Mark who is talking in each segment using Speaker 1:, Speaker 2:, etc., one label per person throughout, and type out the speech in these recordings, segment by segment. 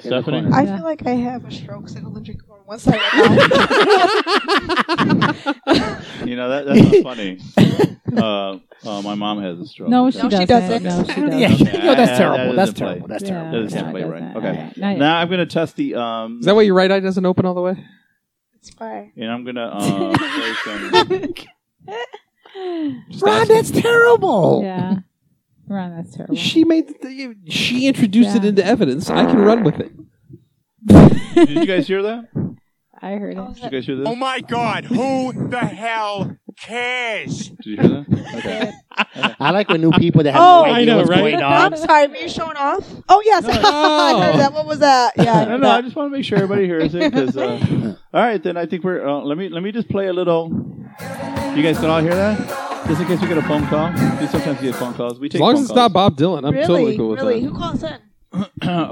Speaker 1: Stephanie?
Speaker 2: I
Speaker 3: Yeah.
Speaker 2: feel like I have a stroke because I don't drink more once I went
Speaker 1: You know, that, that's not funny. Uh, uh, my mom has a stroke.
Speaker 3: No, she,
Speaker 1: so-
Speaker 2: No,
Speaker 3: doesn't.
Speaker 2: she doesn't.
Speaker 3: No, she doesn't.
Speaker 4: yeah,
Speaker 1: Okay.
Speaker 4: no, that's
Speaker 1: That-
Speaker 4: terrible.
Speaker 1: that
Speaker 4: that's
Speaker 1: doesn't play.
Speaker 4: terrible. That's
Speaker 3: Yeah.
Speaker 4: terrible.
Speaker 1: That doesn't
Speaker 3: No,
Speaker 1: play
Speaker 3: it
Speaker 1: right.
Speaker 3: doesn't.
Speaker 1: Okay.
Speaker 3: All right. Now you-
Speaker 1: Now I'm going to test the. Um,
Speaker 5: Is that why your right eye doesn't open all the way?
Speaker 2: It's fine.
Speaker 1: and I'm going to uh, play some.
Speaker 4: Ron, that's
Speaker 2: Oh.
Speaker 4: terrible.
Speaker 3: Yeah. Ron, that's terrible.
Speaker 5: She made the, she introduced it
Speaker 3: Yeah.
Speaker 5: into evidence. I can run with it.
Speaker 1: Did you guys hear that?
Speaker 3: I heard
Speaker 2: Oh,
Speaker 1: Did you
Speaker 2: is
Speaker 3: it.
Speaker 2: that-
Speaker 1: guys hear
Speaker 6: Oh
Speaker 1: this?
Speaker 6: my God, who the hell cares?
Speaker 1: Did you hear that? Okay.
Speaker 4: I like when new people that have
Speaker 2: Oh,
Speaker 4: no idea
Speaker 2: I
Speaker 5: know,
Speaker 4: what's
Speaker 5: right?
Speaker 4: going on.
Speaker 2: I'm sorry, were you showing off? Oh, yes.
Speaker 1: No.
Speaker 2: I heard that. What was that? Yeah. I
Speaker 1: I don't know. I just want to make sure everybody hears it. 'cause, uh, all right, then I think we're. Uh, let me let me just play a little. You guys can all hear that, just in case we get a phone call. We sometimes get phone calls. We take
Speaker 5: As long
Speaker 1: phone
Speaker 5: as it's not
Speaker 1: calls.
Speaker 5: Bob Dylan, I'm
Speaker 2: really?
Speaker 5: totally cool with
Speaker 2: really?
Speaker 5: that.
Speaker 2: Who calls in?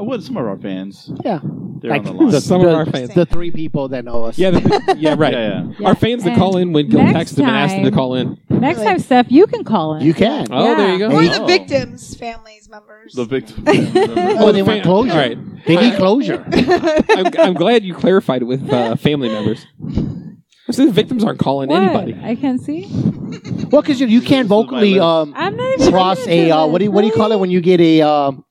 Speaker 1: well, some of our fans.
Speaker 4: Yeah.
Speaker 1: They're
Speaker 4: Like
Speaker 1: on the line.
Speaker 5: the- Some of our fans.
Speaker 4: The three people that know us.
Speaker 5: Yeah, the, yeah, right.
Speaker 1: Yeah, yeah.
Speaker 3: Yeah.
Speaker 5: Our fans that
Speaker 3: And
Speaker 5: call in when Gil
Speaker 3: next
Speaker 5: texts them and asks them to
Speaker 3: time-
Speaker 5: call in.
Speaker 3: Next
Speaker 2: Really?
Speaker 3: time, Steph, you can call in.
Speaker 4: You can.
Speaker 5: Oh, there you go.
Speaker 2: Or
Speaker 4: Hey.
Speaker 2: the
Speaker 1: Oh.
Speaker 2: victims, families, members.
Speaker 1: The victim.
Speaker 4: Oh, they want closure.
Speaker 5: All right.
Speaker 4: They need closure.
Speaker 5: I'm, I'm glad you clarified it with uh, family members. So the victims aren't calling
Speaker 3: What?
Speaker 5: anybody.
Speaker 3: I can see.
Speaker 4: well, because you, you can't
Speaker 1: This is my
Speaker 4: vocally
Speaker 1: list.
Speaker 4: um,
Speaker 3: I'm not even
Speaker 4: cross
Speaker 3: looking at
Speaker 4: a
Speaker 3: your
Speaker 4: uh,
Speaker 3: list.
Speaker 4: what do you, what do you call it
Speaker 3: Really?
Speaker 4: when you get a um,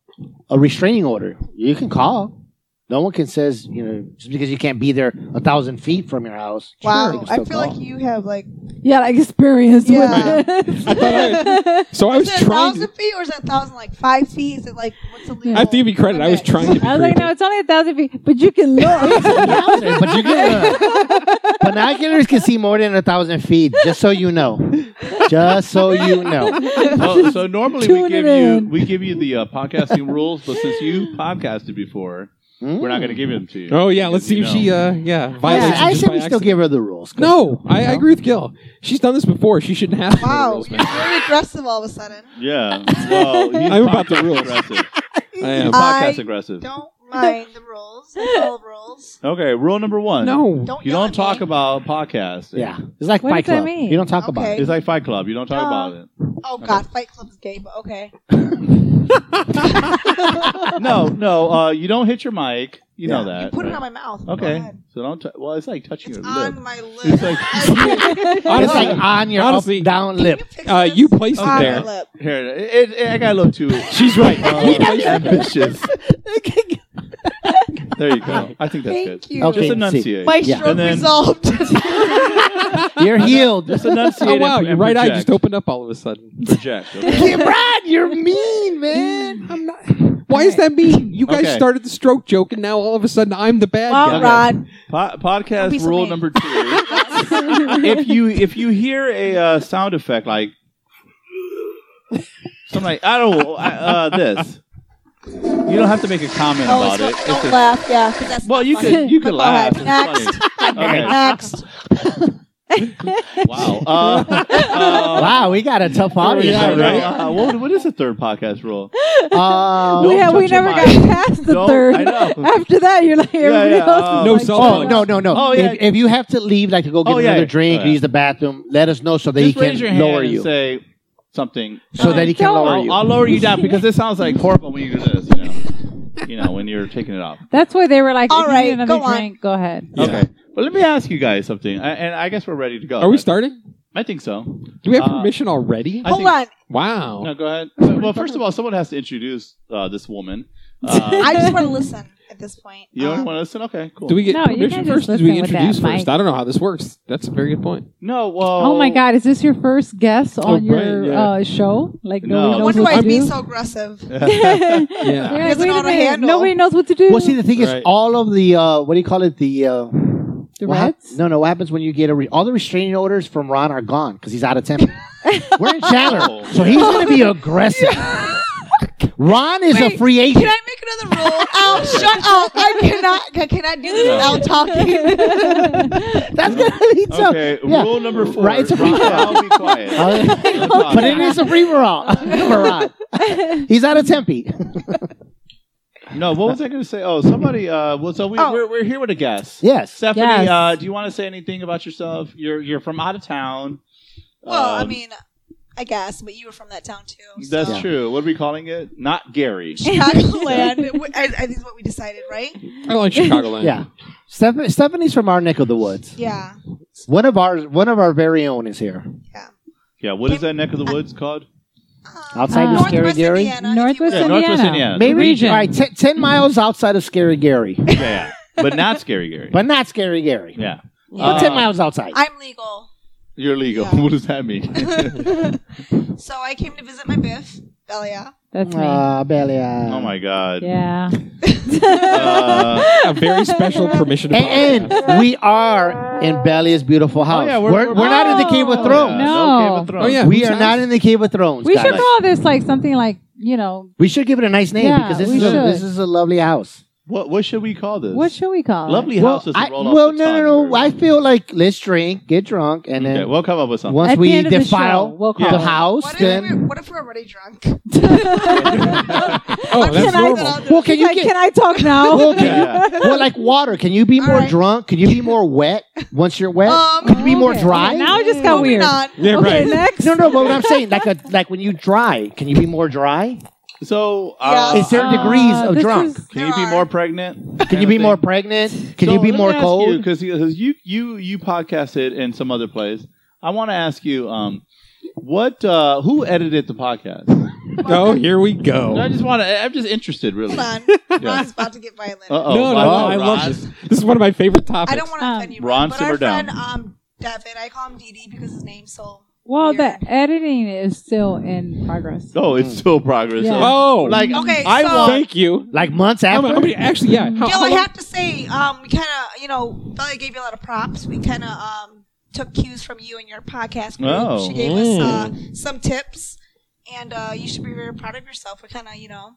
Speaker 4: a restraining order? You can call. No one can says you know just because you can't be there a thousand feet from your house. sure, you
Speaker 2: Wow.
Speaker 4: can
Speaker 2: I
Speaker 4: still
Speaker 2: feel
Speaker 4: call.
Speaker 2: like you have like.
Speaker 3: Yeah, like experience
Speaker 2: Yeah.
Speaker 3: with this.
Speaker 5: I thought I- So I was
Speaker 2: Is it a
Speaker 5: trying. To,
Speaker 2: thousand feet or is it a thousand like five feet? Is it like what's the legal?
Speaker 5: I have to give you credit. I was
Speaker 2: Okay.
Speaker 5: trying to be
Speaker 3: I was like,
Speaker 5: creative.
Speaker 3: no, it's only a thousand feet, but you can look.
Speaker 4: Yeah, but you can. Uh, binoculars can see more than a thousand feet. Just so you know. Just so you know.
Speaker 1: Oh, so normally we
Speaker 3: Tune
Speaker 1: give
Speaker 3: it
Speaker 1: you
Speaker 3: in.
Speaker 1: we give you the uh, podcasting rules, but since you podcasted before, we're not going to give them to you.
Speaker 5: Oh yeah, let's see if
Speaker 1: You
Speaker 5: she uh yeah violates.
Speaker 4: Hmm? Yeah,
Speaker 5: it
Speaker 4: I
Speaker 5: just
Speaker 4: said
Speaker 5: by
Speaker 4: we still
Speaker 5: accident.
Speaker 4: give her the rules. 'cause-
Speaker 5: No, I, I agree with Gil. She's done this before. She shouldn't have. to know the
Speaker 2: Wow,
Speaker 5: rules,
Speaker 2: you're
Speaker 5: man.
Speaker 2: very aggressive all of a sudden.
Speaker 1: Yeah. Well, he's
Speaker 5: uh, I'm about the
Speaker 1: podcast
Speaker 5: rules.
Speaker 1: Aggressive.
Speaker 5: I
Speaker 1: He's
Speaker 5: am.
Speaker 2: Uh,
Speaker 1: podcast
Speaker 2: I
Speaker 1: aggressive.
Speaker 2: Don't mind the rules. They follow the rules.
Speaker 1: Okay, rule number one.
Speaker 5: No.
Speaker 2: Don't
Speaker 1: You
Speaker 2: yell
Speaker 1: don't
Speaker 2: at
Speaker 1: talk
Speaker 2: me.
Speaker 1: about podcasts.
Speaker 4: Yeah. It's like
Speaker 3: What
Speaker 4: Fight
Speaker 3: does that
Speaker 4: Club.
Speaker 3: mean?
Speaker 4: You don't talk about
Speaker 2: Okay.
Speaker 4: it.
Speaker 1: It's like Fight Club. You don't talk
Speaker 2: Uh,
Speaker 1: about it.
Speaker 2: Oh God, Fight Club is gay, but okay.
Speaker 1: no, no. Uh, you don't hit your mic. You know that.
Speaker 2: You put it
Speaker 1: right?
Speaker 2: on my mouth. Go
Speaker 1: Okay.
Speaker 2: ahead.
Speaker 1: So don't. T- well, it's like touching
Speaker 2: It's
Speaker 1: your
Speaker 2: on
Speaker 1: lip.
Speaker 2: my lip.
Speaker 1: It's like-
Speaker 4: It's
Speaker 5: Honestly,
Speaker 4: like on your
Speaker 5: honestly-
Speaker 4: up, down lip.
Speaker 5: uh, you placed it
Speaker 2: on
Speaker 5: there.
Speaker 2: My lip.
Speaker 1: Here, it, it, I got a little too.
Speaker 5: She's right.
Speaker 1: uh, ambitious. there you go. I think that's
Speaker 2: Thank
Speaker 1: good.
Speaker 2: you.
Speaker 4: Okay.
Speaker 1: Just
Speaker 4: see.
Speaker 1: enunciate.
Speaker 2: My
Speaker 4: Yeah.
Speaker 2: stroke
Speaker 1: And then-
Speaker 2: resolved.
Speaker 4: You're healed.
Speaker 1: Just enunciate.
Speaker 5: oh wow,
Speaker 1: and-
Speaker 5: your
Speaker 1: and
Speaker 5: right eye
Speaker 1: project.
Speaker 5: just opened up all of a sudden.
Speaker 1: Project. Okay.
Speaker 4: Brad, you're mean, man. I'm not.
Speaker 5: Why is that mean? You guys
Speaker 1: Okay.
Speaker 5: started the stroke joke, and now all of a sudden I'm the bad
Speaker 2: Wow,
Speaker 5: guy.
Speaker 2: Rod.
Speaker 1: Po-
Speaker 2: Don't be
Speaker 1: podcast
Speaker 2: so
Speaker 1: rule
Speaker 2: mean.
Speaker 1: number two. if you if you hear a uh, sound effect like something like I don't I, uh, this, you don't have to make a comment
Speaker 2: Oh,
Speaker 1: about
Speaker 2: it's
Speaker 1: it.
Speaker 2: not-
Speaker 1: It's
Speaker 2: don't
Speaker 1: just-
Speaker 2: laugh. Yeah, 'cause that's
Speaker 1: well,
Speaker 2: not
Speaker 1: you
Speaker 2: funny.
Speaker 1: could you could
Speaker 2: Go
Speaker 1: laugh.
Speaker 2: ahead.
Speaker 1: It's
Speaker 2: Next.
Speaker 1: funny. Okay.
Speaker 2: Next.
Speaker 1: Wow. Uh, uh,
Speaker 4: Wow, we got a tough audience.
Speaker 1: yeah,
Speaker 4: Yeah,
Speaker 1: right. Uh, what, what is the third podcast rule?
Speaker 4: Uh,
Speaker 3: we,
Speaker 1: Don't
Speaker 3: have, we
Speaker 1: touch your
Speaker 3: never got
Speaker 1: mic.
Speaker 3: past the
Speaker 1: Don't-
Speaker 3: third.
Speaker 1: I know.
Speaker 3: After that, you're like everybody
Speaker 1: yeah,
Speaker 3: else.
Speaker 1: uh,
Speaker 3: is
Speaker 5: No
Speaker 3: like,
Speaker 5: cell
Speaker 4: oh
Speaker 5: phone.
Speaker 4: no, no, no!
Speaker 1: Oh, yeah.
Speaker 4: if, if you have to leave, like to go get
Speaker 1: Oh, yeah.
Speaker 4: another drink,
Speaker 1: Oh, yeah.
Speaker 4: use the bathroom, let us know so that
Speaker 1: Just
Speaker 4: he can
Speaker 1: raise your hand
Speaker 4: lower
Speaker 1: and
Speaker 4: you,
Speaker 1: say something.
Speaker 4: so that he can
Speaker 3: Don't-
Speaker 4: lower
Speaker 1: I'll,
Speaker 4: you.
Speaker 1: I'll lower you down because this sounds like horrible when you do this. You know, you know when you're taking it off.
Speaker 3: That's why they were like,
Speaker 2: All
Speaker 3: if you
Speaker 2: right,
Speaker 3: need another
Speaker 2: go on.
Speaker 3: drink, go ahead.
Speaker 5: Yeah.
Speaker 1: Okay. Well, let me ask you guys something, I, and I guess we're ready to go.
Speaker 5: Are we
Speaker 1: I-
Speaker 5: starting?
Speaker 1: I think so.
Speaker 5: Do we have
Speaker 1: Uh,
Speaker 5: permission already?
Speaker 1: I
Speaker 2: Hold
Speaker 1: think-
Speaker 2: on.
Speaker 4: Oh.
Speaker 5: wow.
Speaker 1: No, go ahead. Well, first of all, someone has to introduce uh, this woman. Uh,
Speaker 2: I just want to listen at this point.
Speaker 1: you don't
Speaker 2: Um,
Speaker 1: want to listen? Okay, cool.
Speaker 5: Do we get
Speaker 3: No, you
Speaker 5: permission
Speaker 3: can't just
Speaker 5: first? or Do we
Speaker 3: listen with that
Speaker 5: introduce
Speaker 3: mic.
Speaker 5: first? I don't know how this works. That's a very good point.
Speaker 1: No. Well.
Speaker 3: Oh my God, is this your first guest
Speaker 4: Oh,
Speaker 3: on
Speaker 5: right,
Speaker 3: your
Speaker 5: yeah.
Speaker 3: uh, show? Like
Speaker 1: No.
Speaker 3: nobody
Speaker 2: I
Speaker 3: knows
Speaker 2: wonder
Speaker 3: what
Speaker 2: why
Speaker 3: to
Speaker 2: I'm being
Speaker 3: do?
Speaker 2: so aggressive.
Speaker 5: Yeah.
Speaker 3: You're
Speaker 2: He doesn't
Speaker 3: like, wait
Speaker 2: know
Speaker 3: a
Speaker 2: how to
Speaker 3: minute,
Speaker 2: handle.
Speaker 3: nobody knows what to do.
Speaker 4: well, see, the thing is,
Speaker 1: Right.
Speaker 4: all of the uh, what do you call it? The uh,
Speaker 3: the
Speaker 4: what hap-
Speaker 3: Reds?
Speaker 4: no, no. What happens when you get a re- all the restraining orders from Ron are gone because he's out of temper. We're in
Speaker 1: Oh,
Speaker 4: Chandler, so he's going to be aggressive. Ron is a
Speaker 2: Wait,
Speaker 4: free agent.
Speaker 2: Can I make another rule? Oh, shut up! I cannot. I cannot do this without talking.
Speaker 4: That's going to be tough.
Speaker 1: Okay.
Speaker 4: Yeah.
Speaker 1: Rule number four.
Speaker 4: Right, it's a free
Speaker 1: Ron,
Speaker 4: for all.
Speaker 1: I'll be quiet.
Speaker 4: Uh, but it is a free for all. For Ron. He's out of Tempe.
Speaker 1: no. What was I going to say? Oh, somebody. Uh, well, so we,
Speaker 2: Oh.
Speaker 1: we're, we're here with a guest.
Speaker 4: Yes.
Speaker 1: Stephanie,
Speaker 3: Yes.
Speaker 1: uh, do you want to say anything about yourself? You're you're from out of town.
Speaker 2: Well, I
Speaker 1: Um,
Speaker 2: mean, I guess, but you were from that town too.
Speaker 1: That's
Speaker 2: so.
Speaker 1: true. What are we calling it? Not Gary.
Speaker 2: Chicagoland. w- I, I think is what we decided, right?
Speaker 5: I like Chicagoland.
Speaker 4: Yeah. Steph- Stephanie's from our neck of the woods.
Speaker 2: Yeah.
Speaker 4: One of our one of our very own is here.
Speaker 1: Yeah. What is that neck of the woods called?
Speaker 4: Outside
Speaker 3: of
Speaker 4: Scary
Speaker 2: Northwest
Speaker 4: Gary?
Speaker 2: Indiana, if you
Speaker 3: Northwest
Speaker 2: will.
Speaker 1: Yeah, Northwest Indiana.
Speaker 3: Indiana.
Speaker 1: The
Speaker 4: Maybe
Speaker 3: region.
Speaker 4: all right, te- ten miles outside of Scary Gary,
Speaker 1: Yeah, yeah. but not Scary Gary.
Speaker 4: but not Scary Gary.
Speaker 1: yeah.
Speaker 4: But
Speaker 1: Uh,
Speaker 4: ten miles outside.
Speaker 2: I'm legal.
Speaker 1: You're legal.
Speaker 2: Yeah.
Speaker 1: What does that mean?
Speaker 2: So I came to visit my biff, Belia.
Speaker 3: That's me.
Speaker 4: Ah, Belia.
Speaker 1: Oh my God.
Speaker 3: yeah.
Speaker 1: Uh,
Speaker 5: A very special permission to
Speaker 4: And,
Speaker 5: podcast.
Speaker 4: and we are in Belia's beautiful house.
Speaker 1: Oh, yeah,
Speaker 4: we're,
Speaker 1: we're-
Speaker 4: we're,
Speaker 1: we're-
Speaker 4: not in the Cave of
Speaker 3: Oh,
Speaker 4: Thrones.
Speaker 3: yeah.
Speaker 1: No.
Speaker 3: No.
Speaker 1: Game of Thrones.
Speaker 5: Oh, yeah.
Speaker 4: We
Speaker 5: Who's
Speaker 4: are not
Speaker 5: that?
Speaker 4: in the Cave of Thrones.
Speaker 3: we
Speaker 4: guys.
Speaker 3: should call this like something like you know
Speaker 4: We should give it a nice name
Speaker 3: Yeah,
Speaker 4: because this
Speaker 3: we
Speaker 4: is a,
Speaker 3: should.
Speaker 4: this is a lovely house.
Speaker 1: What what should we call this?
Speaker 3: what should we call
Speaker 1: Lovely
Speaker 4: Well,
Speaker 1: houses
Speaker 4: I,
Speaker 1: that roll off
Speaker 4: well
Speaker 1: the
Speaker 4: no,
Speaker 1: tongue
Speaker 4: no, no.
Speaker 1: or-
Speaker 4: I feel like let's drink, get drunk, and then
Speaker 1: Okay, we'll come up with something.
Speaker 3: it?
Speaker 4: once
Speaker 3: At
Speaker 4: we
Speaker 3: the end of the
Speaker 4: defile
Speaker 3: show, we'll
Speaker 4: the,
Speaker 3: call it.
Speaker 4: house,
Speaker 2: What if,
Speaker 4: then
Speaker 2: we're, what if we're already drunk? Can
Speaker 5: Oh,
Speaker 2: I
Speaker 5: that's
Speaker 2: get
Speaker 5: normal.
Speaker 2: out
Speaker 4: well,
Speaker 2: there?
Speaker 4: can you
Speaker 3: Like,
Speaker 4: get
Speaker 3: can I talk now?
Speaker 4: well, can
Speaker 1: Yeah.
Speaker 4: you, well, like water? Can you be
Speaker 2: All
Speaker 4: more
Speaker 2: right.
Speaker 4: drunk? Can you be more wet once you're wet?
Speaker 3: Oh.
Speaker 2: Um,
Speaker 4: Can you be more
Speaker 3: okay.
Speaker 4: dry?
Speaker 3: Now it just got
Speaker 2: Moving
Speaker 3: weird.
Speaker 2: on.
Speaker 5: Yeah,
Speaker 3: okay,
Speaker 5: right.
Speaker 3: next.
Speaker 4: No, no, but what I'm saying, like a like when you dry, can you be more dry?
Speaker 1: So uh,
Speaker 2: Yeah.
Speaker 4: Is there
Speaker 3: Uh,
Speaker 4: degrees of
Speaker 3: this
Speaker 4: drunk?
Speaker 3: is-
Speaker 1: can you be
Speaker 2: There
Speaker 1: more
Speaker 2: are.
Speaker 1: pregnant?
Speaker 4: Can you be more pregnant? Can you be more cold?
Speaker 1: Because you you you podcasted in some other place. I want to ask you um what uh who edited the podcast?
Speaker 5: Oh, here we
Speaker 1: I
Speaker 5: go.
Speaker 1: just want to. I'm just interested, really.
Speaker 2: Hold
Speaker 1: Uh
Speaker 2: on. Ron's about to get violent.
Speaker 1: oh.
Speaker 5: no, no, no, I love this. This is one of my favorite topics.
Speaker 2: I don't want to
Speaker 3: Um,
Speaker 2: offend you,
Speaker 1: Ron,
Speaker 2: Ron, but
Speaker 1: simmer
Speaker 2: our
Speaker 1: down.
Speaker 2: friend um, David, I call him DD because his name's so.
Speaker 3: Well, the
Speaker 2: weird.
Speaker 3: editing is still in progress.
Speaker 1: Oh, it's still progress. Uh,
Speaker 3: Yeah.
Speaker 5: Oh,
Speaker 1: Like
Speaker 2: Okay,
Speaker 1: I
Speaker 2: so-
Speaker 1: want.
Speaker 5: thank you.
Speaker 4: Like months
Speaker 5: How
Speaker 4: after?
Speaker 5: many, how many- actually, yeah. How,
Speaker 2: Gil,
Speaker 5: how
Speaker 2: I
Speaker 5: long-
Speaker 2: have to say, um, we kind of, you know, Bella gave you a lot of props. We kind of um, took cues from you and your podcast group.
Speaker 1: Oh.
Speaker 2: She gave us uh, some tips, and uh, you should be very proud of yourself. We kind of, you know,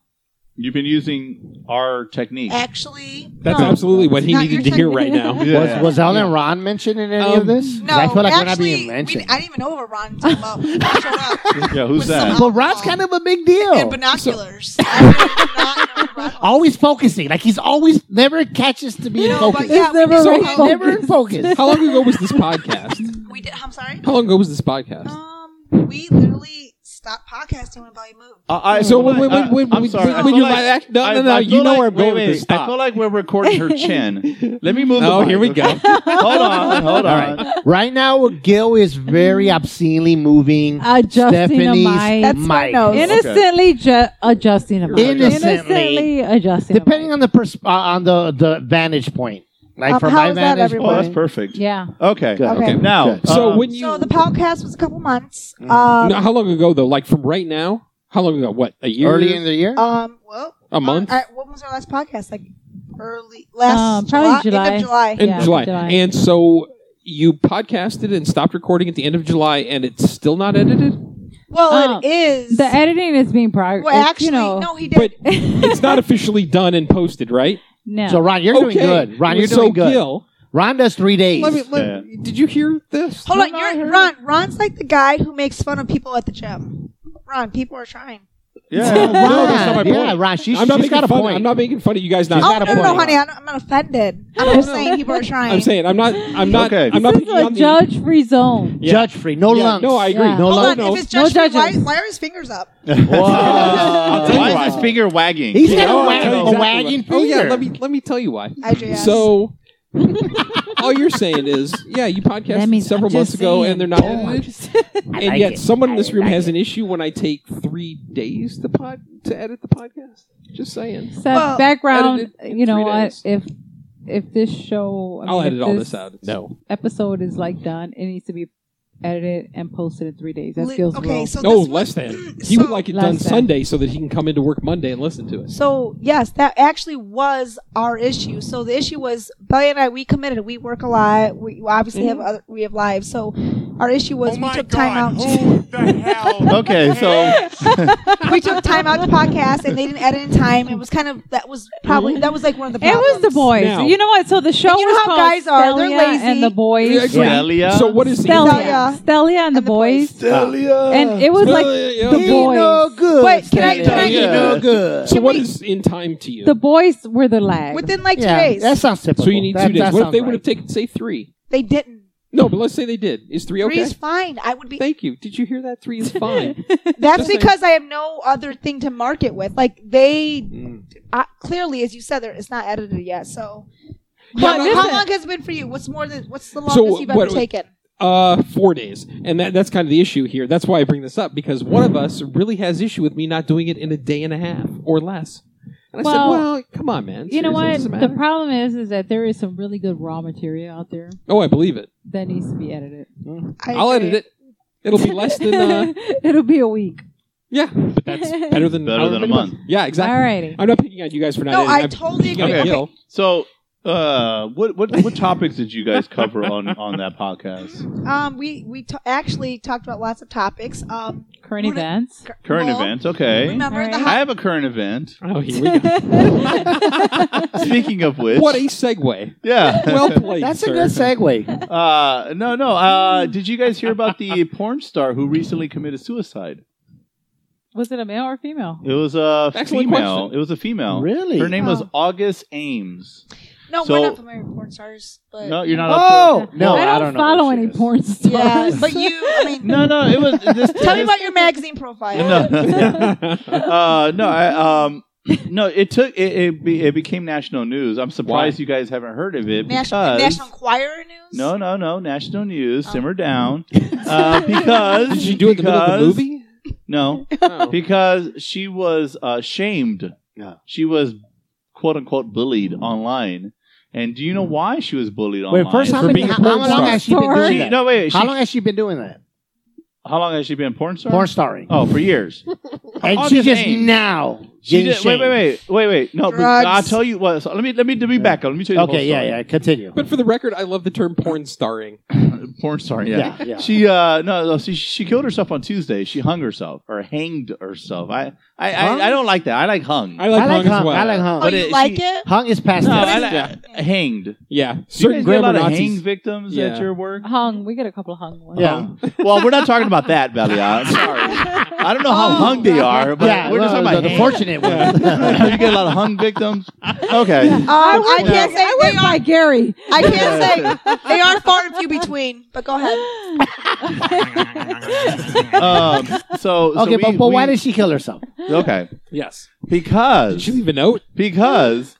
Speaker 1: You've been using our technique.
Speaker 2: actually.
Speaker 5: that's
Speaker 2: no,
Speaker 5: absolutely what he
Speaker 2: Not
Speaker 5: needed to
Speaker 2: your
Speaker 5: hear
Speaker 2: turn.
Speaker 5: right now.
Speaker 1: Yeah.
Speaker 4: Was, was Ellen Ron mentioned in any
Speaker 5: Um,
Speaker 4: of this? 'Cause
Speaker 2: No,
Speaker 4: I feel like we're not
Speaker 2: actually,
Speaker 4: being
Speaker 2: we,
Speaker 4: mentioned.
Speaker 2: I didn't even know what Ron was talking about. when I showed up.
Speaker 1: yeah, who's
Speaker 2: With
Speaker 1: that?
Speaker 2: some-
Speaker 4: Well, Ron's kind of a big deal.
Speaker 2: Um, And binoculars. I did not know what Ron was.
Speaker 4: always focusing. Like he's always never catches to be in
Speaker 2: No, but
Speaker 4: focus.
Speaker 2: yeah, we
Speaker 3: never
Speaker 2: did
Speaker 3: right
Speaker 2: talk-
Speaker 3: focus.
Speaker 4: Never in focus.
Speaker 5: How long ago was this podcast?
Speaker 2: We did. I'm sorry.
Speaker 5: How long ago was this podcast?
Speaker 2: Um, we literally stopped podcasting when Bobby moved.
Speaker 1: Uh, I,
Speaker 5: So
Speaker 1: when,
Speaker 5: when- when-
Speaker 1: uh,
Speaker 5: when-
Speaker 1: I'm
Speaker 5: when-
Speaker 1: sorry.
Speaker 5: when
Speaker 1: I feel
Speaker 5: you're
Speaker 1: like-
Speaker 5: like, act- no,
Speaker 1: I-
Speaker 5: no, no,
Speaker 1: I
Speaker 5: you
Speaker 1: feel
Speaker 5: know
Speaker 1: like-
Speaker 5: where I'm
Speaker 1: wait,
Speaker 5: going with
Speaker 1: wait,
Speaker 5: this.
Speaker 1: I
Speaker 5: Stop.
Speaker 1: feel like we're recording her chin. Let me move. the
Speaker 5: Oh,
Speaker 1: mic,
Speaker 5: here we go.
Speaker 1: okay? hold on, hold on.
Speaker 4: Right now, Gil is
Speaker 2: Mm.
Speaker 4: very obscenely moving
Speaker 3: Adjusting
Speaker 4: Stephanie's
Speaker 3: a mic.
Speaker 4: mic.
Speaker 3: That's Innocently ju- adjusting a mic.
Speaker 4: Innocently.
Speaker 3: Innocently adjusting. a
Speaker 4: Depending
Speaker 3: mic.
Speaker 4: on the pers- uh, on the the vantage point, like
Speaker 2: Um,
Speaker 4: from
Speaker 2: how
Speaker 4: my
Speaker 2: is that,
Speaker 4: vantage
Speaker 1: Oh, that's
Speaker 4: point.
Speaker 1: perfect.
Speaker 3: Yeah.
Speaker 1: Okay.
Speaker 4: Good.
Speaker 2: Okay.
Speaker 1: Now,
Speaker 4: Good.
Speaker 5: so
Speaker 1: um,
Speaker 5: when you,
Speaker 2: So the podcast was a couple months.
Speaker 4: Mm.
Speaker 2: Um,
Speaker 5: no, how long ago though? Like from right now? How long ago? What? A year?
Speaker 4: Early in the year,
Speaker 2: um, well,
Speaker 5: a month?
Speaker 2: uh, when was our last podcast? Like early last
Speaker 3: Um, probably
Speaker 2: July, end of July.
Speaker 5: in
Speaker 3: Yeah,
Speaker 5: July.
Speaker 3: July.
Speaker 5: And so you podcasted and stopped recording at the end of July, and it's still not edited.
Speaker 2: well,
Speaker 3: um,
Speaker 2: it is.
Speaker 3: The editing is being progress.
Speaker 2: well, actually,
Speaker 3: you know,
Speaker 2: no, he
Speaker 5: But
Speaker 2: did.
Speaker 5: it's not officially done and posted, right?
Speaker 3: no.
Speaker 4: so Ron, you're doing good. Ron, you're
Speaker 5: so
Speaker 4: doing good. uh,
Speaker 5: Gil,
Speaker 4: Ron does three days.
Speaker 5: let me, let, did you hear this?
Speaker 2: Hold on, you're, Ron. Ron's like the guy who makes fun of people at the gym. Ron, people are trying.
Speaker 4: Ron,
Speaker 1: yeah.
Speaker 5: No, that's not my
Speaker 4: yeah,
Speaker 5: point.
Speaker 4: Ron, she's,
Speaker 5: I'm not
Speaker 4: she's
Speaker 5: making
Speaker 4: got a
Speaker 5: fun.
Speaker 4: point.
Speaker 5: I'm not making fun of you guys. Not.
Speaker 2: Oh
Speaker 4: got a
Speaker 2: no, no,
Speaker 4: point.
Speaker 2: honey, I don't, I'm not offended. I'm just saying people are trying.
Speaker 5: I'm saying I'm not. I'm not.
Speaker 1: Okay.
Speaker 5: I'm not
Speaker 3: this
Speaker 5: picking
Speaker 3: is a
Speaker 5: on the-
Speaker 3: judge free zone.
Speaker 5: Yeah.
Speaker 4: Judge free, no
Speaker 5: Yeah,
Speaker 4: lungs.
Speaker 5: No, I agree.
Speaker 3: Yeah.
Speaker 4: No
Speaker 2: Hold
Speaker 4: lungs.
Speaker 2: on, if it's
Speaker 3: No
Speaker 2: just you, why,
Speaker 3: judges.
Speaker 2: why are his fingers up?
Speaker 5: I'll tell you
Speaker 1: Why
Speaker 5: why.
Speaker 1: is his finger wagging?
Speaker 4: He's
Speaker 5: Yeah,
Speaker 4: got
Speaker 5: I'll
Speaker 4: a, wag-
Speaker 5: tell you
Speaker 4: a
Speaker 5: exactly
Speaker 4: wagging
Speaker 5: why. Oh
Speaker 4: finger.
Speaker 5: yeah, let me let me tell you why.
Speaker 2: IJS.
Speaker 5: So all you're saying is, yeah, you
Speaker 3: That
Speaker 5: podcasted
Speaker 3: means
Speaker 5: several
Speaker 3: I'm
Speaker 5: months
Speaker 3: just
Speaker 5: ago,
Speaker 3: saying.
Speaker 5: and they're not
Speaker 3: Oh, I'm
Speaker 5: edited.
Speaker 3: just-
Speaker 5: and
Speaker 4: like
Speaker 5: yet
Speaker 4: it.
Speaker 5: someone in
Speaker 4: I
Speaker 5: this room
Speaker 4: like
Speaker 5: has
Speaker 4: it.
Speaker 5: an issue when I take three days to pod to edit the podcast. Just saying.
Speaker 3: Said
Speaker 2: Well,
Speaker 3: background,
Speaker 5: edited in
Speaker 3: you know
Speaker 5: three
Speaker 3: what?
Speaker 5: days.
Speaker 3: If if this show, I
Speaker 5: I'll
Speaker 3: mean, if
Speaker 5: edit all this out. No.
Speaker 3: Episode is like done. It needs to be edited and posted in three days. That
Speaker 2: Li-
Speaker 3: feels
Speaker 2: okay,
Speaker 3: real.
Speaker 2: so
Speaker 5: No,
Speaker 2: this
Speaker 5: less
Speaker 2: one-
Speaker 5: than. He would
Speaker 2: so-
Speaker 5: like it
Speaker 3: Less
Speaker 5: done
Speaker 3: than.
Speaker 5: Sunday so that he can come into work Monday and listen to it.
Speaker 2: So yes, that actually was our issue. So the issue was Belly and I. We committed. We work a lot. We obviously have other, we have lives. So our issue was
Speaker 6: oh
Speaker 2: we
Speaker 6: my
Speaker 2: took
Speaker 6: God!
Speaker 2: time out. To,
Speaker 6: Who the hell?
Speaker 1: Okay, so
Speaker 2: we took time out to podcast, and they didn't edit in time. It was kind of that was probably that was like one of the
Speaker 3: It
Speaker 2: problems.
Speaker 3: was the boys.
Speaker 5: Now-
Speaker 3: You know what? So the show
Speaker 2: And you know
Speaker 3: was
Speaker 2: how
Speaker 3: called
Speaker 2: guys are. They're
Speaker 3: Stelia
Speaker 2: lazy.
Speaker 3: and the boys.
Speaker 5: Yeah.
Speaker 1: Delia.
Speaker 5: So what is the
Speaker 3: Stelia, Stelia and the boys.
Speaker 1: Delia.
Speaker 3: And it was like
Speaker 5: yeah,
Speaker 3: the
Speaker 5: yeah.
Speaker 4: He
Speaker 3: boys.
Speaker 4: no good.
Speaker 2: Wait, can I- can
Speaker 1: I-
Speaker 4: He no good.
Speaker 5: So what is in time to you?
Speaker 3: the boys were the lag.
Speaker 2: within like two
Speaker 4: Yeah,
Speaker 2: days.
Speaker 4: that sounds typical.
Speaker 5: so you need
Speaker 4: That-
Speaker 5: two days.
Speaker 4: that
Speaker 5: What if
Speaker 4: sounds
Speaker 5: they would
Speaker 4: right.
Speaker 5: have taken say three?
Speaker 2: they didn't.
Speaker 5: No, but let's say they did. Is three okay?
Speaker 2: Three's fine. I would be.
Speaker 5: Thank you. Did you hear that? Three is fine.
Speaker 2: That's
Speaker 5: Just saying.
Speaker 2: because I have no other thing to market with. Like they
Speaker 1: Mm.
Speaker 2: I, clearly, as you said, there it's not edited yet. So,
Speaker 5: Yeah,
Speaker 2: how,
Speaker 5: no,
Speaker 2: how
Speaker 5: listen.
Speaker 2: long has it been for you? What's more than what's the longest
Speaker 5: So
Speaker 2: you've
Speaker 5: what-
Speaker 2: ever taken?
Speaker 5: uh, four days, and that, that's kind of the issue here. That's why I bring this up because one of us really has issue with me not doing it in a day and a half or less. And I
Speaker 3: Well,
Speaker 5: said, "Well, come on, man.
Speaker 3: You
Speaker 5: Seriously,
Speaker 3: know
Speaker 5: it
Speaker 3: what?
Speaker 5: doesn't
Speaker 3: The
Speaker 5: matter."
Speaker 3: problem is, is that there is some really good raw material out there
Speaker 5: oh, I believe it.
Speaker 3: that needs to be edited.
Speaker 2: I
Speaker 5: I'll
Speaker 2: agree.
Speaker 5: edit it. It'll be less than uh,
Speaker 3: It'll be a week.
Speaker 5: yeah, but that's better than
Speaker 1: Better than a month.
Speaker 5: Yeah, exactly.
Speaker 3: Alrighty.
Speaker 5: I'm not picking on you guys for not.
Speaker 2: No,
Speaker 5: editing.
Speaker 2: I
Speaker 5: I'm
Speaker 2: totally
Speaker 5: picking on
Speaker 1: agree.
Speaker 5: Gil.
Speaker 1: So, uh, what what what topics did you guys cover on on that podcast?
Speaker 2: Um, we we t- actually talked about lots of topics. Um,
Speaker 3: Current events.
Speaker 2: cur-
Speaker 1: Current eh?
Speaker 2: well,
Speaker 1: events, okay.
Speaker 2: Remember the
Speaker 3: Alright.
Speaker 1: I
Speaker 2: hot
Speaker 1: have a current event.
Speaker 5: Oh, here we go.
Speaker 1: Speaking of which,
Speaker 5: what a segue.
Speaker 1: yeah,
Speaker 5: Well played.
Speaker 4: That's a
Speaker 5: sir.
Speaker 4: good segue.
Speaker 1: uh, no, no. Uh, did you guys hear about the porn star who recently committed suicide?
Speaker 3: Was it a male or female?
Speaker 1: It was a
Speaker 5: Excellent
Speaker 1: female.
Speaker 5: question.
Speaker 1: It was a female.
Speaker 4: Really?
Speaker 1: Her name was
Speaker 3: Oh.
Speaker 1: August Ames.
Speaker 2: no,
Speaker 1: So-
Speaker 2: we're not familiar with porn stars, but
Speaker 1: No, you're not. up
Speaker 4: Oh
Speaker 1: to it.
Speaker 4: no,
Speaker 3: I don't,
Speaker 4: know
Speaker 3: follow
Speaker 4: who she
Speaker 3: any
Speaker 4: is.
Speaker 3: porn stars.
Speaker 2: yeah, but you, I mean,
Speaker 1: No, no. It was. This,
Speaker 2: tell me
Speaker 1: this-
Speaker 2: about your magazine profile.
Speaker 1: No. uh, no, I, um, no. It took it. It, be, it became national news. I'm surprised
Speaker 5: Why?
Speaker 1: you guys haven't heard of it
Speaker 2: National,
Speaker 1: because
Speaker 2: National Enquirer news.
Speaker 1: no, no, no. National news.
Speaker 2: Oh.
Speaker 1: Simmer down. Uh, because
Speaker 5: Did she do it in the middle of the
Speaker 1: because-
Speaker 5: movie?
Speaker 1: No,
Speaker 5: Oh.
Speaker 1: because she was uh, shamed.
Speaker 4: Yeah.
Speaker 1: She was quote unquote bullied online. And do you know why she was bullied online?
Speaker 4: Hmm. Wait, first how
Speaker 5: For
Speaker 4: many?
Speaker 5: being a
Speaker 4: How, how
Speaker 5: porn
Speaker 4: long
Speaker 5: star.
Speaker 4: has she been
Speaker 3: Porn.
Speaker 4: doing
Speaker 1: she,
Speaker 4: that?
Speaker 1: no, wait. wait, she,
Speaker 4: How long has she been doing that?
Speaker 1: how long has she been a porn star?
Speaker 4: Porn starring.
Speaker 1: Oh, for years.
Speaker 4: and
Speaker 1: August
Speaker 4: she just
Speaker 1: Ames.
Speaker 4: now.
Speaker 1: She
Speaker 4: getting
Speaker 1: did, wait, wait,
Speaker 4: shamed.
Speaker 1: wait, wait, wait. No, but
Speaker 2: Drugs.
Speaker 1: I'll tell you what. So let me let me let me back up. Let me tell you.
Speaker 4: Okay, yeah, yeah. Continue.
Speaker 5: But for the record, I love the term porn starring.
Speaker 1: yeah. Porn star, yeah.
Speaker 4: Yeah, yeah.
Speaker 1: She uh no, no she, she killed herself on Tuesday. She hung herself or hanged herself. I I,
Speaker 4: Hung?
Speaker 1: I, I don't like that. I like hung.
Speaker 5: I like,
Speaker 4: I like
Speaker 5: hung as
Speaker 4: hung.
Speaker 5: well.
Speaker 4: I like
Speaker 2: Oh,
Speaker 4: hung.
Speaker 1: But
Speaker 2: you
Speaker 1: it-
Speaker 2: like
Speaker 1: she-
Speaker 2: it?
Speaker 4: hung is past
Speaker 1: no,
Speaker 4: that.
Speaker 1: I like hanged.
Speaker 5: Yeah,
Speaker 1: Do you guys
Speaker 5: certain
Speaker 1: get a
Speaker 5: grammar
Speaker 1: lot of
Speaker 5: Nazis.
Speaker 1: hang victims
Speaker 5: Yeah.
Speaker 1: at your work?
Speaker 3: hung. We get a couple of hung ones.
Speaker 4: Yeah.
Speaker 1: Um, well, we're not talking about that, Valia. I'm sorry. I don't know how
Speaker 2: Oh.
Speaker 1: hung they are, but
Speaker 4: yeah,
Speaker 1: we're just
Speaker 4: well,
Speaker 1: talking about
Speaker 4: the, the
Speaker 1: hanged.
Speaker 4: fortunate ones.
Speaker 1: you get a lot of hung victims. Okay.
Speaker 2: Um, I
Speaker 1: wouldn't-
Speaker 2: can't say
Speaker 3: I went
Speaker 2: they are.
Speaker 3: by Gary.
Speaker 2: I can't say they are far and few between. But go ahead.
Speaker 1: Um, so, so
Speaker 4: okay,
Speaker 1: we-
Speaker 4: but, but why
Speaker 1: we-
Speaker 4: did she kill herself?
Speaker 1: okay
Speaker 5: Yes. Did
Speaker 1: because
Speaker 5: she leave a note?
Speaker 1: because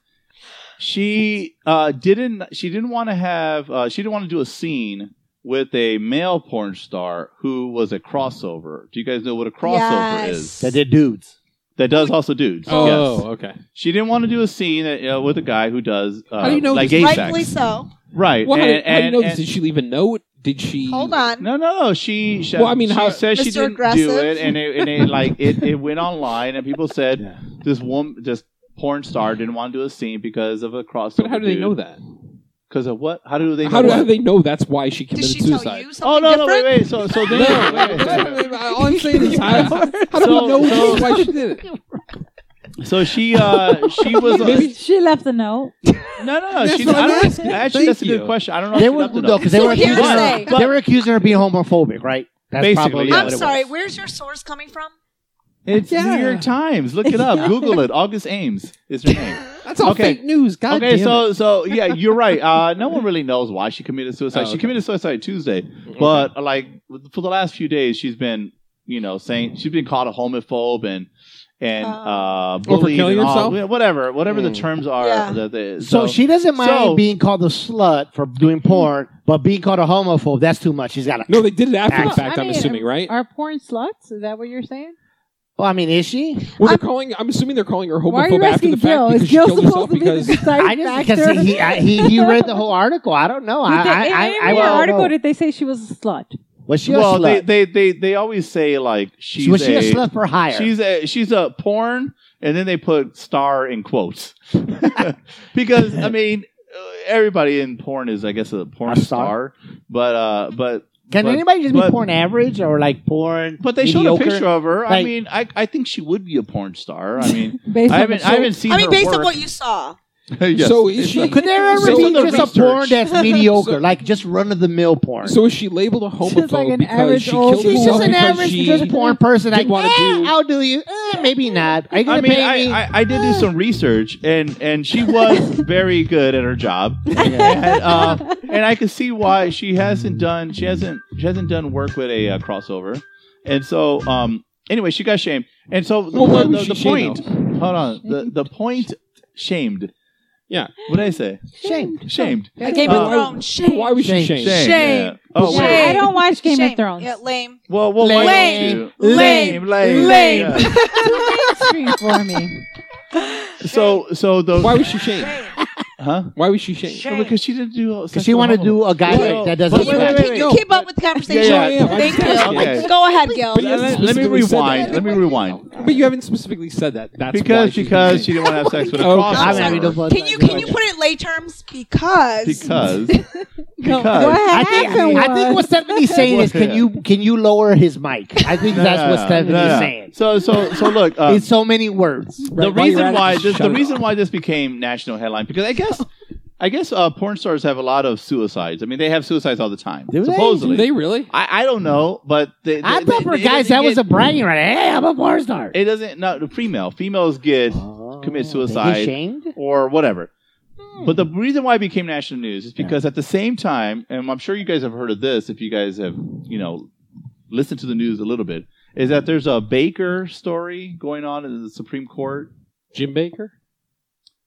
Speaker 1: she uh, didn't she didn't want to have uh, she didn't want to do a scene with a male porn star who was a crossover. Do you guys know what a crossover
Speaker 2: Yes.
Speaker 1: is?
Speaker 4: That did dudes.
Speaker 1: That does also dudes.
Speaker 5: Oh,
Speaker 1: Yes.
Speaker 5: okay.
Speaker 1: She didn't want to do a scene uh, with a guy who does uh,
Speaker 5: How do you know
Speaker 1: like
Speaker 5: this-
Speaker 1: gay
Speaker 2: Rightfully
Speaker 1: sex.
Speaker 2: so.
Speaker 1: Right.
Speaker 5: Well, how,
Speaker 1: and,
Speaker 5: do- how do you
Speaker 1: and-
Speaker 5: know this?
Speaker 1: and-
Speaker 5: Did she leave a note? Did she?
Speaker 2: Hold on.
Speaker 1: No, no, no. She, she
Speaker 5: Well, I mean,
Speaker 1: she
Speaker 5: how-
Speaker 1: says she
Speaker 2: Mr.
Speaker 1: didn't
Speaker 2: Aggressive.
Speaker 1: do it, and it, and it like it, it went online, and people said
Speaker 4: Yeah.
Speaker 1: this woman, this porn star, didn't want to do a scene because of a crossover.
Speaker 5: But how do they know that?
Speaker 1: Because of what? How do they? Know
Speaker 5: How do, how
Speaker 1: what?
Speaker 5: do they know that's why she
Speaker 2: Did
Speaker 5: committed
Speaker 2: she
Speaker 5: suicide?
Speaker 2: tell you something
Speaker 1: Oh no,
Speaker 2: different?
Speaker 1: no, wait, wait. So, so then,
Speaker 5: No,
Speaker 1: wait, wait, wait,
Speaker 5: wait, wait, all I'm saying is how, how do
Speaker 1: So-
Speaker 5: we know
Speaker 1: so-
Speaker 5: that's why she did it?
Speaker 1: wait. so she, uh, she was.
Speaker 5: Maybe-
Speaker 3: She left a note.
Speaker 1: no, no, no.
Speaker 5: That's
Speaker 1: She,
Speaker 5: what
Speaker 1: I
Speaker 5: I'm
Speaker 1: don't,
Speaker 5: asking.
Speaker 1: actually,
Speaker 5: Thank
Speaker 1: that's a good
Speaker 5: you.
Speaker 1: question. I don't know.
Speaker 4: They
Speaker 1: if she
Speaker 4: were
Speaker 1: left or
Speaker 4: no,
Speaker 1: not.
Speaker 4: because they
Speaker 2: So
Speaker 4: were accusing her.
Speaker 2: hearsay.
Speaker 4: They were accusing her of being homophobic, right? That's
Speaker 1: Basically,
Speaker 4: probably
Speaker 1: yeah.
Speaker 4: what
Speaker 2: I'm
Speaker 4: it was.
Speaker 2: sorry. Where's your source coming from?
Speaker 1: It's
Speaker 5: Yeah.
Speaker 1: New York Times. Look it up. Google it. August Ames is her name.
Speaker 5: That's all
Speaker 1: Okay.
Speaker 5: fake news. God
Speaker 1: okay,
Speaker 5: damn
Speaker 1: so so yeah, you're right. Uh, no one really knows why she committed suicide.
Speaker 5: Oh,
Speaker 1: She
Speaker 5: okay.
Speaker 1: committed suicide Tuesday, but uh, like for the last few days, she's been you know saying she's been called a homophobe and and
Speaker 2: Oh. Mm.
Speaker 1: uh,
Speaker 5: for
Speaker 1: bullied
Speaker 5: killing
Speaker 1: and all,
Speaker 5: herself?
Speaker 1: yeah, whatever whatever the
Speaker 5: Hmm.
Speaker 1: terms are.
Speaker 2: Yeah.
Speaker 1: That they,
Speaker 4: So, she doesn't mind
Speaker 1: so-
Speaker 4: being called a slut for doing porn, but being called a homophobe, that's too much. She's got
Speaker 5: it. No,
Speaker 4: to.
Speaker 5: they did it after the
Speaker 3: Well,
Speaker 5: fact.
Speaker 3: I
Speaker 5: I'm
Speaker 3: mean, uh,
Speaker 5: assuming, right?
Speaker 3: Are porn sluts? Is that what you're saying?
Speaker 4: Well, I mean, is she?
Speaker 5: Well, they're calling. I'm assuming they're calling her
Speaker 3: Why are you
Speaker 5: homophobe after
Speaker 3: asking
Speaker 5: the
Speaker 3: Gil?
Speaker 5: fact because
Speaker 3: Is
Speaker 5: she
Speaker 3: Gil
Speaker 5: killed herself
Speaker 3: supposed to be the
Speaker 5: because.
Speaker 4: I
Speaker 3: deciding
Speaker 4: just
Speaker 3: factor?
Speaker 4: because he, I, he he read the whole article. I don't know. I
Speaker 3: Did they-
Speaker 4: I, I,
Speaker 3: in
Speaker 4: I,
Speaker 3: the
Speaker 4: don't
Speaker 3: article
Speaker 4: know.
Speaker 3: did they say she was a slut?
Speaker 4: was she a
Speaker 1: well, they,
Speaker 4: slut?
Speaker 1: they they they always say like she's
Speaker 4: was she
Speaker 1: a,
Speaker 4: a slut for hire?
Speaker 1: She's a she's a porn, and then they put star in quotes because I mean uh, everybody in porn is I guess a porn
Speaker 4: A star?
Speaker 1: star, but uh but
Speaker 4: Can
Speaker 1: but-
Speaker 4: anybody just
Speaker 1: but-
Speaker 4: be porn average or like porn?
Speaker 1: but they showed a
Speaker 4: mediocre?
Speaker 1: picture of her. I
Speaker 4: Like-
Speaker 1: mean I I think she would be a porn star. I mean
Speaker 3: Based
Speaker 1: I
Speaker 3: on
Speaker 1: haven't
Speaker 3: the
Speaker 1: I
Speaker 3: show-
Speaker 1: haven't seen
Speaker 2: I mean,
Speaker 1: her
Speaker 2: based
Speaker 1: work.
Speaker 2: on what you saw.
Speaker 1: Yes.
Speaker 5: So is
Speaker 1: It's
Speaker 5: she-
Speaker 1: like-
Speaker 4: Could there ever
Speaker 5: So-
Speaker 4: be
Speaker 5: in the
Speaker 4: just
Speaker 1: research.
Speaker 4: a porn that's mediocre, like just run of the mill porn?
Speaker 5: So is she labeled a homophobe
Speaker 3: She's like an
Speaker 5: because
Speaker 3: average
Speaker 5: she
Speaker 3: old-
Speaker 5: killed
Speaker 4: She's
Speaker 5: herself
Speaker 4: just an
Speaker 5: because
Speaker 4: average
Speaker 5: she
Speaker 4: just porn person. Like,
Speaker 5: didn't wanna
Speaker 4: eh,
Speaker 5: do-
Speaker 4: I'll do you. Eh, maybe not. Are you gonna
Speaker 1: I mean,
Speaker 4: pay
Speaker 1: I,
Speaker 4: me?
Speaker 1: I, I did do some research, and and she was very good at her job, and, uh, and I could see why she hasn't done she hasn't she hasn't done work with a uh, crossover, and so um anyway she got shamed, and so
Speaker 5: Well, why
Speaker 1: the, the,
Speaker 5: was she
Speaker 1: the
Speaker 5: shamed,
Speaker 1: point hold on the the point shamed
Speaker 5: Yeah.
Speaker 1: what did I say
Speaker 4: Shame.
Speaker 1: shamed
Speaker 2: A Game
Speaker 1: Uh,
Speaker 2: of Thrones. Shame.
Speaker 5: Why was she
Speaker 4: Shame.
Speaker 5: shamed?
Speaker 1: shamed
Speaker 2: Shamed.
Speaker 1: yeah. oh
Speaker 3: Well,
Speaker 1: wait
Speaker 3: I don't watch Game of Thrones.
Speaker 2: Yeah, lame.
Speaker 1: well well why
Speaker 2: Lame.
Speaker 1: don't you-
Speaker 2: Lame.
Speaker 1: lame
Speaker 2: Lame.
Speaker 1: yeah.
Speaker 3: Mainstream for me.
Speaker 1: so so the
Speaker 5: Why was she shamed?
Speaker 2: Shame.
Speaker 1: huh
Speaker 5: Why was she shamed?
Speaker 1: No, because she didn't do
Speaker 4: Because
Speaker 1: sexual
Speaker 4: she want to
Speaker 1: homo-
Speaker 4: do a guy
Speaker 1: Wait,
Speaker 4: like that doesn't.
Speaker 1: wait,
Speaker 2: Can you,
Speaker 1: wait, wait,
Speaker 4: exist.
Speaker 2: can
Speaker 1: wait.
Speaker 2: you keep up with the conversation?
Speaker 1: Yeah,
Speaker 5: yeah, I
Speaker 2: Thank
Speaker 5: understand.
Speaker 2: you.
Speaker 1: Okay.
Speaker 2: Go ahead, Gil.
Speaker 5: But you
Speaker 1: Let- let- let me
Speaker 5: specifically said
Speaker 1: rewind.
Speaker 5: that.
Speaker 1: Let me rewind.
Speaker 5: But you haven't specifically said that. That's why
Speaker 1: Because
Speaker 5: she's
Speaker 1: because
Speaker 5: being
Speaker 1: she
Speaker 5: shamed.
Speaker 1: didn't want to have sex with a
Speaker 5: Okay.
Speaker 1: crossover.
Speaker 5: I'm
Speaker 4: having no fun.
Speaker 2: Can you can you put it in lay terms? Because
Speaker 1: because
Speaker 3: No,
Speaker 1: Because-
Speaker 3: what
Speaker 4: I
Speaker 3: happened
Speaker 4: think, I think
Speaker 3: was
Speaker 4: what Stephanie's saying is, can
Speaker 1: Yeah.
Speaker 4: you can you lower his mic? I think that's what Stephanie's
Speaker 1: No, no, no.
Speaker 4: saying.
Speaker 1: So so so look. Uh,
Speaker 4: in so many words.
Speaker 5: Right,
Speaker 1: the
Speaker 5: while you're at
Speaker 1: reason
Speaker 5: it,
Speaker 1: why
Speaker 5: just
Speaker 1: this,
Speaker 5: shut
Speaker 1: the
Speaker 5: it
Speaker 1: reason
Speaker 5: off.
Speaker 1: why this became national headline because I guess I guess uh, porn stars have a lot of suicides. I mean, they have suicides all the time.
Speaker 4: Do they?
Speaker 1: supposedly,
Speaker 5: They really?
Speaker 1: I, I don't know, but they,
Speaker 4: I
Speaker 1: they-
Speaker 4: thought
Speaker 1: they-
Speaker 4: for
Speaker 1: it
Speaker 4: guys
Speaker 1: doesn't
Speaker 4: that was
Speaker 1: get-
Speaker 4: a bragging right. Hey, I'm a porn star. Oh,
Speaker 1: It doesn't. No, the female females get commit
Speaker 4: They
Speaker 1: suicide.
Speaker 4: get shamed?
Speaker 1: or whatever. But the reason why it became national news is
Speaker 4: Yeah.
Speaker 1: because at the same time, and I'm sure you guys have heard of this if you guys have, you know, listened to the news a little bit, is that there's a Baker story going on in the Supreme Court.
Speaker 5: Jim Baker?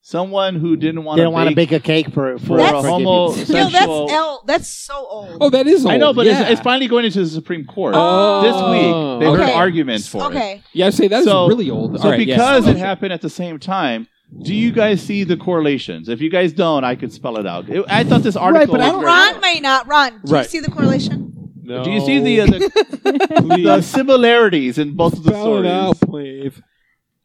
Speaker 1: Someone who didn't want
Speaker 4: They don't
Speaker 1: to
Speaker 4: want to bake a cake for for,
Speaker 1: for
Speaker 2: That's-
Speaker 1: a
Speaker 4: for
Speaker 1: homo.
Speaker 4: giving-
Speaker 2: Gil, that's
Speaker 1: sexual-
Speaker 2: L. That's so old.
Speaker 5: Oh, that is old.
Speaker 1: I know, but
Speaker 5: yeah.
Speaker 1: it's, it's finally going into the Supreme Court
Speaker 5: Oh.
Speaker 1: this week. They heard
Speaker 2: Okay.
Speaker 1: arguments for it.
Speaker 2: okay.
Speaker 5: Yeah, I say that's
Speaker 1: So-
Speaker 5: really old.
Speaker 1: So
Speaker 5: All right, yes.
Speaker 1: because it
Speaker 5: Okay.
Speaker 1: happened at the same time, do you guys see the correlations? If you guys don't, I could spell it out. It- I thought this article.
Speaker 4: but I
Speaker 1: was
Speaker 4: don't-
Speaker 1: very-
Speaker 2: Ron may not. Ron, do you
Speaker 5: Right.
Speaker 2: see the correlation?
Speaker 5: No.
Speaker 1: Do you see the uh, the, the similarities in both of the
Speaker 5: Spell it
Speaker 1: stories?
Speaker 5: out, please.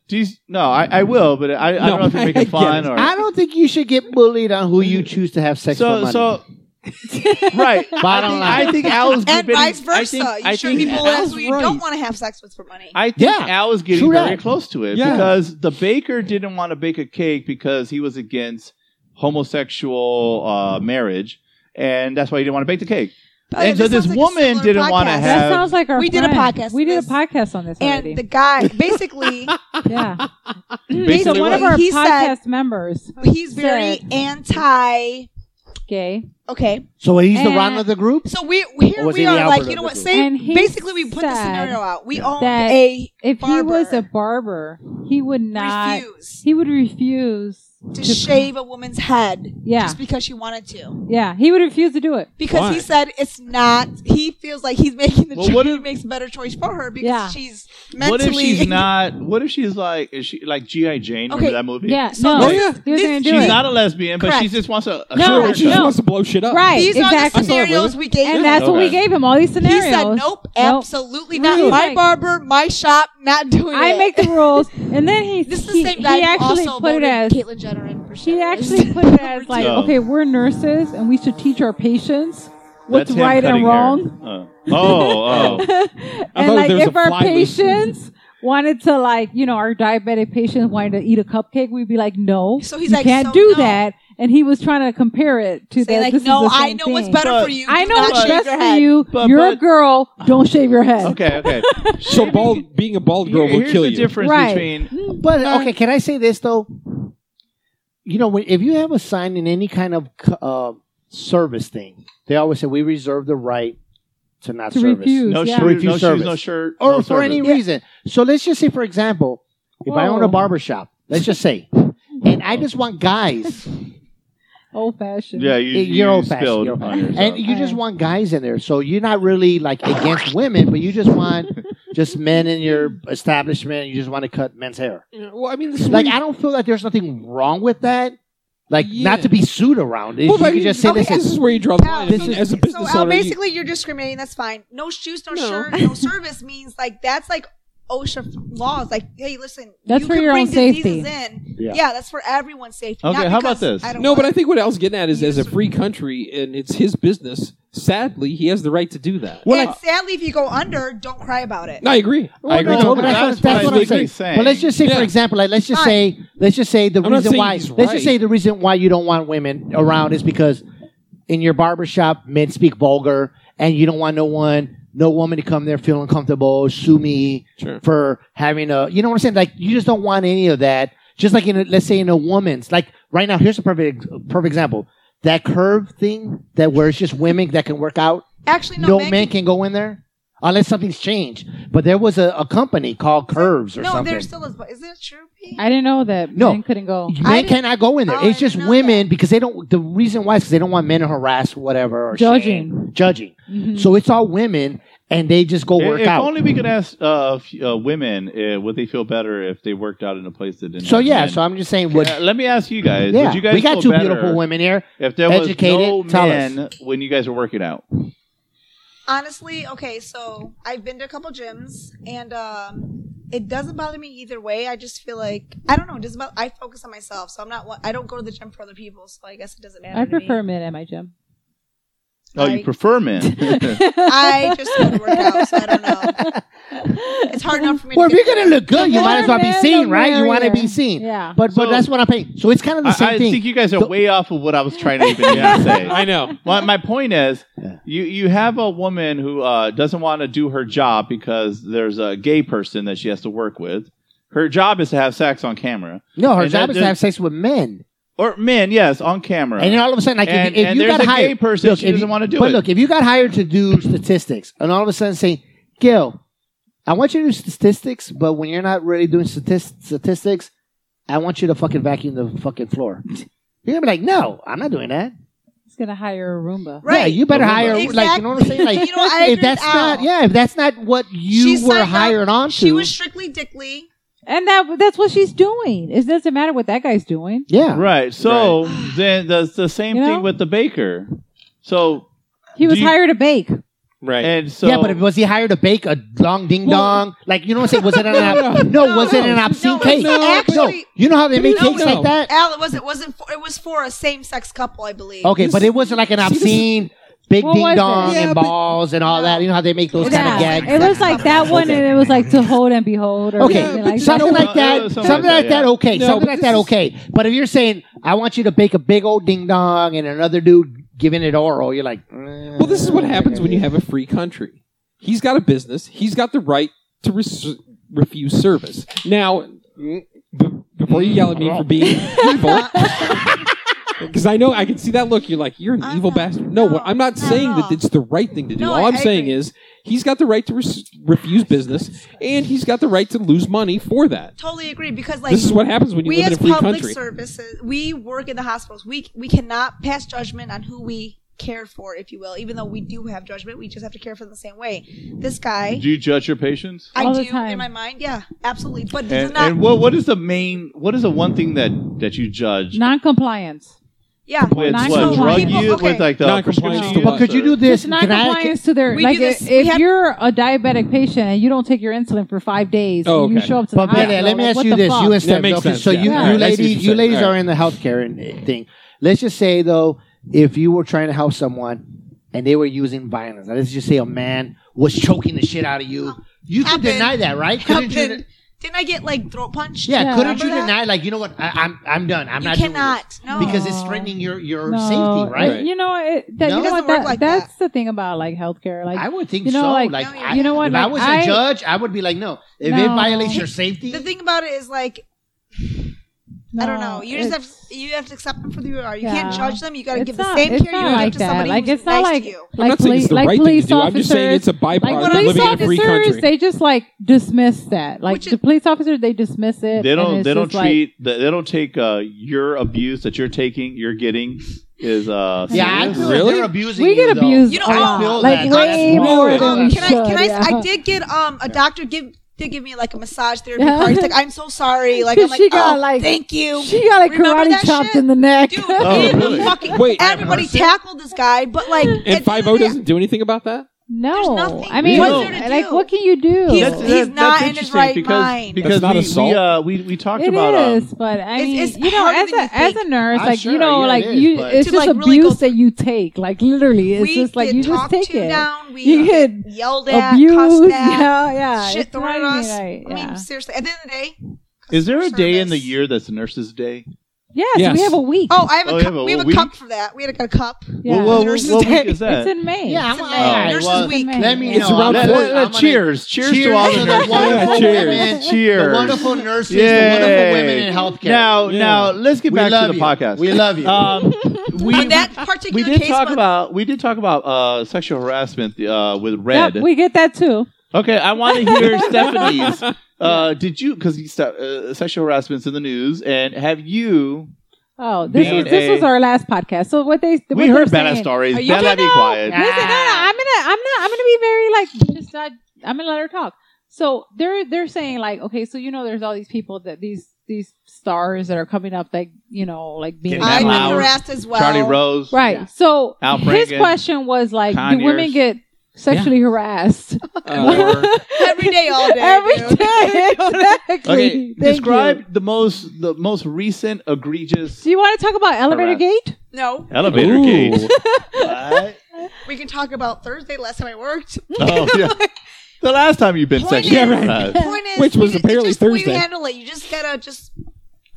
Speaker 1: Do you, no, I, I will, but I, I
Speaker 5: No,
Speaker 1: don't know if you're
Speaker 5: I- I
Speaker 1: making
Speaker 5: get
Speaker 1: fun
Speaker 5: it.
Speaker 1: or
Speaker 4: I don't think you should get bullied on who you choose to have sex
Speaker 1: so
Speaker 4: for money.
Speaker 1: so. right,
Speaker 4: Bottom
Speaker 1: I think, I
Speaker 4: line.
Speaker 1: think Al's
Speaker 2: And
Speaker 1: getting-
Speaker 2: vice versa.
Speaker 1: I think,
Speaker 2: you
Speaker 1: I
Speaker 2: shouldn't
Speaker 1: think
Speaker 2: be
Speaker 1: Al-
Speaker 2: bullied who you don't
Speaker 5: right.
Speaker 2: want to have sex with for money.
Speaker 1: I think
Speaker 4: Yeah.
Speaker 1: Al was getting
Speaker 4: True
Speaker 1: very
Speaker 4: that.
Speaker 1: close to it
Speaker 5: Yeah.
Speaker 1: because the baker didn't want to bake a cake because he was against homosexual uh, marriage, and that's why he didn't want to bake the cake.
Speaker 2: Okay,
Speaker 1: And so this
Speaker 2: sounds like a
Speaker 1: woman
Speaker 2: similar
Speaker 1: didn't wanna
Speaker 2: podcast.
Speaker 1: have-
Speaker 3: that sounds like our
Speaker 2: We did a
Speaker 3: friend.
Speaker 2: podcast
Speaker 3: We did a
Speaker 2: this.
Speaker 3: podcast on this already.
Speaker 2: And the guy, basically,
Speaker 3: yeah. so
Speaker 1: Basically
Speaker 3: one of
Speaker 1: what?
Speaker 3: our
Speaker 2: He
Speaker 3: podcast members,
Speaker 2: he's very
Speaker 3: Said-
Speaker 2: anti.
Speaker 3: gay,
Speaker 2: Okay,
Speaker 4: So he's the
Speaker 3: And-
Speaker 4: Ron of the group.
Speaker 2: so we here
Speaker 4: Or was
Speaker 2: we
Speaker 4: he the
Speaker 2: are like
Speaker 4: Albert
Speaker 2: you know
Speaker 4: of
Speaker 2: what?
Speaker 4: the
Speaker 2: Say
Speaker 3: And he
Speaker 2: basically we put the
Speaker 3: said
Speaker 2: scenario out. We owned
Speaker 3: that
Speaker 2: a
Speaker 3: if
Speaker 2: barber.
Speaker 3: he was a barber, he would not.
Speaker 2: refuse
Speaker 3: He would refuse
Speaker 2: to shave a woman's head
Speaker 3: Yeah,
Speaker 2: just because she wanted to.
Speaker 3: yeah. He would refuse to do it.
Speaker 2: Because
Speaker 5: Why?
Speaker 2: he said it's not. He feels like he's making the
Speaker 1: Well,
Speaker 2: choice.
Speaker 1: what
Speaker 2: He
Speaker 1: if-
Speaker 2: makes a better choice for her because
Speaker 3: Yeah.
Speaker 2: she's
Speaker 1: What
Speaker 2: mentally.
Speaker 1: if she's not? What if she's like? Is she like GI Jane? Remember
Speaker 2: Okay,
Speaker 1: that movie?
Speaker 3: Yeah,
Speaker 2: So
Speaker 3: no,
Speaker 5: this-
Speaker 3: he was
Speaker 2: this-
Speaker 3: going to do
Speaker 1: She's
Speaker 3: it.
Speaker 1: not a lesbian, but she
Speaker 2: Correct.
Speaker 1: just wants a, a
Speaker 3: No,
Speaker 1: short
Speaker 5: Sure, she
Speaker 1: cut.
Speaker 5: just wants to blow shit up.
Speaker 3: right,
Speaker 2: These
Speaker 3: exactly.
Speaker 2: are the scenarios we gave.
Speaker 3: and
Speaker 2: you.
Speaker 3: that's what we
Speaker 1: Okay.
Speaker 3: gave him. All these
Speaker 2: he
Speaker 3: scenarios.
Speaker 2: said, "Nope, absolutely not.
Speaker 3: Really?
Speaker 2: My barber, my shop, not doing it."
Speaker 3: I make the rules." And then he
Speaker 2: This is
Speaker 3: he,
Speaker 2: the same guy
Speaker 3: he
Speaker 2: who
Speaker 3: actually
Speaker 2: also
Speaker 3: put it
Speaker 2: voted
Speaker 3: as
Speaker 2: Caitlyn Jenner in for
Speaker 3: he
Speaker 2: sheriff.
Speaker 3: actually put it as like,
Speaker 1: No.
Speaker 3: "Okay, we're nurses and we should teach our patients what's
Speaker 1: That's him
Speaker 3: right and
Speaker 1: cutting hair.
Speaker 3: wrong."
Speaker 1: Uh, oh, oh.
Speaker 5: I
Speaker 3: and
Speaker 5: thought
Speaker 3: like
Speaker 5: there was
Speaker 3: if
Speaker 5: a
Speaker 3: our
Speaker 5: fly loose.
Speaker 3: patients wanted to like you know our diabetic patients wanted to eat a cupcake we'd be like no
Speaker 2: So he's
Speaker 3: you
Speaker 2: like,
Speaker 3: can't
Speaker 2: so
Speaker 3: do
Speaker 2: no.
Speaker 3: that and he was trying to compare it to
Speaker 2: Say
Speaker 3: that
Speaker 2: like,
Speaker 3: this
Speaker 2: no,
Speaker 3: is the
Speaker 2: I
Speaker 3: same
Speaker 2: know what's
Speaker 3: thing.
Speaker 2: better
Speaker 1: But-
Speaker 2: for you.
Speaker 3: i
Speaker 2: Do
Speaker 3: know
Speaker 2: not
Speaker 3: what's
Speaker 2: shave
Speaker 3: best
Speaker 2: your
Speaker 3: for
Speaker 2: head.
Speaker 3: you
Speaker 1: But-
Speaker 3: you're a
Speaker 1: but-
Speaker 3: girl don't shave your head
Speaker 1: oh. okay, okay.
Speaker 5: So bald, being a bald girl
Speaker 1: Here-
Speaker 5: will
Speaker 1: here's
Speaker 5: kill
Speaker 1: the
Speaker 5: you.
Speaker 1: difference
Speaker 3: Right.
Speaker 1: between
Speaker 4: But okay, can I say this though? You know, when, if you have a sign in any kind of c- uh, service thing, they always say we reserve the right to not
Speaker 3: to
Speaker 4: service.
Speaker 3: refuse
Speaker 1: no,
Speaker 3: yeah.
Speaker 1: shoes,
Speaker 4: Refuse
Speaker 1: no shoes,
Speaker 4: service.
Speaker 1: no shirt,
Speaker 4: or
Speaker 1: no
Speaker 4: for any
Speaker 1: service.
Speaker 4: reason. So let's just say, for example, if I own
Speaker 3: Whoa.
Speaker 4: a barber shop, let's just say, and I just want guys,
Speaker 3: old fashioned
Speaker 1: Yeah, you,
Speaker 4: It-
Speaker 1: you
Speaker 4: you're old-fashioned,
Speaker 1: spilled
Speaker 4: you're
Speaker 1: on
Speaker 4: old-fashioned.
Speaker 1: yourself.
Speaker 4: and you just want guys in there. So you're not really like against women, but you just want just men in your establishment. And you just want to cut men's hair.
Speaker 5: Well, I mean, this is
Speaker 4: Like
Speaker 5: what
Speaker 4: I don't feel that there's nothing wrong with that. Like
Speaker 5: Yeah.
Speaker 4: not to be sued around. It,
Speaker 5: Well,
Speaker 4: you
Speaker 5: but I
Speaker 4: can
Speaker 5: mean,
Speaker 4: just say
Speaker 5: okay,
Speaker 4: this.
Speaker 5: this
Speaker 4: Is,
Speaker 5: is where you draw the line.
Speaker 4: This
Speaker 5: I mean,
Speaker 4: is-
Speaker 5: as a
Speaker 2: So
Speaker 5: business
Speaker 2: Al,
Speaker 5: owner, you-
Speaker 2: basically, you... are discriminating. That's fine. No shoes, no,
Speaker 5: No.
Speaker 2: shirt, no service means like that's like OSHA laws. Like, hey, listen,
Speaker 3: That's
Speaker 2: you
Speaker 3: for
Speaker 2: can
Speaker 3: your
Speaker 2: bring
Speaker 3: own safety.
Speaker 2: diseases in.
Speaker 4: Yeah.
Speaker 2: Yeah. that's for everyone's safety.
Speaker 1: Okay,
Speaker 2: not
Speaker 1: how about
Speaker 2: because
Speaker 1: this?
Speaker 2: I don't
Speaker 5: no, but I
Speaker 2: want
Speaker 5: think what Al's getting at is,
Speaker 2: You
Speaker 5: as a
Speaker 2: just-
Speaker 5: free country, and it's his business Sadly, he has the right to do that.
Speaker 4: Well,
Speaker 2: and
Speaker 4: I-
Speaker 2: sadly, if you go under, don't cry about it.
Speaker 5: I agree. I agree
Speaker 4: no,
Speaker 5: totally.
Speaker 4: but that's,
Speaker 1: That's
Speaker 4: that's
Speaker 1: what
Speaker 4: what
Speaker 1: I
Speaker 4: I'm
Speaker 1: think
Speaker 4: saying.
Speaker 1: he's saying.
Speaker 4: But let's just say,
Speaker 5: Yeah.
Speaker 4: for example, like let's just say, let's just say the
Speaker 5: I'm not
Speaker 4: reason
Speaker 5: saying
Speaker 4: why.
Speaker 5: he's
Speaker 4: Let's just say
Speaker 5: right.
Speaker 4: the reason why you don't want women around is because in your barbershop, men speak vulgar, and you don't want no one, no woman to come there feeling comfortable. Sue me
Speaker 5: Sure.
Speaker 4: for having a, you know what I'm saying? Like you just don't want any of that. Just like in, a, let's say in a woman's, like right now, here's a perfect perfect example. That curve thing that where it's just women that can work out
Speaker 2: Actually, no,
Speaker 4: no
Speaker 2: man
Speaker 4: man,
Speaker 2: can-
Speaker 4: can go in there unless something's changed. But there was a, a company called Curves or
Speaker 2: no,
Speaker 4: something.
Speaker 2: there still is. But is it true, Pete?
Speaker 3: I didn't know that
Speaker 4: No.
Speaker 3: men couldn't go.
Speaker 2: I
Speaker 4: Men
Speaker 2: didn't-
Speaker 4: cannot go in there.
Speaker 2: Oh, I
Speaker 4: it's just
Speaker 2: didn't know
Speaker 4: women because they don't. The reason why is because they don't want men to harass whatever or
Speaker 3: Judging.
Speaker 4: shame. judging.
Speaker 3: Mhm.
Speaker 4: So it's all women, and they just go
Speaker 1: If-
Speaker 4: work
Speaker 1: if
Speaker 4: out.
Speaker 1: only we could ask uh, f- uh, women uh, would they feel better if they worked out in a place that didn't.
Speaker 4: so
Speaker 1: have
Speaker 4: yeah.
Speaker 1: men.
Speaker 4: So I'm just saying. Would,
Speaker 1: Uh, let me ask you guys.
Speaker 4: yeah,
Speaker 1: would you guys
Speaker 4: we got
Speaker 1: feel
Speaker 4: two
Speaker 1: better
Speaker 4: beautiful women here.
Speaker 1: If there was
Speaker 4: Educated,
Speaker 1: no
Speaker 4: tell
Speaker 1: men when you guys were working out,
Speaker 2: Honestly, okay, so I've been to a couple gyms and um it doesn't bother me either way. I just feel like I don't know, it doesn't bother, I focus on myself. So I'm not one- I don't go to the gym for other people, so I guess it doesn't matter.
Speaker 3: I
Speaker 2: to
Speaker 3: prefer
Speaker 2: me.
Speaker 3: men at my gym.
Speaker 1: oh, you
Speaker 2: Like-
Speaker 1: prefer men.
Speaker 2: I just go to work out, so I don't know. It's hard enough for me
Speaker 4: Well, if
Speaker 2: to
Speaker 4: you're
Speaker 2: get
Speaker 4: gonna look good, you
Speaker 3: The
Speaker 4: might as
Speaker 3: more
Speaker 4: well be
Speaker 3: men,
Speaker 4: seen,
Speaker 3: the
Speaker 4: right? You want to
Speaker 3: merrier.
Speaker 4: be seen.
Speaker 3: Yeah.
Speaker 4: But but
Speaker 1: So-
Speaker 4: that's what I'm paying. So it's kind of the same
Speaker 1: I, I
Speaker 4: thing.
Speaker 1: think you guys are
Speaker 4: So-
Speaker 1: way off of what I was trying to even say.
Speaker 5: I know.
Speaker 1: My, my point is,
Speaker 4: Yeah.
Speaker 1: you, you have a woman who uh, doesn't want to do her job because there's a gay person that she has to work with. Her job is to have sex on camera.
Speaker 4: no, her
Speaker 1: and
Speaker 4: job
Speaker 1: that-
Speaker 4: is to have sex with men.
Speaker 1: Or men, yes, on camera.
Speaker 4: And then all of a sudden, like
Speaker 1: And-
Speaker 4: if, if
Speaker 1: and
Speaker 4: you
Speaker 1: there's
Speaker 4: got
Speaker 1: a gay
Speaker 4: hired,
Speaker 1: person, she
Speaker 4: if
Speaker 1: doesn't
Speaker 4: you-
Speaker 1: wanna do
Speaker 4: But
Speaker 1: it.
Speaker 4: look, if you got hired to do statistics, and all of a sudden say, "Gil, I want you to do statistics, but when you're not really doing statist- statistics, I want you to fucking vacuum the fucking floor." You're gonna be like, "No, I'm not doing that."
Speaker 3: He's gonna hire a Roomba.
Speaker 2: Right.
Speaker 4: Yeah, you better
Speaker 1: Remember.
Speaker 4: hire. Like, you know what I'm saying? Like,
Speaker 2: You know, I
Speaker 4: if
Speaker 2: agree
Speaker 4: that's
Speaker 2: with
Speaker 4: not,
Speaker 2: Al.
Speaker 4: yeah, if that's not what you
Speaker 2: She
Speaker 4: were
Speaker 2: signed up-
Speaker 4: hired on
Speaker 2: She
Speaker 4: to,
Speaker 2: was strictly dickly.
Speaker 3: And that that's what she's doing. It doesn't matter what that guy's doing.
Speaker 4: yeah,
Speaker 1: Right. So then the, the same
Speaker 3: You know?
Speaker 1: thing with the baker. So,
Speaker 3: He
Speaker 1: Do
Speaker 3: was
Speaker 1: you-
Speaker 3: hired to bake.
Speaker 5: Right.
Speaker 1: and so.
Speaker 4: yeah, but if- was he hired to bake a long ding
Speaker 5: Well-
Speaker 4: dong? Like you know what I'm saying? Was it an ob- no,
Speaker 5: no,
Speaker 4: Was it an
Speaker 5: no,
Speaker 4: obscene
Speaker 2: no,
Speaker 4: cake?
Speaker 5: no,
Speaker 2: actually-
Speaker 4: no, you know how they make
Speaker 5: No,
Speaker 4: cakes
Speaker 5: no.
Speaker 4: like that?
Speaker 2: Al, it wasn't wasn't for, it was for a same sex couple, I believe.
Speaker 4: Okay,
Speaker 5: This-
Speaker 4: but it wasn't like an
Speaker 5: see, this is-
Speaker 4: obscene big
Speaker 3: What was
Speaker 4: ding
Speaker 3: it?
Speaker 4: dong
Speaker 5: Yeah,
Speaker 4: and
Speaker 5: but-
Speaker 4: balls and all that. You know how they make those kind
Speaker 3: Yeah.
Speaker 4: of gags.
Speaker 3: It was like that one,
Speaker 4: Okay.
Speaker 3: and it was like to hold and behold, or
Speaker 4: Okay,
Speaker 3: something
Speaker 5: but
Speaker 3: like
Speaker 4: something
Speaker 3: that.
Speaker 4: like that.
Speaker 1: No,
Speaker 4: something like that.
Speaker 1: yeah.
Speaker 4: Okay,
Speaker 5: No,
Speaker 4: something
Speaker 5: but
Speaker 4: like
Speaker 5: this
Speaker 4: that.
Speaker 5: is-
Speaker 4: Okay, but if you're saying I want you to bake a big old ding dong and another dude giving it oral, you're like,
Speaker 5: Well, this is what happens when you have a free country. He's got a business. He's got the right to res- refuse service. Now, b- before you yell at me for being evil, because I know I can see that look. You're like, you're an
Speaker 2: I'm
Speaker 5: evil
Speaker 2: not-
Speaker 5: bastard. No, what,
Speaker 2: no,
Speaker 5: I'm not
Speaker 2: not
Speaker 5: saying
Speaker 2: at
Speaker 5: that
Speaker 2: all.
Speaker 5: it's the right thing to do.
Speaker 2: No,
Speaker 5: all
Speaker 2: I-
Speaker 5: I'm
Speaker 2: I
Speaker 5: saying
Speaker 2: agree.
Speaker 5: is he's got the right to res- refuse business, and he's got the right to lose money for that.
Speaker 2: Totally agree because like
Speaker 5: this is what happens when you
Speaker 2: we
Speaker 5: live in
Speaker 2: as
Speaker 5: a free
Speaker 2: public
Speaker 5: country.
Speaker 2: services, we work in the hospitals. We we cannot pass judgment on who we care for, if you will. Even though we do have judgment, we just have to care for them the same way. This guy,
Speaker 1: do you judge your patients?
Speaker 2: I
Speaker 3: All
Speaker 2: do
Speaker 3: the time.
Speaker 2: in my mind, yeah, absolutely. But this
Speaker 1: And,
Speaker 2: is not,
Speaker 1: and what, what is the main, what is the one thing that, that you judge?
Speaker 3: Non-compliance.
Speaker 2: yeah.
Speaker 1: with
Speaker 3: Non-
Speaker 1: what,
Speaker 3: non-compliant.
Speaker 1: drug
Speaker 2: People-
Speaker 1: use,
Speaker 2: okay.
Speaker 1: with like the
Speaker 5: Non-compliant
Speaker 1: prescription
Speaker 5: to
Speaker 1: use?
Speaker 5: what?
Speaker 4: But could you do
Speaker 1: or-
Speaker 4: this?
Speaker 3: Just
Speaker 4: Can I?
Speaker 3: non-compliance to their
Speaker 2: We
Speaker 3: like.
Speaker 2: do this-
Speaker 3: if
Speaker 2: we have-
Speaker 3: you're a diabetic patient and you don't take your insulin for five days,
Speaker 5: Oh,
Speaker 3: and you
Speaker 5: okay.
Speaker 3: show up to the
Speaker 4: But but, uh,
Speaker 3: hospital,
Speaker 4: let me
Speaker 3: like,
Speaker 4: ask
Speaker 3: what
Speaker 4: you
Speaker 3: the
Speaker 4: this:
Speaker 3: fuck?
Speaker 4: you and Steph,
Speaker 5: makes
Speaker 4: okay,
Speaker 5: sense,
Speaker 4: so
Speaker 5: yeah.
Speaker 4: you,
Speaker 5: I
Speaker 3: Yeah.
Speaker 4: you
Speaker 5: see what you're
Speaker 4: ladies, you
Speaker 5: saying.
Speaker 4: ladies
Speaker 5: All
Speaker 4: are
Speaker 5: right.
Speaker 4: in the healthcare and thing. Let's just say though, if you were trying to help someone and they were using violence, let's just say a man was choking the shit out of you, you could
Speaker 2: Happened.
Speaker 4: deny that, right? Couldn't you
Speaker 2: Happened. Didn't I get like throat punched?
Speaker 4: Yeah,
Speaker 3: Yeah.
Speaker 4: couldn't you
Speaker 2: Remember that?
Speaker 4: deny? Like, you know what? I, I'm I'm done. I'm
Speaker 2: You
Speaker 4: not
Speaker 2: cannot.
Speaker 4: doing
Speaker 2: No.
Speaker 4: this because it's threatening your your
Speaker 3: No,
Speaker 4: safety, right?
Speaker 5: Right.
Speaker 3: You know, it, that,
Speaker 4: No?
Speaker 3: you know
Speaker 2: It
Speaker 3: what,
Speaker 2: doesn't work
Speaker 3: that,
Speaker 2: like that.
Speaker 3: that's the thing about like healthcare. Like
Speaker 4: I would think
Speaker 3: You know,
Speaker 4: so. Like,
Speaker 3: like,
Speaker 4: I,
Speaker 3: you know what,
Speaker 4: If I
Speaker 3: like,
Speaker 4: was a
Speaker 3: I-
Speaker 4: judge, I would be like, no. If it
Speaker 3: No.
Speaker 4: violates your safety,
Speaker 2: The thing about it is like I don't
Speaker 3: no,
Speaker 2: know. You just have
Speaker 3: it's-
Speaker 2: you have to accept them for who you are. You
Speaker 3: Yeah.
Speaker 2: can't judge them. You got to
Speaker 3: It's
Speaker 2: give
Speaker 3: not-
Speaker 2: the same
Speaker 3: it's
Speaker 2: care you
Speaker 3: not
Speaker 2: give
Speaker 3: like
Speaker 2: to
Speaker 3: that.
Speaker 2: somebody
Speaker 3: Like,
Speaker 2: who's
Speaker 3: it's not
Speaker 2: nice
Speaker 3: like-
Speaker 2: to you.
Speaker 5: I'm not saying it's the
Speaker 3: poli-
Speaker 5: right thing to do. I'm just saying it's a
Speaker 3: like
Speaker 5: byproduct of
Speaker 3: police
Speaker 5: living in a free
Speaker 3: officers,
Speaker 5: country.
Speaker 3: they just like dismiss that. Like
Speaker 2: Which is-
Speaker 3: the police officer, they dismiss it.
Speaker 1: They
Speaker 3: and
Speaker 1: don't.
Speaker 3: it's
Speaker 1: They don't
Speaker 3: just like-
Speaker 1: treat. they they don't take uh, your abuse that you're taking. You're getting is uh.
Speaker 4: yeah, I
Speaker 1: serious.
Speaker 4: feel
Speaker 5: Really?
Speaker 4: like they're abusing
Speaker 3: we
Speaker 4: you,
Speaker 3: get
Speaker 4: though.
Speaker 3: abused
Speaker 2: You know,
Speaker 3: a
Speaker 2: I
Speaker 3: lot.
Speaker 4: feel
Speaker 3: like
Speaker 4: that.
Speaker 3: way
Speaker 5: That's
Speaker 3: more
Speaker 5: wrong.
Speaker 3: than
Speaker 2: Um,
Speaker 3: we
Speaker 2: can I?
Speaker 3: should.
Speaker 2: Can I?
Speaker 3: yeah.
Speaker 2: I did get um a doctor give did give me like a massage therapy
Speaker 3: Yeah.
Speaker 2: card. He's like, I'm so sorry. Like I'm like,
Speaker 3: She got,
Speaker 2: oh,
Speaker 3: like-
Speaker 2: thank you.
Speaker 3: She got like
Speaker 2: Remember
Speaker 3: karate
Speaker 2: that
Speaker 3: chopped
Speaker 2: shit?
Speaker 3: in the neck.
Speaker 2: Dude,
Speaker 1: Oh,
Speaker 2: and
Speaker 1: really?
Speaker 2: fucking
Speaker 5: Wait.
Speaker 2: everybody
Speaker 4: Person?
Speaker 2: tackled this guy, but like, at the
Speaker 5: And
Speaker 2: end of
Speaker 5: Five
Speaker 2: the
Speaker 5: O
Speaker 2: day-
Speaker 5: doesn't do anything about that.
Speaker 3: No,
Speaker 2: There's nothing.
Speaker 3: I mean,
Speaker 1: What's there
Speaker 2: to
Speaker 3: like,
Speaker 2: do?
Speaker 3: what can you do?
Speaker 2: He's-
Speaker 1: That's, that-
Speaker 2: not
Speaker 1: that's
Speaker 2: in his
Speaker 1: interesting
Speaker 2: right
Speaker 1: because,
Speaker 2: mind.
Speaker 1: because
Speaker 5: That's not
Speaker 1: we,
Speaker 5: assault.
Speaker 1: We, uh, we, we talked
Speaker 3: It
Speaker 1: about um,
Speaker 3: is, but I
Speaker 2: It's-
Speaker 3: mean,
Speaker 2: it's
Speaker 3: you know,
Speaker 2: harder
Speaker 3: as
Speaker 2: than you
Speaker 3: a as a
Speaker 2: think.
Speaker 3: nurse,
Speaker 4: Ah,
Speaker 3: like
Speaker 4: sure,
Speaker 3: you know,
Speaker 4: yeah,
Speaker 3: like
Speaker 4: it is,
Speaker 3: you,
Speaker 4: but-
Speaker 3: it's
Speaker 2: To,
Speaker 3: just
Speaker 2: like, really
Speaker 3: abuse
Speaker 2: go
Speaker 3: that you take. Like literally, it's
Speaker 2: we
Speaker 3: just like
Speaker 2: get
Speaker 3: you just
Speaker 2: talked
Speaker 3: take
Speaker 2: to
Speaker 3: it,
Speaker 2: down. We
Speaker 3: You
Speaker 2: get
Speaker 3: get
Speaker 2: yelled at,
Speaker 3: abuse.
Speaker 2: cussed at,
Speaker 3: Yeah, yeah,
Speaker 2: shit
Speaker 3: it's
Speaker 2: thrown
Speaker 3: not
Speaker 2: at
Speaker 3: even
Speaker 2: us.
Speaker 3: right,
Speaker 2: I mean,
Speaker 3: yeah.
Speaker 2: seriously, at the end of the day,
Speaker 1: Is there a
Speaker 2: customer
Speaker 1: day in the
Speaker 2: service-
Speaker 1: year that's Nurses Day?
Speaker 3: Yes,
Speaker 5: Yes.
Speaker 3: we have a week.
Speaker 2: Oh, I have a
Speaker 1: Oh, you
Speaker 2: cup.
Speaker 1: have a
Speaker 2: we have a
Speaker 1: week?
Speaker 2: cup for that. We had a, a cup.
Speaker 3: yeah.
Speaker 1: Well, well,
Speaker 2: Nurses
Speaker 1: what
Speaker 2: Day.
Speaker 1: week is that?
Speaker 3: it's in May.
Speaker 4: Yeah,
Speaker 2: It's
Speaker 4: I'm
Speaker 2: in
Speaker 4: all
Speaker 2: May.
Speaker 1: right.
Speaker 2: Nurses
Speaker 4: Oh, Well,
Speaker 2: Week.
Speaker 3: May.
Speaker 4: Let me
Speaker 5: It's
Speaker 4: know.
Speaker 5: around
Speaker 4: Let-
Speaker 5: four-
Speaker 4: let- let-
Speaker 1: Uh, cheers. Cheers, to all the
Speaker 4: the
Speaker 1: nurses.
Speaker 4: wonderful
Speaker 5: Cheers.
Speaker 4: women. The
Speaker 1: Cheers.
Speaker 4: wonderful nurses, the
Speaker 1: Yay.
Speaker 4: wonderful women in healthcare.
Speaker 1: Now,
Speaker 5: Yeah.
Speaker 1: now let's get
Speaker 4: we
Speaker 1: back
Speaker 4: love
Speaker 1: to the
Speaker 4: you.
Speaker 1: podcast.
Speaker 4: We love you.
Speaker 1: Um, we,
Speaker 2: On that particular
Speaker 1: we did
Speaker 2: case,
Speaker 1: talk
Speaker 2: but
Speaker 1: about we did talk about uh, sexual harassment uh, with Red.
Speaker 3: Yep, we get that too.
Speaker 1: okay, I want to hear Stephanie's. Uh, did you because uh, sexual harassment's in the news, and have you?
Speaker 3: Oh, this
Speaker 1: Being
Speaker 3: was this
Speaker 1: a-
Speaker 3: was our last podcast. So what they
Speaker 1: We
Speaker 3: what
Speaker 1: heard
Speaker 3: they're
Speaker 1: badass
Speaker 3: saying-
Speaker 1: stories.
Speaker 3: Are you-
Speaker 1: Bad
Speaker 3: Okay,
Speaker 1: lad, be
Speaker 3: no.
Speaker 1: quiet.
Speaker 3: Listen, no, no, I'm gonna, I'm not, I'm gonna be very like, just not, I'm gonna let her talk. So they're they're saying like, okay, so you know, there's all these people that these these stars that are coming up, like you know, like being
Speaker 1: Getting
Speaker 2: I've been
Speaker 1: Lauer,
Speaker 2: harassed as well.
Speaker 1: Charlie Rose.
Speaker 3: right. So
Speaker 1: Al
Speaker 3: his
Speaker 1: Franken,
Speaker 3: question was like, do
Speaker 1: Conyers.
Speaker 3: women get sexually harassed
Speaker 5: Uh,
Speaker 2: every day, all day.
Speaker 3: every
Speaker 2: dude.
Speaker 3: day? exactly.
Speaker 1: Okay,
Speaker 3: Thank you.
Speaker 1: describe the most the most recent egregious
Speaker 3: Do you want to talk about elevator
Speaker 1: Harass-
Speaker 3: gate?
Speaker 2: No,
Speaker 1: elevator
Speaker 5: Ooh.
Speaker 1: case.
Speaker 4: What?
Speaker 2: we can talk about Thursday. Last time I worked.
Speaker 1: Oh, yeah. The last time you've been
Speaker 2: Point
Speaker 1: sexually
Speaker 2: is-
Speaker 1: harassed.
Speaker 2: Point is,
Speaker 5: Which was
Speaker 2: it's
Speaker 5: apparently
Speaker 2: just the way you
Speaker 5: Thursday.
Speaker 2: handle it. You just gotta just.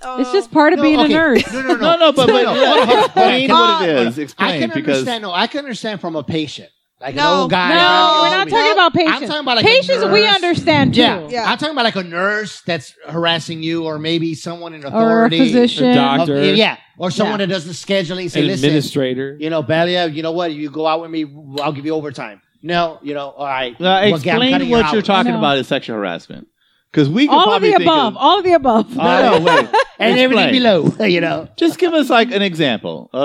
Speaker 2: Uh,
Speaker 3: It's just part of
Speaker 4: No,
Speaker 3: being
Speaker 4: okay.
Speaker 3: a nurse.
Speaker 4: No, no, no.
Speaker 1: No, no, but, but
Speaker 4: No,
Speaker 1: yeah,
Speaker 4: hold on, hold on.
Speaker 1: explain what it is. Explain
Speaker 4: I can
Speaker 1: because
Speaker 4: understand. No, I can understand from a patient, like an
Speaker 2: No.
Speaker 4: old guy.
Speaker 3: No, we're not
Speaker 4: me.
Speaker 3: talking about patients.
Speaker 4: I'm talking about like a
Speaker 3: patients we
Speaker 4: nurse.
Speaker 3: understand too.
Speaker 4: Yeah.
Speaker 2: Yeah.
Speaker 4: I'm talking about like a nurse that's harassing you, or maybe someone in
Speaker 3: Or a
Speaker 4: authority,
Speaker 3: physician.
Speaker 5: A
Speaker 4: Of-
Speaker 5: doctor,
Speaker 4: yeah, or someone
Speaker 3: Yeah.
Speaker 4: that does the scheduling. Say,
Speaker 5: an
Speaker 4: listen,
Speaker 5: administrator.
Speaker 4: you know, Belia, you know what? You go out with me, I'll give you overtime. No, you know, all right.
Speaker 1: Uh,
Speaker 4: Well, Gab,
Speaker 1: explain
Speaker 4: cut in your
Speaker 1: what you're
Speaker 4: hours.
Speaker 1: talking
Speaker 3: No.
Speaker 1: about is sexual harassment. Because we could
Speaker 3: all of
Speaker 1: probably
Speaker 3: the
Speaker 1: think
Speaker 3: above.
Speaker 1: Of, Uh,
Speaker 3: all of the above.
Speaker 1: no, no, wait. Explain.
Speaker 4: and everything below, you know.
Speaker 1: Just give us like an example uh,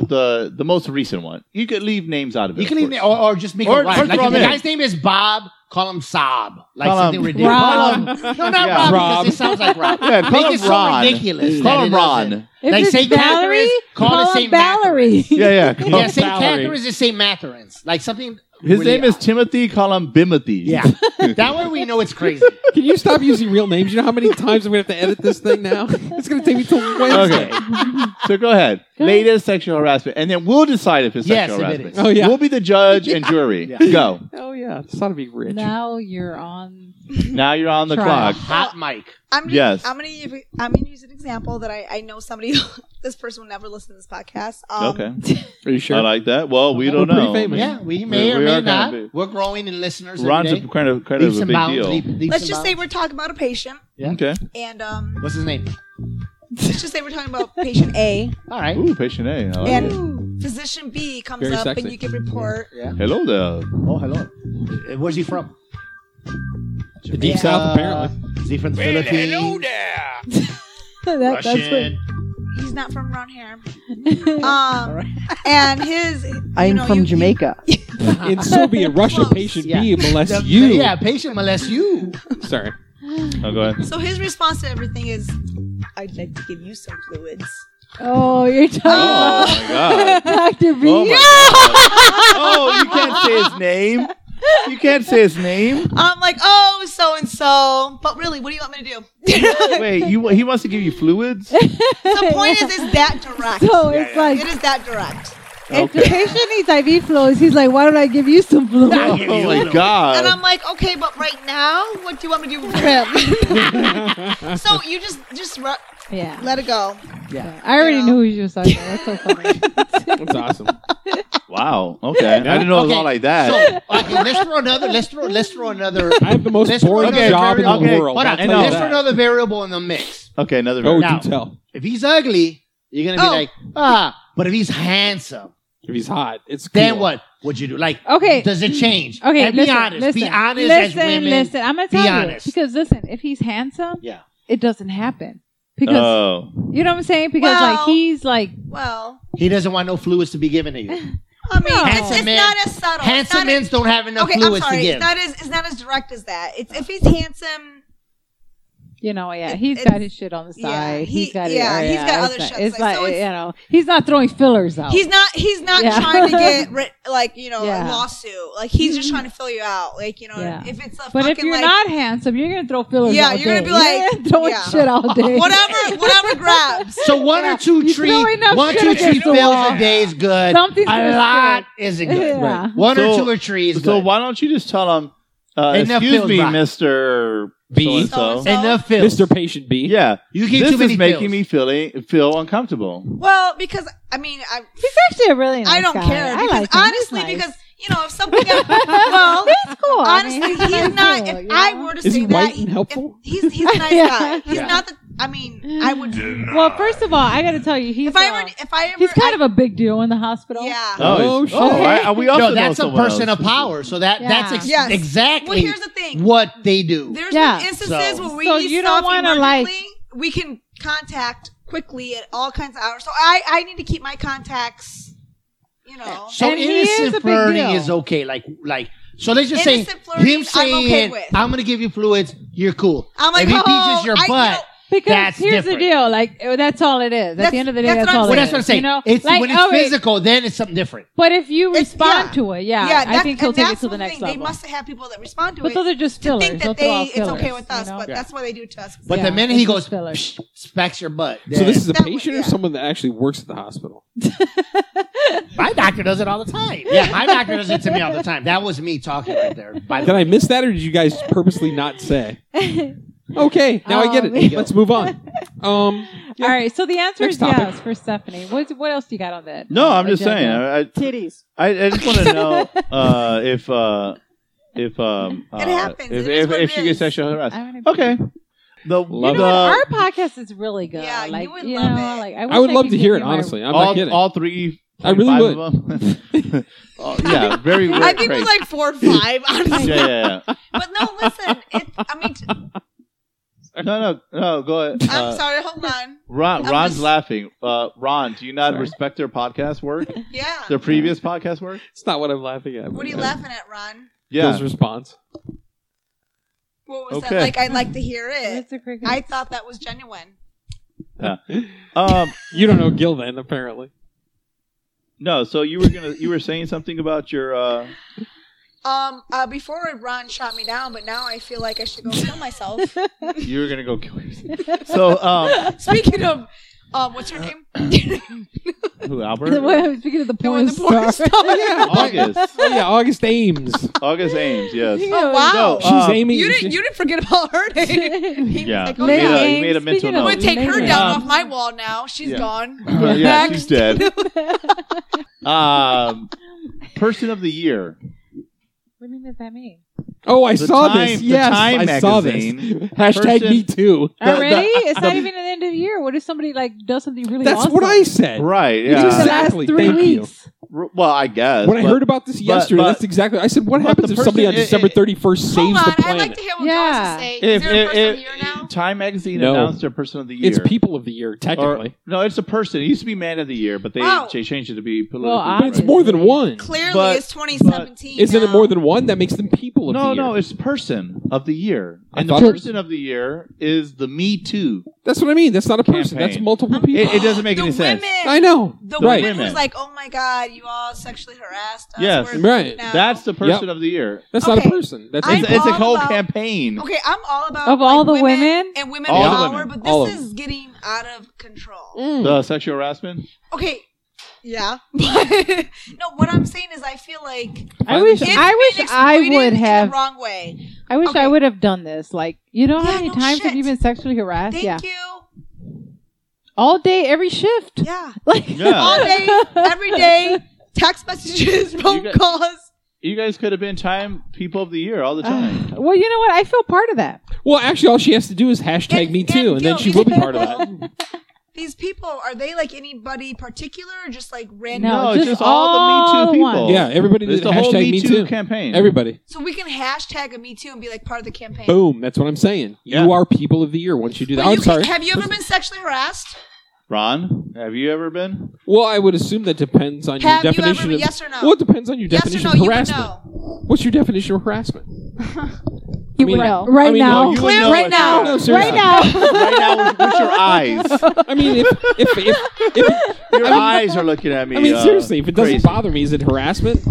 Speaker 1: of the the most recent one. You could leave names out of it.
Speaker 4: You
Speaker 1: of
Speaker 4: can leave
Speaker 1: course.
Speaker 4: it, or, or just make
Speaker 1: Or-
Speaker 4: it right.
Speaker 1: or
Speaker 4: Like
Speaker 1: throw
Speaker 4: if the
Speaker 1: him in.
Speaker 4: guy's name is Bob, call him Sob, like
Speaker 1: Call him-
Speaker 4: something ridiculous.
Speaker 3: Rob.
Speaker 4: Call him- No, not
Speaker 1: Yeah.
Speaker 4: Rob,
Speaker 5: Rob.
Speaker 4: because it sounds like Rob.
Speaker 1: Yeah, call
Speaker 4: make
Speaker 1: him
Speaker 4: it so
Speaker 1: Ron.
Speaker 4: ridiculous.
Speaker 1: Call
Speaker 4: that
Speaker 1: him
Speaker 4: it
Speaker 1: Ron.
Speaker 4: doesn't-
Speaker 3: If
Speaker 4: Like
Speaker 3: it's
Speaker 4: St.
Speaker 3: Valerie,
Speaker 4: Mallory's, call,
Speaker 3: call
Speaker 4: it
Speaker 3: him
Speaker 4: St.
Speaker 3: Valerie.
Speaker 1: Yeah, yeah. call
Speaker 4: Yeah,
Speaker 1: him-
Speaker 4: St.
Speaker 5: Valerie.
Speaker 4: Catherine's is St. Matherin's. Like something.
Speaker 1: His
Speaker 4: really
Speaker 1: name is Timothy. Call him Bimothy.
Speaker 4: Yeah. that way we know it's crazy.
Speaker 5: Can you stop using real names? You know how many times I'm gonna have to edit this thing now. It's gonna take me till Wednesday.
Speaker 1: Okay. so go ahead. Latest sexual harassment, and then we'll decide if it's
Speaker 4: Yes,
Speaker 1: sexual
Speaker 4: if it
Speaker 1: harassment.
Speaker 5: is. Oh, yeah.
Speaker 1: We'll be the judge and jury. Go.
Speaker 5: Oh yeah, it's not to be rich.
Speaker 3: Now you're on.
Speaker 1: Now you're on the
Speaker 3: Trial.
Speaker 1: clock.
Speaker 4: Hot mic.
Speaker 2: I'm gonna,
Speaker 1: Yes.
Speaker 2: I'm gonna use, I'm gonna use an example that I, I know somebody. this person will never listen to this podcast. Um,
Speaker 1: okay.
Speaker 5: Are you sure?
Speaker 1: I like that. Well, we
Speaker 5: We're
Speaker 1: don't
Speaker 5: pretty
Speaker 1: know.
Speaker 5: famous.
Speaker 4: Yeah, we may
Speaker 1: We-
Speaker 4: or
Speaker 1: we
Speaker 4: may
Speaker 1: are
Speaker 4: not.
Speaker 1: kinda big.
Speaker 4: We're growing in listeners.
Speaker 1: Ron's
Speaker 4: every
Speaker 1: a
Speaker 4: day.
Speaker 1: kind of kind of
Speaker 4: Leaps
Speaker 1: a
Speaker 4: and
Speaker 1: big
Speaker 4: bounds.
Speaker 1: deal.
Speaker 4: leap- leaps
Speaker 2: Let's
Speaker 4: and
Speaker 2: just say
Speaker 4: bounds.
Speaker 2: we're talking about a patient,
Speaker 1: Okay.
Speaker 2: and um,
Speaker 4: What's his name?
Speaker 2: let's just say we're talking about patient A,
Speaker 4: All right.
Speaker 1: Ooh, patient A. I like it.
Speaker 2: and physician B comes
Speaker 5: Very
Speaker 2: up,
Speaker 5: sexy.
Speaker 2: and you can report.
Speaker 1: Hello there.
Speaker 4: Oh, hello. Uh, Where's he from?
Speaker 5: The Deep South, apparently.
Speaker 4: Is he from the
Speaker 6: Well,
Speaker 4: Philippines?
Speaker 6: hello there.
Speaker 3: That, that's what.
Speaker 4: Russian.
Speaker 2: He's not from around here. Um, and his, you
Speaker 7: I'm
Speaker 2: know,
Speaker 7: from
Speaker 2: you-
Speaker 7: Jamaica.
Speaker 5: In Soviet Russia,
Speaker 2: Close.
Speaker 5: patient
Speaker 4: Yeah.
Speaker 5: B molests
Speaker 4: The-
Speaker 5: you.
Speaker 4: Yeah, patient molest you.
Speaker 5: Sorry.
Speaker 1: Oh, go ahead.
Speaker 2: So his response to everything is, "I'd like to give you some fluids."
Speaker 3: Oh, you're talking
Speaker 1: Oh
Speaker 3: about
Speaker 1: my god.
Speaker 3: Dr. B.
Speaker 1: Oh, my God. oh, you can't say his name. You can't say his name.
Speaker 2: I'm like, "Oh, so and so," but really, what do you want me to do?
Speaker 1: Wait, you he wants to give you fluids?
Speaker 2: The point is, it's that direct.
Speaker 3: so it's like
Speaker 2: It is that direct.
Speaker 3: if the patient needs IV fluids, he's like, why don't I give you some fluids?
Speaker 1: Oh my
Speaker 4: Uh,
Speaker 2: And
Speaker 1: god.
Speaker 2: I'm like, okay, but right now, what do you want me to do for him? so you just just ru-
Speaker 3: yeah.
Speaker 2: let it go.
Speaker 3: I already
Speaker 2: You know.
Speaker 3: knew who you were talking about. That's so funny.
Speaker 5: That's awesome.
Speaker 1: Wow. Okay. I didn't know it was all like that.
Speaker 4: So, okay, let's throw another. Let's throw. Let's throw another.
Speaker 5: I have the most
Speaker 4: Let's
Speaker 5: boring
Speaker 4: run another
Speaker 5: job in the
Speaker 4: variable.
Speaker 1: Okay,
Speaker 5: world.
Speaker 4: Hold
Speaker 5: I'll
Speaker 4: on,
Speaker 5: tell
Speaker 1: know
Speaker 5: you
Speaker 4: let's
Speaker 1: that.
Speaker 4: throw another variable in the mix.
Speaker 1: Okay, another
Speaker 5: Oh,
Speaker 4: Now-
Speaker 5: do tell.
Speaker 4: If he's ugly, you're gonna be
Speaker 2: Oh.
Speaker 4: like, ah. But if he's handsome,
Speaker 5: If he's hot, it's cool.
Speaker 4: then what would you do? Like,
Speaker 3: Okay.
Speaker 4: does it change?
Speaker 3: Okay,
Speaker 4: and be
Speaker 3: listen,
Speaker 4: honest.
Speaker 3: Listen,
Speaker 4: be honest
Speaker 3: listen,
Speaker 4: as women.
Speaker 3: Listen, I'm gonna
Speaker 4: Be
Speaker 3: tell you
Speaker 4: honest.
Speaker 3: because listen, if he's handsome,
Speaker 4: Yeah.
Speaker 3: it doesn't happen because
Speaker 1: Oh.
Speaker 3: you know what I'm saying. Because
Speaker 2: Well-
Speaker 3: like he's like
Speaker 2: Well,
Speaker 4: He doesn't want no fluids to be given to you.
Speaker 2: I mean,
Speaker 3: No.
Speaker 2: it's, it's
Speaker 4: Handsome
Speaker 2: not
Speaker 4: man-
Speaker 2: as subtle. It's
Speaker 4: Handsome
Speaker 2: not
Speaker 4: men
Speaker 2: as,
Speaker 4: don't have enough
Speaker 2: okay, I'm
Speaker 4: fluids
Speaker 2: sorry.
Speaker 4: to give.
Speaker 2: It's not as it's not as direct as that. It's if he's handsome,
Speaker 3: You know, yeah,
Speaker 2: It-
Speaker 3: he's
Speaker 2: it's-
Speaker 3: got his shit on the
Speaker 2: yeah,
Speaker 3: side.
Speaker 2: he-
Speaker 3: he's got, it-
Speaker 2: yeah,
Speaker 3: oh,
Speaker 2: he's got other
Speaker 3: it's not-
Speaker 2: shit on the
Speaker 3: It's
Speaker 2: side.
Speaker 3: like
Speaker 2: So
Speaker 3: you
Speaker 2: it's-
Speaker 3: know, he's not throwing fillers
Speaker 4: Oh.
Speaker 3: out.
Speaker 2: He's not. He's not
Speaker 3: Yeah.
Speaker 2: trying to get ri- like you know
Speaker 3: Yeah.
Speaker 2: a lawsuit. Like he's just trying to fill you out. Like you know,
Speaker 3: Yeah.
Speaker 2: if it's a
Speaker 3: but
Speaker 2: fucking
Speaker 3: if you're
Speaker 2: like
Speaker 3: not handsome, you're gonna throw fillers.
Speaker 2: Yeah,
Speaker 3: all
Speaker 2: you're gonna
Speaker 3: day.
Speaker 2: be like,
Speaker 3: You're throwing
Speaker 2: yeah.
Speaker 3: shit all day.
Speaker 2: whatever, whatever grabs.
Speaker 4: So one
Speaker 3: Yeah.
Speaker 4: or two
Speaker 3: You
Speaker 4: tree,
Speaker 3: throw enough
Speaker 4: one
Speaker 3: shit
Speaker 4: two tree
Speaker 3: against the
Speaker 4: bills
Speaker 3: wall.
Speaker 4: a day is good.
Speaker 3: Something's
Speaker 4: a
Speaker 3: gonna
Speaker 4: lot
Speaker 3: stick.
Speaker 4: isn't good.
Speaker 3: Yeah.
Speaker 4: One or
Speaker 1: So-
Speaker 4: two or three is
Speaker 1: So
Speaker 4: good.
Speaker 1: why don't you just tell him, uh,
Speaker 4: Enough
Speaker 1: excuse
Speaker 4: pills,
Speaker 1: me,
Speaker 4: Brock.
Speaker 1: Mister
Speaker 5: B.
Speaker 1: So
Speaker 2: So-
Speaker 4: Enough fills.
Speaker 5: Mr. Patient B.
Speaker 1: Yeah,
Speaker 4: You keep
Speaker 1: this
Speaker 4: too many
Speaker 1: is making
Speaker 4: pills.
Speaker 1: me feel feel uncomfortable.
Speaker 2: Well, because I mean, I
Speaker 3: He's actually a really nice
Speaker 2: I don't
Speaker 3: guy.
Speaker 2: care.
Speaker 3: I
Speaker 2: Because
Speaker 3: like him. He's
Speaker 2: honestly,
Speaker 3: nice.
Speaker 2: because you know, if something well,
Speaker 3: he's cool. I mean,
Speaker 2: honestly, he's not.
Speaker 3: nice too,
Speaker 2: If
Speaker 3: you
Speaker 2: I
Speaker 3: know?
Speaker 2: were to
Speaker 5: Is
Speaker 2: say
Speaker 5: he
Speaker 2: that,
Speaker 5: white and
Speaker 2: if-
Speaker 5: helpful?
Speaker 2: he's he's a nice
Speaker 3: Yeah.
Speaker 2: guy. He's
Speaker 4: Yeah.
Speaker 2: not the. I mean, I would.
Speaker 3: well, first of all, I gotta tell you, he's
Speaker 2: If I ever,
Speaker 3: uh,
Speaker 2: if I ever,
Speaker 3: he's kind
Speaker 2: I-
Speaker 3: of a big deal in the hospital.
Speaker 2: yeah.
Speaker 5: Oh,
Speaker 1: he's-
Speaker 5: shit.
Speaker 1: I- I- we also
Speaker 4: No,
Speaker 1: know
Speaker 4: that's a
Speaker 1: someone
Speaker 4: person
Speaker 1: else.
Speaker 4: of power. So that
Speaker 3: Yeah.
Speaker 4: that's ex-
Speaker 2: Yes.
Speaker 4: exactly
Speaker 2: Well, here's the thing.
Speaker 4: what they do.
Speaker 2: There's
Speaker 3: Yeah.
Speaker 2: been instances
Speaker 4: So-
Speaker 2: where we
Speaker 3: So
Speaker 2: need
Speaker 3: you
Speaker 2: stuff
Speaker 3: don't wanna, like-
Speaker 2: emergently. we can contact quickly at all kinds of hours. So I I need to keep my contacts. You know,
Speaker 4: So
Speaker 3: And he is
Speaker 4: innocent
Speaker 3: a big
Speaker 4: flirting
Speaker 3: deal.
Speaker 4: is okay. Like like. So let's just say
Speaker 2: Innocent flirting,
Speaker 4: him
Speaker 2: I'm
Speaker 4: saying
Speaker 2: okay with.
Speaker 4: I'm gonna give you fluids. You're cool.
Speaker 2: I'm like,
Speaker 4: if he
Speaker 2: oh,
Speaker 4: peaches your
Speaker 2: I- you
Speaker 4: butt,
Speaker 2: know,
Speaker 3: Because
Speaker 4: That's
Speaker 3: here's
Speaker 4: different.
Speaker 3: the deal, like uh, that's all it is. At
Speaker 2: That's-
Speaker 3: the end of the day,
Speaker 2: that's
Speaker 3: that's,
Speaker 2: what I'm
Speaker 3: all.
Speaker 2: saying.
Speaker 4: well,
Speaker 3: it
Speaker 4: that's
Speaker 3: is,
Speaker 4: what I'm saying.
Speaker 3: You know,
Speaker 4: it's
Speaker 3: like
Speaker 4: when it's
Speaker 3: oh, wait,
Speaker 4: physical, then it's something different.
Speaker 3: But if you
Speaker 2: It's-
Speaker 3: respond
Speaker 2: yeah.
Speaker 3: to it, yeah, I
Speaker 2: that's-
Speaker 3: think he'll
Speaker 2: and
Speaker 3: take it
Speaker 2: that's
Speaker 3: to the
Speaker 2: one
Speaker 3: next
Speaker 2: thing.
Speaker 3: level.
Speaker 2: They must have people that respond to
Speaker 3: but
Speaker 2: it.
Speaker 3: those are just
Speaker 2: to
Speaker 3: fillers.
Speaker 2: think
Speaker 3: They'll
Speaker 2: that
Speaker 3: throw out
Speaker 2: they it's
Speaker 3: fillers,
Speaker 2: okay with us,
Speaker 3: you know?
Speaker 2: but that's why they do to us.
Speaker 4: But
Speaker 3: Yeah,
Speaker 4: the minute
Speaker 3: it's
Speaker 4: he
Speaker 3: just
Speaker 4: goes,
Speaker 3: filler.
Speaker 4: Psh, smacks your butt.
Speaker 5: So this is a
Speaker 2: That
Speaker 5: patient
Speaker 2: way,
Speaker 5: or
Speaker 2: yeah.
Speaker 5: someone that actually works at the hospital?
Speaker 4: my doctor does it all the time. Yeah, my doctor does it to me all the time. That was me talking right there. By the
Speaker 5: Did
Speaker 4: way,
Speaker 5: I miss that, or did you guys purposely not say? Okay, now I get
Speaker 3: Oh, man.
Speaker 5: it. Let's move on. Um, yeah.
Speaker 3: All right, so the answer
Speaker 5: Next
Speaker 3: is
Speaker 5: topic.
Speaker 3: yes for Stephanie. What what else do you got on that?
Speaker 1: No, I'm just saying.
Speaker 3: agenda?
Speaker 1: I, I-
Speaker 3: Titties.
Speaker 1: I, I just want to know uh, if uh, if um, uh,
Speaker 2: It
Speaker 1: if
Speaker 2: happens. It is
Speaker 1: if,
Speaker 2: what
Speaker 1: if
Speaker 2: it
Speaker 1: she gets
Speaker 2: is.
Speaker 1: sexual
Speaker 3: I
Speaker 1: harassed.
Speaker 3: wanna be-
Speaker 1: Okay. The,
Speaker 5: Love
Speaker 3: You know what?
Speaker 1: the-
Speaker 3: Our podcast is really good.
Speaker 2: Yeah, you
Speaker 3: like,
Speaker 2: would love
Speaker 3: know,
Speaker 2: it.
Speaker 3: Like, I, wish
Speaker 5: I would
Speaker 3: I
Speaker 5: love
Speaker 3: could
Speaker 5: to
Speaker 3: give
Speaker 5: hear
Speaker 3: you
Speaker 5: it.
Speaker 3: my-
Speaker 5: Honestly, I'm not
Speaker 1: all,
Speaker 5: kidding.
Speaker 1: all three.
Speaker 5: I really
Speaker 1: five of them. Oh, yeah, very weird.
Speaker 2: I think it was
Speaker 1: crazy.
Speaker 2: like four or five, honestly.
Speaker 1: yeah, yeah, yeah.
Speaker 2: But no, listen. It, I mean, t-
Speaker 1: No, no, no. Go ahead.
Speaker 2: I'm
Speaker 1: Uh,
Speaker 2: sorry. Hold on.
Speaker 1: Ron,
Speaker 2: I'm
Speaker 1: Ron's
Speaker 2: just-
Speaker 1: laughing. Uh, Ron, do you not
Speaker 5: Sorry.
Speaker 1: respect their podcast work?
Speaker 2: Yeah.
Speaker 1: Their previous podcast work?
Speaker 5: it's not what I'm laughing at.
Speaker 2: What are you
Speaker 5: but, uh,
Speaker 2: laughing at, Ron?
Speaker 1: Yeah.
Speaker 5: Bill's response.
Speaker 2: What was
Speaker 1: Okay.
Speaker 2: that like? I'd like to hear it.
Speaker 3: It's a cricket.
Speaker 2: I thought that was genuine.
Speaker 1: Um,
Speaker 5: You don't know Gil then, apparently.
Speaker 1: no. So you were gonna you were saying something about your. Uh,
Speaker 2: Um, uh, before Ron shot me down, but now I feel like I should go kill myself.
Speaker 1: you were gonna go kill yourself. So um,
Speaker 2: Speaking of, um, what's her name?
Speaker 1: who
Speaker 3: The way
Speaker 1: Albert?
Speaker 3: I'm speaking of the
Speaker 2: The one,
Speaker 3: porn
Speaker 2: the porn
Speaker 3: star.
Speaker 2: star.
Speaker 1: August.
Speaker 5: Oh, yeah, August Ames. She's
Speaker 1: August Ames. Yes.
Speaker 3: You
Speaker 2: Oh
Speaker 3: know,
Speaker 2: wow!
Speaker 1: No, uh,
Speaker 5: Amy.
Speaker 2: you didn't.
Speaker 5: she-
Speaker 2: You didn't forget about her name. He was
Speaker 1: Yeah.
Speaker 2: like,
Speaker 1: You
Speaker 2: oh,
Speaker 1: made
Speaker 2: yeah.
Speaker 1: a-
Speaker 3: Lynn
Speaker 1: you made a
Speaker 3: Ames,
Speaker 1: mental
Speaker 3: speaking
Speaker 1: note.
Speaker 3: of
Speaker 2: I'm gonna take her
Speaker 3: Lynn
Speaker 2: down
Speaker 1: Um,
Speaker 2: off my wall now. She's
Speaker 1: yeah.
Speaker 2: gone.
Speaker 1: Well, yeah,
Speaker 2: Next.
Speaker 1: she's dead.
Speaker 3: Ames.
Speaker 1: Um, person of the year.
Speaker 3: What do you mean does that mean?
Speaker 5: oh, I
Speaker 1: The
Speaker 5: saw
Speaker 1: Time-
Speaker 5: this.
Speaker 1: the
Speaker 5: Yes,
Speaker 1: Time
Speaker 5: I saw this.
Speaker 1: magazine.
Speaker 5: Hashtag
Speaker 1: Person-
Speaker 5: me too.
Speaker 1: The-
Speaker 3: Already?
Speaker 1: the-
Speaker 3: Oh, it's not
Speaker 1: the-
Speaker 3: even the end of the year. What if somebody like does something really
Speaker 5: That's
Speaker 3: awesome?
Speaker 5: what I said.
Speaker 1: Right.
Speaker 5: You just
Speaker 3: the
Speaker 1: Yeah.
Speaker 5: said-
Speaker 3: last
Speaker 5: Exactly,
Speaker 3: three
Speaker 5: thank you.
Speaker 3: weeks.
Speaker 1: R- Well, I guess.
Speaker 5: When I
Speaker 1: but-
Speaker 5: heard about this yesterday,
Speaker 1: but-
Speaker 5: that's exactly. I said, "What
Speaker 1: but
Speaker 5: happens
Speaker 1: the
Speaker 5: if somebody
Speaker 1: person-
Speaker 5: on
Speaker 1: it-
Speaker 5: December
Speaker 1: it-
Speaker 5: 31st saves
Speaker 2: Hold on,
Speaker 5: the
Speaker 2: I'd like
Speaker 5: planet?"
Speaker 2: to hear what
Speaker 3: Yeah.
Speaker 2: yeah. say.
Speaker 1: If,
Speaker 2: Is there a
Speaker 1: if,
Speaker 2: person
Speaker 1: if-
Speaker 2: here now?
Speaker 1: Time magazine
Speaker 5: No.
Speaker 1: announced their person of the year.
Speaker 5: It's people of the year, technically.
Speaker 1: Or- no, it's a person. It used to be man of the year, but they,
Speaker 2: Wow.
Speaker 1: they changed it to be political.
Speaker 3: Well,
Speaker 5: but it's more than one.
Speaker 2: Clearly,
Speaker 1: But-
Speaker 2: it's 2017.
Speaker 5: Isn't it
Speaker 2: now.
Speaker 5: more than one? That makes them people of
Speaker 1: no,
Speaker 5: the year.
Speaker 1: no, it's person of the year,
Speaker 5: I
Speaker 1: and the
Speaker 5: thought it-
Speaker 1: person of the year is the Me Too.
Speaker 5: That's what I mean. That's not a person.
Speaker 1: Campaign.
Speaker 5: That's multiple
Speaker 2: I'm-
Speaker 5: people.
Speaker 1: It, it doesn't make
Speaker 2: the
Speaker 1: any
Speaker 2: women,
Speaker 1: sense.
Speaker 5: I know.
Speaker 2: The
Speaker 5: right.
Speaker 2: women
Speaker 1: Women.
Speaker 2: was like, "Oh my god, you all sexually harassed us."
Speaker 1: Yes.
Speaker 2: We're
Speaker 5: Right.
Speaker 2: now.
Speaker 1: That's the person of the year.
Speaker 5: That's not
Speaker 2: Okay.
Speaker 5: a person. That's
Speaker 2: I'm
Speaker 1: It's, it's a
Speaker 2: all
Speaker 1: whole
Speaker 2: about-
Speaker 1: campaign.
Speaker 2: Okay, I'm all about
Speaker 3: Of
Speaker 2: like,
Speaker 3: all the
Speaker 2: women,
Speaker 3: women?
Speaker 2: and women
Speaker 1: All the
Speaker 2: power,
Speaker 1: women.
Speaker 2: but
Speaker 5: All
Speaker 2: this
Speaker 5: of
Speaker 2: is getting out of control.
Speaker 5: Mm.
Speaker 1: The sexual harassment.
Speaker 2: Okay, yeah, but no. What I'm saying is, I feel like
Speaker 3: I wish
Speaker 2: It's
Speaker 3: I
Speaker 2: been
Speaker 3: wish I
Speaker 2: exploited
Speaker 3: would
Speaker 2: in the
Speaker 3: have
Speaker 2: wrong way.
Speaker 3: I wish
Speaker 2: Okay.
Speaker 3: I would have done this. Like, you know how
Speaker 2: Yeah,
Speaker 3: many
Speaker 2: no
Speaker 3: times
Speaker 2: shit.
Speaker 3: have you been sexually harassed?
Speaker 2: Thank
Speaker 3: yeah.
Speaker 2: you.
Speaker 3: All day, every shift.
Speaker 2: Yeah.
Speaker 3: Like
Speaker 1: Yeah.
Speaker 5: Uh.
Speaker 2: All day, every day, text messages, phone
Speaker 1: got-
Speaker 2: calls.
Speaker 1: You guys could have been time people of the year all the time.
Speaker 3: well, you know what? I feel part of that.
Speaker 5: Well, actually, all she has to do is hashtag
Speaker 2: And-
Speaker 5: me
Speaker 2: and
Speaker 5: too, and then
Speaker 2: Gil,
Speaker 5: she will be part of that.
Speaker 2: These people, are they like anybody particular or just like random?
Speaker 3: No,
Speaker 1: no, it's
Speaker 3: just
Speaker 1: just all the
Speaker 3: all
Speaker 1: Me Too people.
Speaker 3: ones.
Speaker 5: Yeah, everybody
Speaker 1: It's
Speaker 5: did
Speaker 1: the whole
Speaker 5: hashtag
Speaker 1: Me
Speaker 5: me too.
Speaker 1: Too campaign.
Speaker 5: Everybody.
Speaker 2: So we can hashtag a Me Too and be like part of the campaign.
Speaker 5: Boom. That's what I'm saying.
Speaker 1: Yeah.
Speaker 5: You are people of the year once you do
Speaker 2: But
Speaker 5: that.
Speaker 2: you
Speaker 5: I'm
Speaker 2: can-
Speaker 5: sorry.
Speaker 2: Have you ever been sexually harassed?
Speaker 1: Ron, have you ever been?
Speaker 5: Well, I would assume that depends on
Speaker 2: Have you
Speaker 5: your definition
Speaker 2: ever-
Speaker 5: of
Speaker 2: yes or no?
Speaker 5: Well, it depends on your
Speaker 2: Yes or
Speaker 5: definition
Speaker 2: no?
Speaker 5: of
Speaker 2: You would
Speaker 5: harassment.
Speaker 2: know.
Speaker 5: What's your definition of harassment?
Speaker 3: You
Speaker 5: mean-
Speaker 3: would know.
Speaker 5: I
Speaker 3: Right
Speaker 5: mean,
Speaker 3: now.
Speaker 1: no, you would know
Speaker 3: right
Speaker 1: it.
Speaker 3: now.
Speaker 5: No,
Speaker 3: right
Speaker 5: seriously.
Speaker 3: now.
Speaker 1: right now with, with your eyes.
Speaker 5: I mean, if if if, if
Speaker 1: Your eyes are looking at me.
Speaker 5: I mean,
Speaker 1: uh,
Speaker 5: seriously, if it doesn't
Speaker 1: crazy.
Speaker 5: bother me, is it harassment?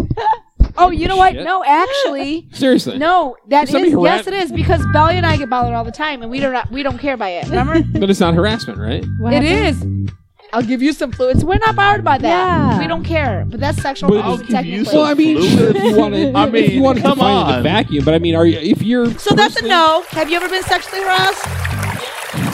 Speaker 7: Oh, you know what?
Speaker 5: Shit.
Speaker 7: No, actually,
Speaker 5: Seriously,
Speaker 7: no. That
Speaker 5: Is
Speaker 7: is
Speaker 5: somebody harass-
Speaker 7: yes, it is because Belly and I get bothered all the time, and we don't we don't care by it. Remember,
Speaker 5: but it's not harassment, right?
Speaker 3: What
Speaker 7: it
Speaker 3: happened?
Speaker 7: is. I'll give you some fluids. We're not bothered by that.
Speaker 3: Yeah.
Speaker 7: We don't care. But that's sexual
Speaker 5: But-
Speaker 1: I'll
Speaker 7: harassment
Speaker 1: give
Speaker 7: technically.
Speaker 1: you some
Speaker 5: Well, I mean,
Speaker 1: fluid.
Speaker 5: if you want to,
Speaker 1: I
Speaker 5: if you
Speaker 1: mean,
Speaker 5: want to
Speaker 1: come
Speaker 5: define the
Speaker 1: on.
Speaker 5: vacuum, but I mean, are you if you're
Speaker 2: So that's a
Speaker 5: personally-
Speaker 2: no. Have you ever been sexually harassed?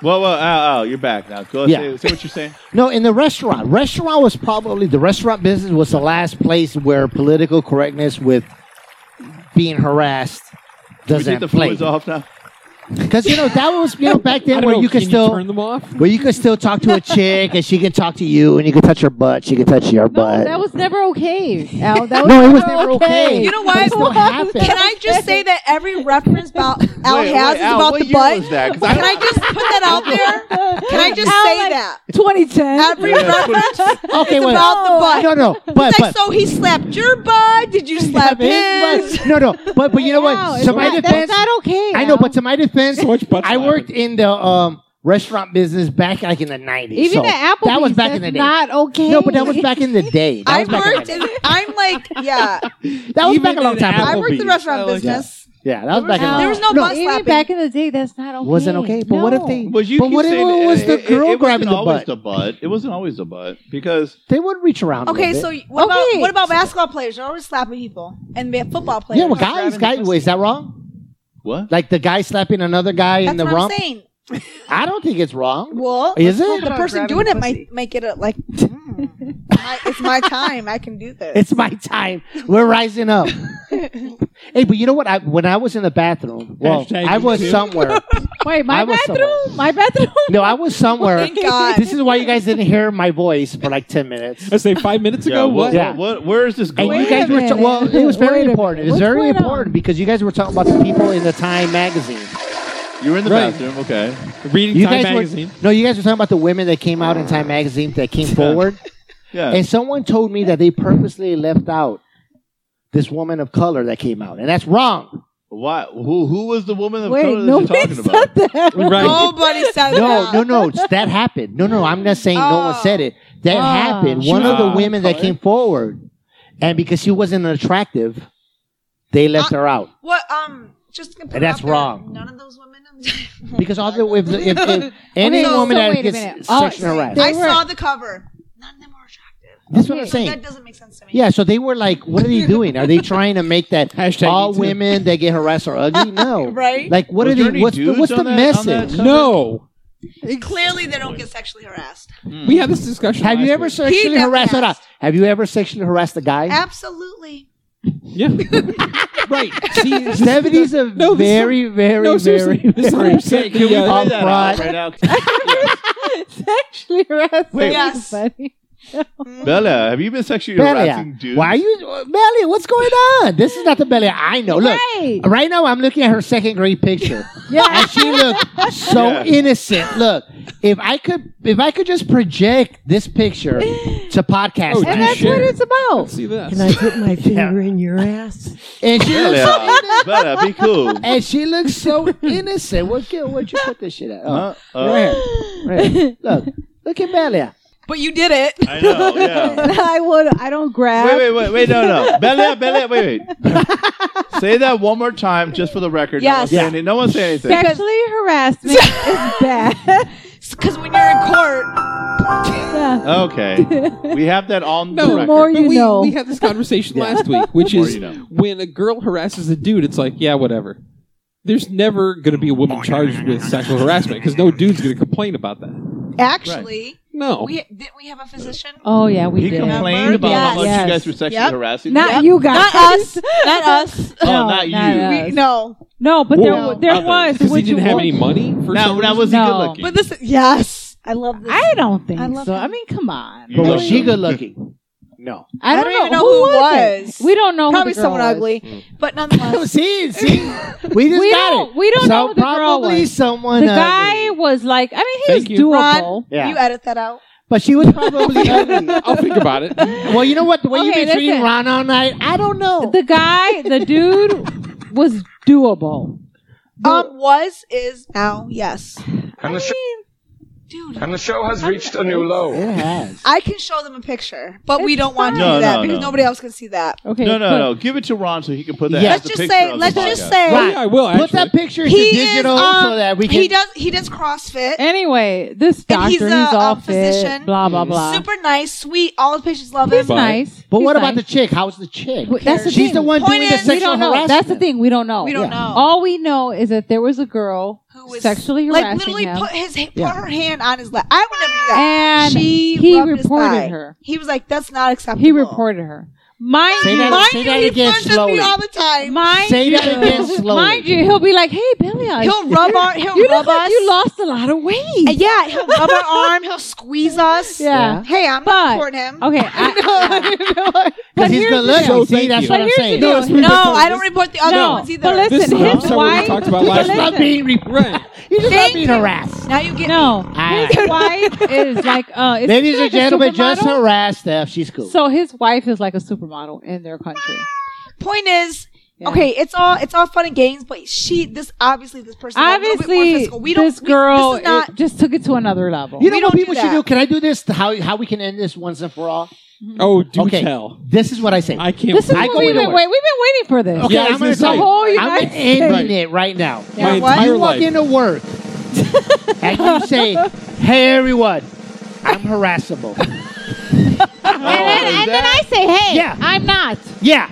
Speaker 1: Whoa, whoa, ow, ow, oh, you're back now. Go
Speaker 4: Yeah.
Speaker 1: say, say what you're saying.
Speaker 4: No, in the restaurant. Restaurant was probably the restaurant business was the last place where political correctness with being harassed
Speaker 1: We
Speaker 4: doesn't
Speaker 1: take the
Speaker 4: play.
Speaker 1: fluids off now.
Speaker 4: Because you know that was you know back
Speaker 5: I
Speaker 4: then
Speaker 5: don't
Speaker 4: where
Speaker 5: know,
Speaker 4: you could
Speaker 5: can
Speaker 4: still
Speaker 5: turn them off.
Speaker 4: where you could still talk to a chick and she can talk to you and you can touch her butt, she can touch your
Speaker 3: No,
Speaker 4: butt.
Speaker 3: that was never okay, Al. That was
Speaker 4: No, it was
Speaker 3: never
Speaker 4: never okay.
Speaker 2: You know what?
Speaker 4: It still happened.
Speaker 2: Can I just say that every reference about Al
Speaker 1: Wait, wait,
Speaker 2: has is
Speaker 1: Al,
Speaker 2: about
Speaker 1: what
Speaker 2: the
Speaker 1: year
Speaker 2: butt?
Speaker 1: was that? 'Cause I
Speaker 2: Can I
Speaker 1: don't-
Speaker 2: just put that out there? Can I just
Speaker 3: Al,
Speaker 2: say
Speaker 3: like,
Speaker 2: that?
Speaker 3: 2010.
Speaker 2: Every
Speaker 1: Yeah, that's what
Speaker 2: reference is
Speaker 4: okay, wait.
Speaker 2: about the butt.
Speaker 4: No, no, but
Speaker 2: It's like,
Speaker 4: but.
Speaker 2: so he slapped your butt. Did you slap his?
Speaker 4: No, no, but but you know
Speaker 3: Al,
Speaker 4: what?
Speaker 3: it's
Speaker 4: To my
Speaker 3: not- that's
Speaker 4: defense,
Speaker 3: not okay.
Speaker 4: I know,
Speaker 3: Al.
Speaker 4: but to my defense,
Speaker 5: So much butt
Speaker 4: I
Speaker 5: slapping.
Speaker 4: worked in the um, restaurant business back like in the nineties.
Speaker 3: even
Speaker 4: so
Speaker 3: at Applebee's,
Speaker 4: that was back
Speaker 3: that's
Speaker 4: in the day.
Speaker 3: not okay.
Speaker 4: No, but that was back in the day. That
Speaker 2: I
Speaker 4: was back
Speaker 2: worked.
Speaker 4: In
Speaker 2: In,
Speaker 4: the day.
Speaker 2: I'm like, yeah.
Speaker 4: That was
Speaker 5: Even
Speaker 4: back a long
Speaker 5: in
Speaker 4: time.
Speaker 2: I
Speaker 4: ago.
Speaker 2: worked in the
Speaker 5: Applebee's. I
Speaker 2: restaurant
Speaker 5: like that.
Speaker 2: business.
Speaker 4: Oh, Yeah, that was back in.
Speaker 3: Al,
Speaker 4: the
Speaker 2: There was no butt
Speaker 3: even
Speaker 2: slapping.
Speaker 3: back in the day, that's not okay.
Speaker 4: Wasn't okay, but what if they?
Speaker 1: But you
Speaker 4: but
Speaker 1: keep
Speaker 4: what if
Speaker 1: saying
Speaker 4: it
Speaker 1: that-
Speaker 4: was the
Speaker 1: it- it
Speaker 4: girl
Speaker 1: wasn't
Speaker 4: grabbing the
Speaker 1: always
Speaker 4: butt?
Speaker 1: the butt. It wasn't always the butt because
Speaker 4: They would reach around. a
Speaker 2: Okay,
Speaker 4: little
Speaker 2: so
Speaker 4: bit.
Speaker 2: what about
Speaker 3: Okay.
Speaker 2: what about basketball players? They're always slapping people, and we have football players.
Speaker 4: yeah, well,
Speaker 2: are grabbing
Speaker 4: guys, guys,
Speaker 2: pussy.
Speaker 4: wait, is that wrong?
Speaker 1: what?
Speaker 4: Like the guy slapping another guy
Speaker 2: That's
Speaker 4: in the
Speaker 2: what
Speaker 4: rump?
Speaker 2: I'm saying.
Speaker 4: I don't think it's wrong.
Speaker 2: Well,
Speaker 4: Is
Speaker 2: the-
Speaker 4: it?
Speaker 2: the
Speaker 4: About
Speaker 2: person
Speaker 7: grabbing
Speaker 2: doing it
Speaker 7: pussy.
Speaker 2: might might get it like. mm, my- it's my time. I can do this.
Speaker 4: It's my time. We're rising up. hey, but you know what? I, when I was in the bathroom, well,
Speaker 5: Hashtag
Speaker 4: I
Speaker 5: me
Speaker 4: was
Speaker 5: too.
Speaker 4: somewhere.
Speaker 3: Wait,
Speaker 4: I
Speaker 3: my
Speaker 4: was
Speaker 3: bathroom? My bathroom?
Speaker 4: No, I was somewhere.
Speaker 2: Thank God.
Speaker 4: This is why you guys didn't hear my voice for like ten minutes.
Speaker 5: I say five minutes ago.
Speaker 1: wha-
Speaker 5: what?
Speaker 4: Yeah.
Speaker 1: wha- what- Where is this
Speaker 4: And
Speaker 1: going?
Speaker 4: you guys
Speaker 3: a
Speaker 4: were ta-
Speaker 3: minute.
Speaker 4: well. It was
Speaker 3: Wait a
Speaker 4: very
Speaker 3: minute.
Speaker 4: important. It was
Speaker 3: What's
Speaker 4: very
Speaker 3: going on?
Speaker 4: important because you guys were talking about the people in the Time magazine.
Speaker 1: you were in the
Speaker 5: Right.
Speaker 1: bathroom. Okay.
Speaker 5: Reading
Speaker 4: You
Speaker 5: Time
Speaker 4: guys
Speaker 5: magazine.
Speaker 4: were no. You guys were talking about the women that came out in Time magazine that came forward,
Speaker 1: Yeah.
Speaker 4: and someone told me that they purposely left out this woman of color that came out, and that's wrong.
Speaker 1: Why? Who? Who was the woman of color
Speaker 3: Wait,
Speaker 1: that you're
Speaker 3: nobody
Speaker 1: talking about?
Speaker 3: said that.
Speaker 5: right.
Speaker 2: Nobody said
Speaker 4: No,
Speaker 2: that.
Speaker 4: no, no. it's- That happened. No, no. I'm not saying no one
Speaker 2: Oh.
Speaker 4: said it. That
Speaker 3: Oh.
Speaker 4: happened.
Speaker 5: She
Speaker 4: One
Speaker 5: was
Speaker 4: of the
Speaker 5: not
Speaker 4: women that
Speaker 5: colored.
Speaker 4: came forward, and because she wasn't attractive, they left
Speaker 3: Uh,
Speaker 4: her out.
Speaker 2: What? Um, just to put
Speaker 4: And that's
Speaker 2: out there,
Speaker 4: wrong.
Speaker 2: None of those women.
Speaker 4: Because all the if, if, if any
Speaker 3: Okay, so
Speaker 4: woman that
Speaker 3: wait a
Speaker 4: gets
Speaker 3: minute. Oh,
Speaker 4: sexually harassed,
Speaker 2: I
Speaker 3: They
Speaker 2: saw the cover. None of them are attractive.
Speaker 4: that's what I'm
Speaker 3: okay.
Speaker 4: saying.
Speaker 2: That doesn't make sense to me.
Speaker 4: Yeah, so they were like, "What are they doing? Are they trying to make that
Speaker 5: Hashtag
Speaker 4: all
Speaker 5: me too.
Speaker 4: women that get harassed are ugly? No,
Speaker 2: Right?
Speaker 4: Like, what
Speaker 1: Was
Speaker 4: are
Speaker 1: there
Speaker 4: they?
Speaker 1: any
Speaker 4: What's the,
Speaker 1: dudes
Speaker 4: what's the
Speaker 1: on that- on
Speaker 4: message?
Speaker 1: that cover?
Speaker 5: No,
Speaker 2: Clearly, they don't get sexually harassed.
Speaker 5: we had this discussion.
Speaker 4: Hmm. Have
Speaker 5: last
Speaker 4: you ever
Speaker 5: week.
Speaker 4: sexually
Speaker 2: He
Speaker 4: harassed? Hold on.
Speaker 2: never
Speaker 4: Have you ever sexually harassed a guy?
Speaker 2: Absolutely.
Speaker 5: Yeah. right. See,
Speaker 4: Stephanie's a
Speaker 5: No, this is-
Speaker 4: very, very,
Speaker 5: no, seriously,
Speaker 4: very,
Speaker 5: this is what I'm
Speaker 4: very
Speaker 5: saying.
Speaker 1: Can we
Speaker 5: The, uh,
Speaker 1: play that out right now?
Speaker 3: Sexually harassed.
Speaker 1: Wait.
Speaker 2: Yes.
Speaker 3: Funny.
Speaker 1: Bella, have you been sexually harassing
Speaker 4: Belia.
Speaker 1: dudes?
Speaker 4: Why are you, Belia? What's going on? This is not the Belia I know. Oh, Look,
Speaker 3: Right.
Speaker 4: right now I'm looking at her second grade picture,
Speaker 3: Yeah.
Speaker 4: and she looked so
Speaker 1: Yeah.
Speaker 4: innocent. Look, if I could, if I could just project this picture to podcast,
Speaker 5: Oh,
Speaker 3: And
Speaker 4: land,
Speaker 3: that's
Speaker 5: Sure.
Speaker 3: what it's about.
Speaker 5: see this.
Speaker 8: Can I put my finger in your ass?
Speaker 4: and she looks, so,
Speaker 1: Bella, Bella, be cool.
Speaker 4: and she looks so innocent. What, Gil, where'd you put this shit at? Oh,
Speaker 1: Huh? Uh,
Speaker 4: right here, right here. Look, look at Belia.
Speaker 2: But you did it.
Speaker 1: I know. Oh, Yeah.
Speaker 3: I would. I don't grab.
Speaker 1: Wait, wait, wait, wait, no, no. Bella, Bella, wait, wait. Say that one more time just for the record. No one's
Speaker 2: Yes.
Speaker 1: saying, it- no one's saying anything.
Speaker 3: Sexually harassment is bad.
Speaker 2: Because when you're in court,
Speaker 3: Yeah.
Speaker 1: Okay. We have that on the
Speaker 5: No,
Speaker 1: record.
Speaker 3: more
Speaker 5: but
Speaker 3: you
Speaker 5: we,
Speaker 3: know.
Speaker 5: we had this conversation
Speaker 4: Yeah.
Speaker 5: last week, which
Speaker 1: More
Speaker 5: is
Speaker 1: you know.
Speaker 5: when a girl harasses a dude, it's like, yeah, whatever. There's never going to be a woman charged with sexual harassment because no dude's going to complain about that.
Speaker 2: actually,
Speaker 5: No.
Speaker 2: we didn't we have a physician?
Speaker 3: Oh yeah, we
Speaker 1: he
Speaker 3: did.
Speaker 1: complained about
Speaker 2: Yes.
Speaker 1: how much
Speaker 3: Yes.
Speaker 1: you guys were sexually
Speaker 2: Yep.
Speaker 1: harassing
Speaker 3: Not
Speaker 1: him.
Speaker 3: you guys.
Speaker 2: Not us. Not us.
Speaker 1: Oh,
Speaker 3: No,
Speaker 1: not you.
Speaker 3: not
Speaker 2: We,
Speaker 3: us.
Speaker 2: no.
Speaker 3: No, but
Speaker 5: Well,
Speaker 3: there, there
Speaker 1: others.
Speaker 3: was.
Speaker 5: Because he
Speaker 3: Would you
Speaker 5: didn't have
Speaker 3: want-
Speaker 5: any money for
Speaker 1: Now,
Speaker 5: some
Speaker 1: now
Speaker 5: reason.
Speaker 1: was he
Speaker 3: No.
Speaker 1: good looking?
Speaker 2: But this is, yes. I love this.
Speaker 3: I don't think
Speaker 2: I love
Speaker 3: so. I
Speaker 2: him.
Speaker 3: mean, come on.
Speaker 1: You
Speaker 4: But
Speaker 1: look
Speaker 4: was she
Speaker 1: good.
Speaker 4: good looking? No.
Speaker 3: I don't,
Speaker 2: don't even
Speaker 3: know,
Speaker 2: know who it
Speaker 3: it?
Speaker 2: was.
Speaker 3: We don't know. who
Speaker 2: Probably
Speaker 3: the girl
Speaker 2: someone
Speaker 3: was.
Speaker 2: ugly. But
Speaker 4: Oh,
Speaker 2: nonetheless,
Speaker 4: see, see, we just
Speaker 3: We
Speaker 4: got
Speaker 3: don't-
Speaker 4: it.
Speaker 3: we don't
Speaker 4: so
Speaker 3: know who the girl
Speaker 4: probably
Speaker 3: was.
Speaker 4: someone.
Speaker 3: The
Speaker 4: uh,
Speaker 3: guy was like, I mean, he
Speaker 5: Thank
Speaker 3: was
Speaker 5: you.
Speaker 3: doable.
Speaker 4: Yeah.
Speaker 2: you edit that out.
Speaker 4: but she was probably ugly.
Speaker 5: I'll think about it.
Speaker 4: Well, you know what? The way you've
Speaker 3: Okay,
Speaker 4: been treating
Speaker 3: listen.
Speaker 4: Ron all night, I don't know.
Speaker 3: The guy, the dude, was doable.
Speaker 2: Um, was is now yes.
Speaker 9: And the, sh-
Speaker 2: Dude,
Speaker 9: and the show has reached a new
Speaker 4: it
Speaker 9: low.
Speaker 4: has.
Speaker 2: I can show them a picture, but we
Speaker 3: It's
Speaker 2: don't want to
Speaker 1: fine. No,
Speaker 2: do that
Speaker 1: no,
Speaker 2: because
Speaker 1: no.
Speaker 2: nobody else can see that.
Speaker 3: Okay,
Speaker 1: No, no,
Speaker 3: but-
Speaker 1: no. Give it to Ron so he can put that.
Speaker 4: Yeah.
Speaker 1: as
Speaker 2: Let's
Speaker 1: a
Speaker 2: just
Speaker 1: picture
Speaker 2: say,
Speaker 1: on the
Speaker 2: let's just
Speaker 1: podcast.
Speaker 2: say
Speaker 5: Oh, yeah, I will actually.
Speaker 4: Put that picture into
Speaker 2: he
Speaker 4: digital
Speaker 2: is, um,
Speaker 4: so that we can.
Speaker 2: he does he does CrossFit.
Speaker 3: Anyway, this doctor,
Speaker 2: he's
Speaker 3: he's,
Speaker 2: a,
Speaker 3: all
Speaker 2: um,
Speaker 3: fit,
Speaker 2: physician.
Speaker 3: Blah blah blah.
Speaker 2: Super nice, sweet. All the patients love
Speaker 3: he's
Speaker 2: him.
Speaker 5: But-
Speaker 3: nice.
Speaker 4: but
Speaker 3: He's
Speaker 4: what about the
Speaker 3: nice.
Speaker 4: chick? How's the chick?
Speaker 3: Wh- That's the
Speaker 4: She's
Speaker 3: thing.
Speaker 4: the one
Speaker 2: Point
Speaker 4: doing the
Speaker 2: is, we
Speaker 3: we
Speaker 4: sexual
Speaker 3: don't know.
Speaker 4: harassment.
Speaker 3: That's the thing. We don't know.
Speaker 2: We don't know.
Speaker 3: All we know is that there was a girl
Speaker 2: Who was-
Speaker 3: sexually harassing
Speaker 2: like literally
Speaker 3: him,
Speaker 2: put his put
Speaker 4: Yeah.
Speaker 2: her hand on his lap. I would never do that.
Speaker 3: and
Speaker 2: she
Speaker 3: he
Speaker 2: rubbed his thigh.
Speaker 3: reported her.
Speaker 2: He was like, "That's not acceptable."
Speaker 3: He reported her. Mind
Speaker 4: Say
Speaker 3: you,
Speaker 4: that-
Speaker 2: Mind
Speaker 4: say
Speaker 2: you,
Speaker 4: that
Speaker 2: he
Speaker 4: again
Speaker 2: punches
Speaker 4: slowly.
Speaker 2: me all the time.
Speaker 3: mind
Speaker 4: Say
Speaker 3: you,
Speaker 4: that again slowly.
Speaker 3: mind you, he'll be like, "Hey, Billy, I-
Speaker 2: He'll rub our he'll
Speaker 3: you
Speaker 2: rub
Speaker 3: look like
Speaker 2: us. Uh,
Speaker 3: you lost a lot of weight."
Speaker 2: And yeah, he'll rub our arm. Hell squeeze us.
Speaker 3: Yeah.
Speaker 2: Hey, I'm
Speaker 3: But-
Speaker 2: not reporting him.
Speaker 3: Okay, I,
Speaker 4: Because he's
Speaker 3: here's
Speaker 4: good
Speaker 3: the deal.
Speaker 4: looking. See,
Speaker 5: Thank
Speaker 4: that's
Speaker 5: you.
Speaker 4: what
Speaker 3: But
Speaker 4: I'm
Speaker 3: here's
Speaker 4: saying.
Speaker 3: the
Speaker 5: No,
Speaker 3: deal.
Speaker 5: it's been
Speaker 2: No,
Speaker 5: before
Speaker 2: I
Speaker 5: this-
Speaker 2: don't report the other
Speaker 3: No,
Speaker 2: ones either.
Speaker 3: but
Speaker 5: This
Speaker 3: listen,
Speaker 5: is
Speaker 3: his
Speaker 5: episode
Speaker 3: wife.
Speaker 5: we talked about last
Speaker 4: He's
Speaker 5: week.
Speaker 3: listen,
Speaker 4: not being re-
Speaker 5: Right.
Speaker 4: He's just not
Speaker 2: Thank
Speaker 4: being
Speaker 2: you.
Speaker 4: harassed.
Speaker 2: Now you get
Speaker 3: No,
Speaker 4: Ah.
Speaker 3: his wife is like, uh, is she
Speaker 4: Ladies and
Speaker 3: like a
Speaker 4: gentlemen, just
Speaker 3: supermodel?
Speaker 4: harass Steph. She's cool.
Speaker 3: So his wife is like a supermodel in their country.
Speaker 2: Point is,
Speaker 3: Yeah.
Speaker 2: okay, it's all it's all fun and games, but she this obviously this person is a little bit more
Speaker 3: Obviously,
Speaker 2: physical. we don't
Speaker 3: this
Speaker 2: we-
Speaker 3: girl
Speaker 2: this is not
Speaker 3: it just took it to another level.
Speaker 4: you know
Speaker 2: we
Speaker 4: what
Speaker 2: don't
Speaker 4: people
Speaker 2: do
Speaker 4: should
Speaker 2: that.
Speaker 4: do? Can I do this? How how we can end this once and for all?
Speaker 5: Oh, do
Speaker 4: Okay.
Speaker 5: tell.
Speaker 4: This is what I say.
Speaker 5: I can't.
Speaker 3: this is
Speaker 5: wait
Speaker 3: what we've
Speaker 5: till
Speaker 3: been
Speaker 5: it.
Speaker 3: waiting. We've been waiting for this.
Speaker 4: Okay,
Speaker 5: Yeah, I
Speaker 4: I'm
Speaker 5: was gonna
Speaker 4: going to
Speaker 5: say.
Speaker 3: The whole
Speaker 4: I'm
Speaker 3: United
Speaker 4: ending
Speaker 3: States.
Speaker 4: it right now.
Speaker 5: My
Speaker 2: Yeah, what?
Speaker 5: entire
Speaker 4: you walk
Speaker 5: life.
Speaker 4: into work and you say, "Hey, everyone, I'm harassable."
Speaker 1: Oh, is that-
Speaker 3: say, hey,
Speaker 4: Yeah.
Speaker 3: I'm not.
Speaker 4: yeah,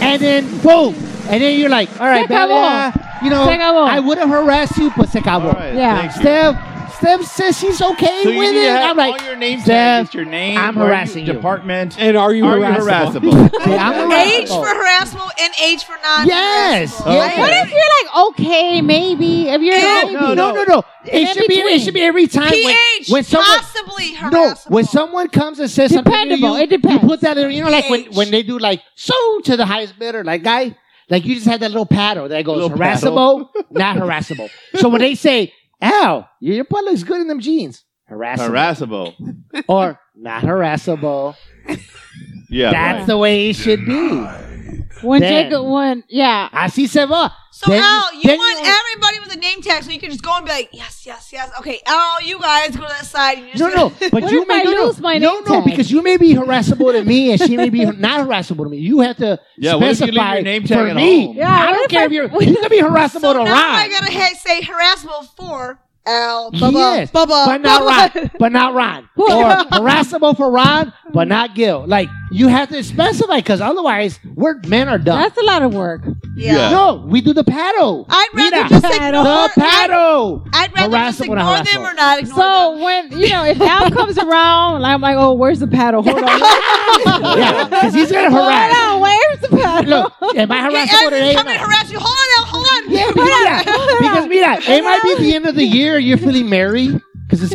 Speaker 4: and then boom, and then you're like, "All right,
Speaker 3: Se acabó.
Speaker 4: Bella, you know,
Speaker 3: Se acabó.
Speaker 4: I would have harassed you, but se
Speaker 1: All
Speaker 4: acabó."
Speaker 1: right,
Speaker 3: Yeah.
Speaker 1: thank you.
Speaker 4: Steph, Steph says she's okay
Speaker 1: So you
Speaker 4: with
Speaker 1: need to
Speaker 4: it.
Speaker 1: have
Speaker 4: I'm like,
Speaker 1: all your name
Speaker 4: Steph,
Speaker 1: tags, your name,
Speaker 4: I'm
Speaker 1: where
Speaker 4: harassing you.
Speaker 1: department.
Speaker 5: And are you
Speaker 1: are
Speaker 5: harassable?
Speaker 1: you harassable?
Speaker 4: "Hey, I'm
Speaker 2: H for
Speaker 4: harassable."
Speaker 2: harassable and H for non.
Speaker 4: Yes.
Speaker 1: Oh,
Speaker 4: yes.
Speaker 1: okay. What
Speaker 3: If you're like, okay, maybe. If you're
Speaker 2: Yeah.
Speaker 3: like,
Speaker 1: No,
Speaker 4: No, no,
Speaker 1: no.
Speaker 4: no. It should be. It
Speaker 3: between.
Speaker 4: should be every time when,
Speaker 2: PH
Speaker 4: when someone.
Speaker 2: possibly harassable.
Speaker 4: No, when someone comes and says something, to you,
Speaker 3: Dependable, it
Speaker 4: you
Speaker 3: depends.
Speaker 4: put that in. You know, like when,
Speaker 2: PH.
Speaker 4: when they do like so to the highest bidder, like guy, like you just have that little paddle that goes
Speaker 1: Little
Speaker 4: harassable, not harassable. So when they say, "Ow, your butt looks good in them jeans," harassable
Speaker 1: harassable.
Speaker 4: or not harassable.
Speaker 1: Yeah,
Speaker 4: That's
Speaker 1: right.
Speaker 4: the way it should be.
Speaker 3: when
Speaker 4: Then.
Speaker 3: Jacob, when, yeah.
Speaker 4: Así se va.
Speaker 2: so
Speaker 4: Then-
Speaker 2: L, you
Speaker 4: then
Speaker 2: want everybody with a name tag so you can just go and be like, yes, yes, yes. Okay, L, you guys go to that side. And you're
Speaker 4: No,
Speaker 2: just
Speaker 4: no,
Speaker 2: gonna-
Speaker 4: but
Speaker 3: What
Speaker 4: you
Speaker 3: if
Speaker 4: may
Speaker 3: I
Speaker 4: no, no,
Speaker 3: lose my
Speaker 4: no,
Speaker 3: name
Speaker 4: no,
Speaker 3: tag?
Speaker 4: because you may be harassable to me, and she may be not harassable to me. You have to
Speaker 1: Yeah, what if you
Speaker 4: specify
Speaker 1: leave your name tag
Speaker 4: for
Speaker 1: at
Speaker 4: me.
Speaker 1: home?
Speaker 3: Yeah,
Speaker 4: I
Speaker 3: what
Speaker 4: don't
Speaker 3: if
Speaker 4: care
Speaker 3: I-
Speaker 4: if you're you can be harassable
Speaker 2: so
Speaker 4: to
Speaker 2: now I
Speaker 4: Ron.
Speaker 2: gotta ha- say harassable for L, blah, blah,
Speaker 4: Yes,
Speaker 2: blah, blah,
Speaker 4: but not
Speaker 2: blah.
Speaker 4: Ron, but not Ron, or harassable for Ron, but not Gil. Like you have to specify because otherwise, we're men are dumb.
Speaker 3: That's a lot of work.
Speaker 1: Yeah.
Speaker 4: no, we do the paddle.
Speaker 2: I'd rather
Speaker 4: Mira,
Speaker 2: just
Speaker 4: the
Speaker 2: ignore. I'd,
Speaker 4: paddle.
Speaker 2: I'd rather just
Speaker 4: Harassable to
Speaker 2: ignore them
Speaker 4: harassable.
Speaker 2: or not ignore
Speaker 3: So
Speaker 2: them.
Speaker 3: when, you know, if Al comes around, I'm like, oh, where's the paddle? Hold on.
Speaker 4: Yeah, because he's gonna harass.
Speaker 3: Hold on, where's the paddle?
Speaker 4: Look, am I
Speaker 2: Yeah,
Speaker 4: harassable
Speaker 2: Ezra's
Speaker 4: today?
Speaker 2: coming to harass you. Hold on, L, hold on.
Speaker 4: Yeah, because, yeah, because mira, it might be the end of the year. You're feeling merry because it's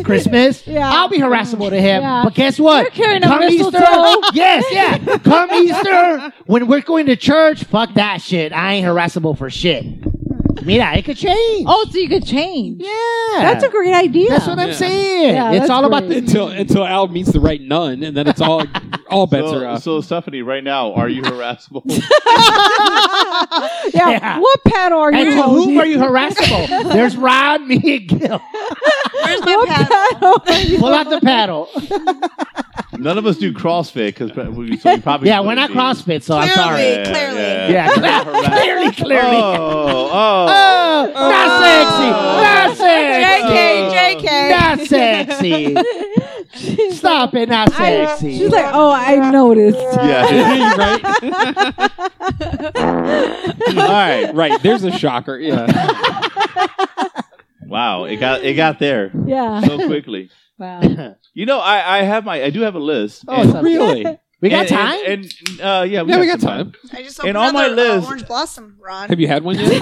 Speaker 4: Christmas.
Speaker 3: Yeah.
Speaker 4: I'll be harassable to him.
Speaker 3: Yeah.
Speaker 4: But guess what?
Speaker 3: You're carrying a mistletoe.
Speaker 4: yes, yeah. Come Easter, when we're going to church, fuck that shit. I ain't harassable for shit. Mira, it could change.
Speaker 3: Oh, so you could change.
Speaker 4: yeah.
Speaker 3: That's a great idea.
Speaker 4: That's what I'm
Speaker 5: Yeah.
Speaker 4: saying.
Speaker 3: Yeah,
Speaker 4: it's
Speaker 3: that's
Speaker 4: all about
Speaker 3: great.
Speaker 4: the.
Speaker 5: until until Al meets the right nun, and then it's all all bets are
Speaker 1: So,
Speaker 5: off.
Speaker 1: so Stephanie, right now, are you harassable?
Speaker 3: Yeah.
Speaker 4: Yeah.
Speaker 3: What paddle are
Speaker 4: And
Speaker 3: you
Speaker 4: to
Speaker 3: holding?
Speaker 4: whom are you harassable? There's Rod, me, and Gil.
Speaker 2: Where's my paddle?
Speaker 4: Pull out the paddle.
Speaker 1: None of us do CrossFit because we, so we probably
Speaker 4: Yeah, we're not
Speaker 1: couldn't be.
Speaker 4: CrossFit, so I'm sorry.
Speaker 2: Clearly, clearly.
Speaker 4: Yeah, clearly, clearly.
Speaker 1: Oh, oh,
Speaker 4: Oh, not sexy. Not sexy.
Speaker 2: JK, JK.
Speaker 4: Not sexy. Stop it, not sexy.
Speaker 3: She's like, oh, I
Speaker 4: Oh.
Speaker 3: noticed.
Speaker 1: yeah.
Speaker 5: right,
Speaker 1: All right.
Speaker 5: right. There's a shocker. Yeah.
Speaker 1: Wow, it got it got there
Speaker 3: Yeah.
Speaker 1: so quickly.
Speaker 3: Wow.
Speaker 1: You know, I, I have my I do have a list.
Speaker 4: Oh,
Speaker 1: And-
Speaker 4: it's
Speaker 5: really?
Speaker 4: we got
Speaker 1: and-
Speaker 4: time?
Speaker 1: And, and, uh, yeah, we
Speaker 5: Yeah,
Speaker 1: got
Speaker 5: we got
Speaker 1: some
Speaker 5: time.
Speaker 2: I just
Speaker 1: And
Speaker 2: opened
Speaker 1: on my
Speaker 2: another,
Speaker 1: list-
Speaker 2: uh, orange blossom, Ron.
Speaker 5: Have you had one yet?
Speaker 1: You